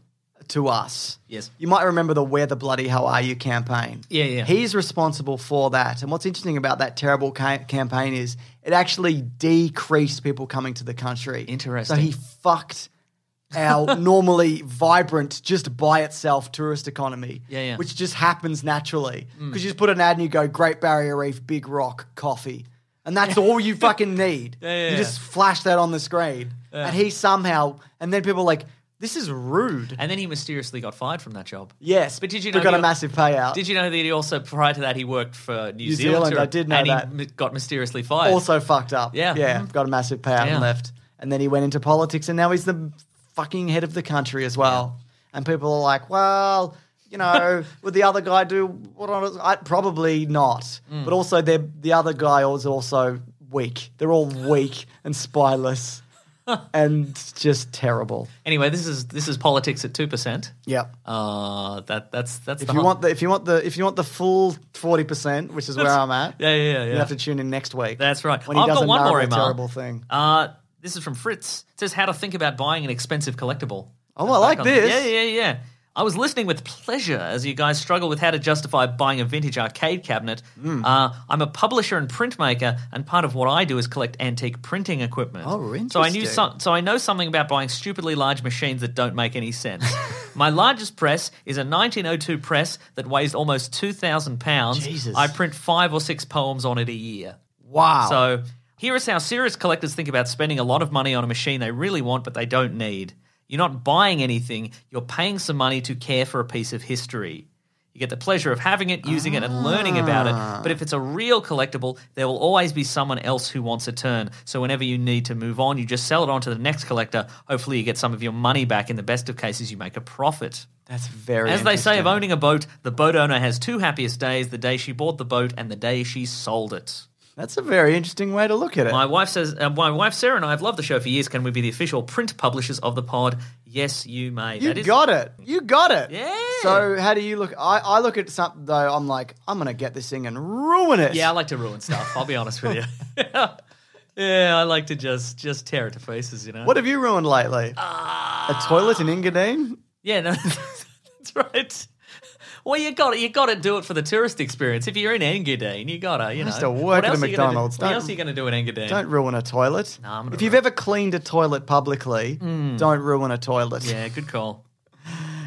A: to us,
B: Yes.
A: you might remember the Where the Bloody How Are You campaign.
B: Yeah, yeah.
A: He's responsible for that. And what's interesting about that terrible ca- campaign is it actually decreased people coming to the country.
B: Interesting.
A: So he fucked our normally vibrant, just by itself tourist economy,
B: Yeah, yeah. Mm.
A: which just happens naturally. Because you just put an ad and you go, Great Barrier Reef, Big Rock, coffee. And that's all you fucking need.
B: yeah,
A: you
B: yeah.
A: just flash that on the screen. And he somehow, and then people are like, this is rude.
B: And then he mysteriously got fired from that job.
A: Yes,
B: But did you
A: we
B: know
A: got
B: he-
A: a massive payout?
B: Did you know that he also prior to that he worked for New,
A: New Zealand,
B: to-
A: I did know
B: and
A: that.
B: he m- got mysteriously fired.
A: also fucked up?
B: Yeah.
A: yeah,
B: Mhm.
A: got a massive payout
B: Yeah.
A: and left. And then he went into politics, and now he's the fucking head of the country as well. And people are like, well. You know, would the other guy do what? On his, I, probably not.
B: Mm.
A: But also, they're, the other guy was also weak. They're all weak and spyless. and it's just terrible.
B: Anyway, this is this is politics at two percent.
A: Yeah.
B: Uh, that that's that's
A: If
B: the
A: you
B: hum-
A: want the if you want the if you want the full forty percent, which is where I'm at,
B: yeah yeah yeah.
A: you have to tune in next week.
B: That's right.
A: When he
B: I've
A: does
B: got one more
A: another
B: email.
A: terrible thing.
B: Uh, this is from Fritz. It says how to think about buying an expensive collectible.
A: Oh, I like
B: Back on-
A: this.
B: Yeah, yeah, yeah. I was listening with pleasure as you guys struggle with how to justify buying a vintage arcade cabinet.
A: Hmm.
B: Uh, I'm a publisher and printmaker, and part of what I do is collect antique printing equipment.
A: Oh, interesting.
B: So I knew some, so I know something about buying stupidly large machines that don't make any sense. My largest press is a 1902 press that weighs almost 2,000 pounds.
A: Jesus.
B: I print five or six poems on it a year.
A: Wow.
B: So here is how serious collectors think about spending a lot of money on a machine they really want but they don't need. You're not buying anything, you're paying some money to care for a piece of history. You get the pleasure of having it, using it, and learning about it. But if it's a real collectible, there will always be someone else who wants a turn. So whenever you need to move on, you just sell it on to the next collector. Hopefully, you get some of your money back. In the best of cases, you make a profit.
A: that's very
B: As they say of
A: interesting.
B: owning a boat, the boat owner has two happiest days the day she bought the boat and the day she sold it.
A: That's a very interesting way to look at it.
B: My wife says, uh, my wife Sarah and I have loved the show for years. Can we be the official print publishers of the pod? Yes, you may.
A: you
B: That is-
A: got it. You got it.
B: Yeah.
A: So how do you look? I, I look at something though. I'm like, I'm gonna get this thing and ruin it.
B: Yeah, I like to ruin stuff. I'll be honest with you. yeah, I like to just just tear it to pieces. You know.
A: What have you ruined lately?
B: Ah.
A: a toilet in Ingadine?
B: Yeah, no, that's right. Well, you got you got to do it for the tourist experience. If you're in Engadine, you gotta, you know.
A: used to work
B: what
A: at a
B: else are you gonna do-
A: McDonald's.
B: What
A: Don't-
B: else are you going to do in Engadine?
A: Don't ruin a toilet.
B: Nah, I'm gonna
A: if you've
B: ruin Hmm.
A: ever cleaned a toilet publicly, don't ruin a toilet.
B: Yeah, good call.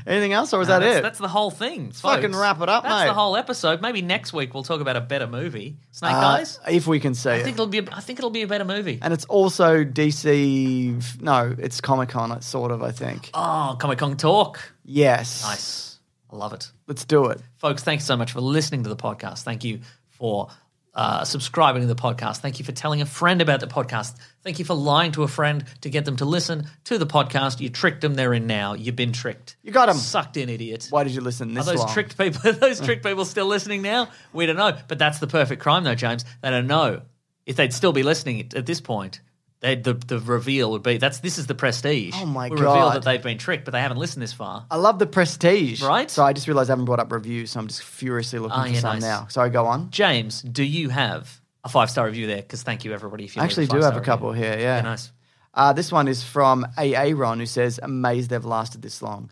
A: Anything else, or is that
B: that's,
A: it?
B: That's the whole thing. Folks.
A: fucking wrap it up,
B: that's
A: mate.
B: the whole episode. Maybe next week we'll talk about a better movie. Snake
A: Uh,
B: Eyes.
A: if we can see
B: I think
A: it.
B: it'll be. I think it'll be a better movie.
A: And it's also DC. f- No, it's Comic Con. It's sort of. I think.
B: Oh, Comic Con talk.
A: Yes.
B: Nice. I love it.
A: Let's do it.
B: Folks, thanks so much for listening to the podcast. Thank you for uh, subscribing to the podcast. Thank you for telling a friend about the podcast. Thank you for lying to a friend to get them to listen to the podcast. You tricked them. They're in now. You've been tricked.
A: You got 'em.
B: Sucked in, idiot.
A: Why did you listen
B: Are
A: this
B: those
A: long?
B: tricked people? Are those tricked people still listening now? We don't know. But that's the perfect crime, though, James. They don't know if they'd still be listening at- at this point. They'd, the the reveal would be that's this is the prestige.
A: Oh, my
B: we Reveal
A: God.
B: that they've been tricked, but they haven't listened this far.
A: I love the prestige.
B: Right?
A: So I just realized I haven't brought up reviews, so I'm just furiously looking
B: Ah,
A: for
B: yeah,
A: some
B: nice.
A: now. Sorry, go on.
B: James, do you have a five star review there? Because thank you everybody. If you
A: I
B: leave
A: actually do
B: five-star
A: have a
B: review.
A: couple here, yeah.
B: Yeah, nice.
A: Uh, this one is from AA Ron, who says, "Amazed they've lasted this long."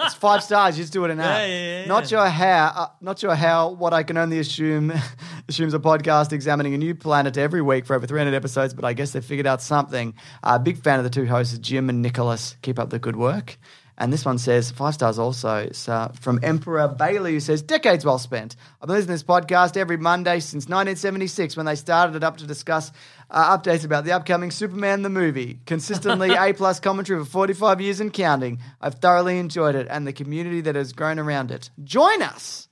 A: it's five stars. You just do it in an app.
B: Yeah, yeah, yeah,
A: Not sure how. Uh, not sure how. What I can only assume assumes a podcast examining a new planet every week for over 300 episodes, but I guess they figured out something. Uh, big fan of the two hosts, Jim and Nicholas. Keep up the good work. And this one says five stars also It's, uh, from Emperor Bailey, who says decades well spent. I've been listening to this podcast every Monday since 1976 when they started it up to discuss uh, updates about the upcoming Superman the movie. Consistently A plus commentary for 45 years and counting. I've thoroughly enjoyed it and the community that has grown around it. Join us.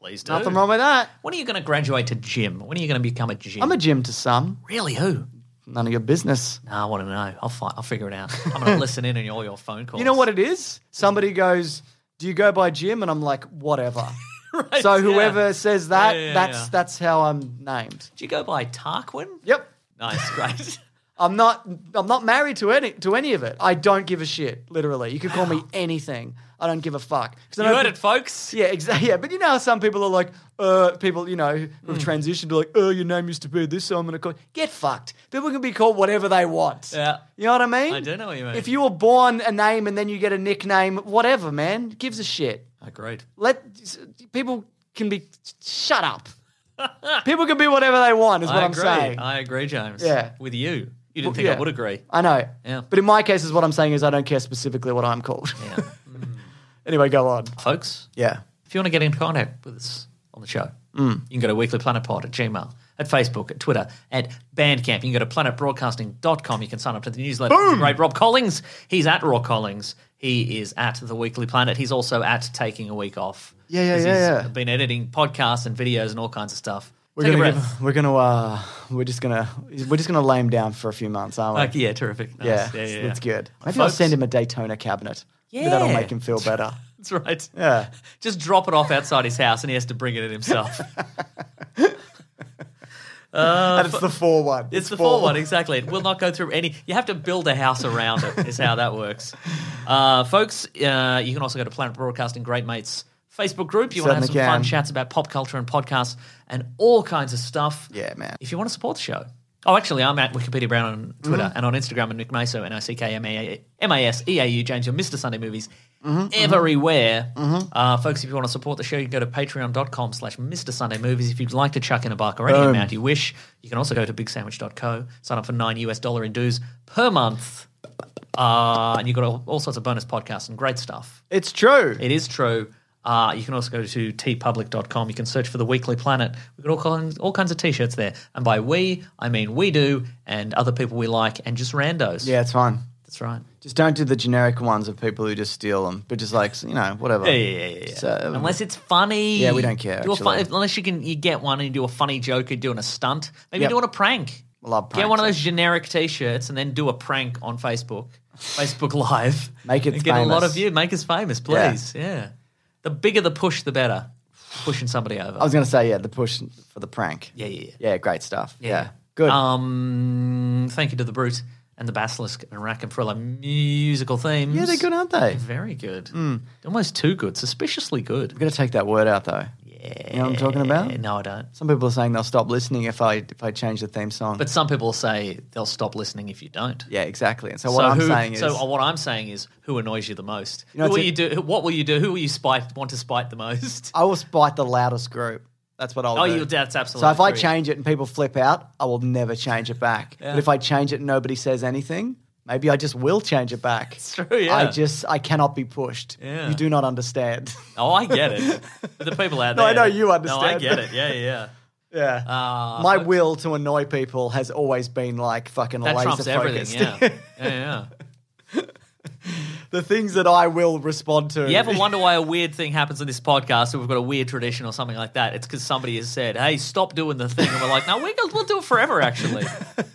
B: Please do.
A: Nothing wrong with that.
B: When are you going to graduate to gym? When are you going to become a gym?
A: I'm a gym to some.
B: really who?
A: None of your business.
B: No, I want to know. I'll find, I'll figure it out. I'm going to listen in on all your phone calls.
A: You know what it is? Somebody goes, "Do you go by Jim?" And I'm like, "Whatever." so whoever says that,
B: Yeah, yeah,
A: that's
B: yeah.
A: that's how I'm named.
B: Do you go by Tarquin?
A: Yep.
B: Nice, great.
A: I'm not I'm not married to any to any of it. I don't give a shit. Literally, you could call me anything. I don't give a fuck. 'Cause I
B: you
A: know
B: heard
A: pe-
B: it, folks.
A: Yeah, exactly. Yeah, but you know how some people are like, uh, people, you know, who've
B: Hmm.
A: transitioned to like, oh, your name used to be this, so I'm going to call. Get fucked. People can be called whatever they want.
B: Yeah.
A: You know what I mean?
B: I do know what you mean.
A: If you were born a name and then you get a nickname, whatever, man, gives a shit.
B: Agreed.
A: Let people can be shut up. people can be whatever they want, is what
B: I
A: am
B: agree.
A: saying.
B: I agree, James.
A: Yeah.
B: With you. You didn't
A: Well,
B: think I
A: yeah.
B: would agree.
A: I know.
B: Yeah.
A: But in my case, is what I'm saying is I don't care specifically what I'm called.
B: Yeah. Mm.
A: anyway, go on.
B: Folks,
A: Yeah.
B: if you want to get in contact with us on the show,
A: Mm.
B: you can go to weeklyplanetpod at Gmail, at Facebook, at Twitter, at Bandcamp. You can go to planetbroadcasting.com. You can sign up to the newsletter. Boom! Great Rob Collings. He's at Raw Collings. He is at The Weekly Planet. He's also at Taking a Week Off.
A: Yeah, yeah,
B: 'Cause
A: yeah,
B: he's
A: yeah.
B: been editing podcasts and videos and all kinds of stuff.
A: We're
B: Take a
A: gonna
B: breath.
A: give, we're gonna uh we're just gonna we're just gonna lay him down for a few months, aren't we?
B: Like, yeah, terrific. Nice.
A: yeah,
B: yeah, yeah,
A: that's
B: yeah.
A: good. Maybe I'll
B: Folks-
A: send him a Daytona cabinet. Maybe that'll
B: Yeah.
A: make him feel better.
B: That's right.
A: Yeah.
B: Just drop it off outside his house and he has to bring it in himself.
A: and it's the four one.
B: Uh, It's the four one, exactly. It will not go through any. You have to build a house around it, is how that works. Uh, folks, uh, you can also go to Planet Broadcasting Great Mates Facebook group. You want to have some
A: Certainly
B: fun
A: can.
B: chats about pop culture and podcasts and all kinds of stuff.
A: Yeah, man.
B: If you want to support the show. Oh, actually, I'm at Wikipedia Brown on Twitter
A: Mm-hmm.
B: and on Instagram and Nick Maso, N I C K M A M A S E A U, James, your Mr. Sunday Movies,
A: Mm-hmm,
B: everywhere. Uh, folks, if you want to support the show, you can go to patreon.com slash Mr. Sunday Movies. If you'd like to chuck in a buck or any amount you wish, you can also go to bigsandwich.co, sign up for nine US dollar in dues per month. Uh, and you've got all, all sorts of bonus podcasts and great stuff.
A: It's true.
B: It is true. Uh, you can also go to tpublic.com. You can search for the Weekly Planet. We've got all kinds, all kinds of t shirts there. And by we, I mean we do and other people we like and just randos.
A: Yeah, it's fine.
B: That's right.
A: Just don't do the generic ones of people who just steal them, but just like you know, whatever.
B: Yeah, yeah, yeah. yeah.
A: So, um,
B: unless it's funny.
A: Yeah, we don't care,
B: Do a fun,
A: actually.
B: unless you can you get one and you do a funny joke or doing a stunt. Maybe
A: Yep.
B: you're doing a prank.
A: I love
B: Get one of
A: pranks.
B: those generic t shirts and then do a prank on Facebook, Facebook Live.
A: Make it
B: and Get a lot
A: famous.
B: of you. Make us famous,
A: Yeah.
B: please. yeah. The bigger the push, the better. Pushing somebody over.
A: I was going to say yeah, the push for the prank.
B: Yeah, yeah, yeah.
A: yeah, great stuff. Yeah, good.
B: Um, thank you to the Brute and the Basilisk and Rackham for all our musical themes.
A: yeah, they're good, Hmm. aren't they?
B: Very good. Almost too good. Suspiciously good.
A: I'm going to take that word out though. Yeah, you know what I'm talking about.
B: Eh, No, I don't.
A: Some people are saying they'll stop listening if I if I change the theme song.
B: But some people say they'll stop listening if you don't.
A: yeah, exactly. And so what I'm
B: who,
A: saying is,
B: so what I'm saying is, who annoys you the most?
A: You know,
B: who will you
A: it's
B: do? What will you do? Who will you spite? Want to spite the most?
A: I will spite the loudest group. That's what I'll
B: Oh,
A: do.
B: you- that's absolutely
A: So if I
B: true.
A: change it and people flip out, I will never change it back. But if I change it and nobody says anything, maybe I just will change it back. It's
B: true, yeah.
A: I just I cannot be pushed.
B: Yeah.
A: You do not understand.
B: Oh, I get it. But the people out
A: No,
B: there.
A: I know you
B: No, I
A: understand.
B: get it. Yeah, yeah.
A: yeah.
B: yeah. Uh,
A: My will to annoy people has always been like fucking
B: that
A: laser
B: trumps
A: focused.
B: everything. Yeah. yeah, yeah.
A: the things that I will respond to.
B: You ever wonder why a weird thing happens on this podcast or we've got a weird tradition or something like that? It's because somebody has said, hey, stop doing the thing. And we're like, no, we, we'll do it forever, actually.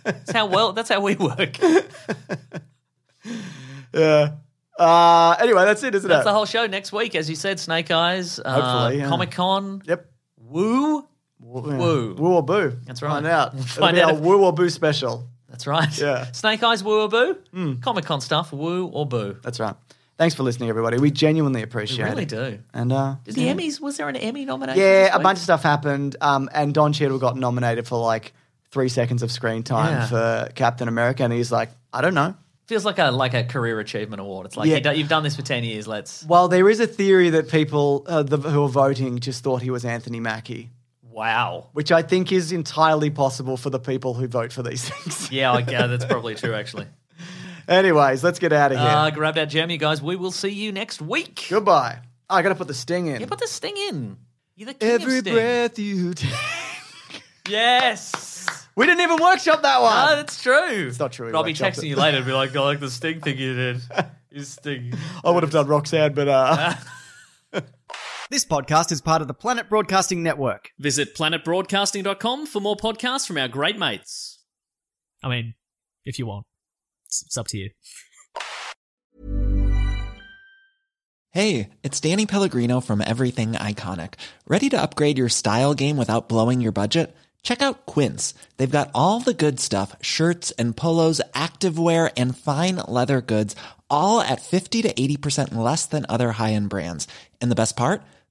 B: That's how, well, that's how we work. That's
A: yeah. Uh, anyway, that's it, isn't it?
B: the whole show next week, as you said, Snake Eyes, uh,
A: Hopefully, yeah.
B: Comic Con,
A: Yep.
B: Woo. Woo.
A: Woo or boo.
B: That's right.
A: Find out.
B: We'll
A: It'll
B: find
A: be
B: out
A: our
B: if-
A: woo or boo special.
B: That's right.
A: Yeah. Hmm.
B: Snake Eyes, Woo or Boo? Comic Con stuff, Woo or Boo?
A: That's right. Thanks for listening, everybody. We genuinely
B: We
A: appreciate
B: really
A: it.
B: do.
A: And uh,
B: Did the Emmys, was there an Emmy nomination?
A: yeah, a bunch of stuff happened. Um, and Don Cheadle got nominated for like three seconds of screen time
B: Yeah.
A: for Captain America, and he's like, I don't know.
B: Feels like a like a career achievement award. It's like,
A: Yeah.
B: you do- you've done this for 10 years, let's.
A: Well, there is a theory that people uh, the, who are voting just thought he was Anthony Mackie,
B: Wow.
A: which I think is entirely possible for the people who vote for these things.
B: Yeah, I, yeah, that's probably true, actually.
A: Anyways, let's get out of here.
B: Uh, grab that gem, you guys. We will see you next week.
A: Goodbye. Oh, I got to put the sting in.
B: Yeah, put this thing in. You're the king
A: Every
B: of sting.
A: breath you take.
B: Yes.
A: we didn't even workshop that one.
B: Oh, that's true. It's
A: not true, we
B: I'll be
A: workshopped
B: texting
A: it.
B: you later and be like, I like the sting thing you did. You sting.
F: Oh,
A: I would have done Roxanne, but uh,
F: This podcast is part of the Planet Broadcasting Network.
B: Visit planetbroadcasting.com for more podcasts from our great mates.
G: I mean, if you want, it's, it's up to you.
H: Hey, it's Danny Pellegrino from Everything Iconic. Ready to upgrade your style game without blowing your budget? Check out Quince. They've got all the good stuff shirts and polos, activewear, and fine leather goods, all at 50 to 80% less than other high end brands. And the best part?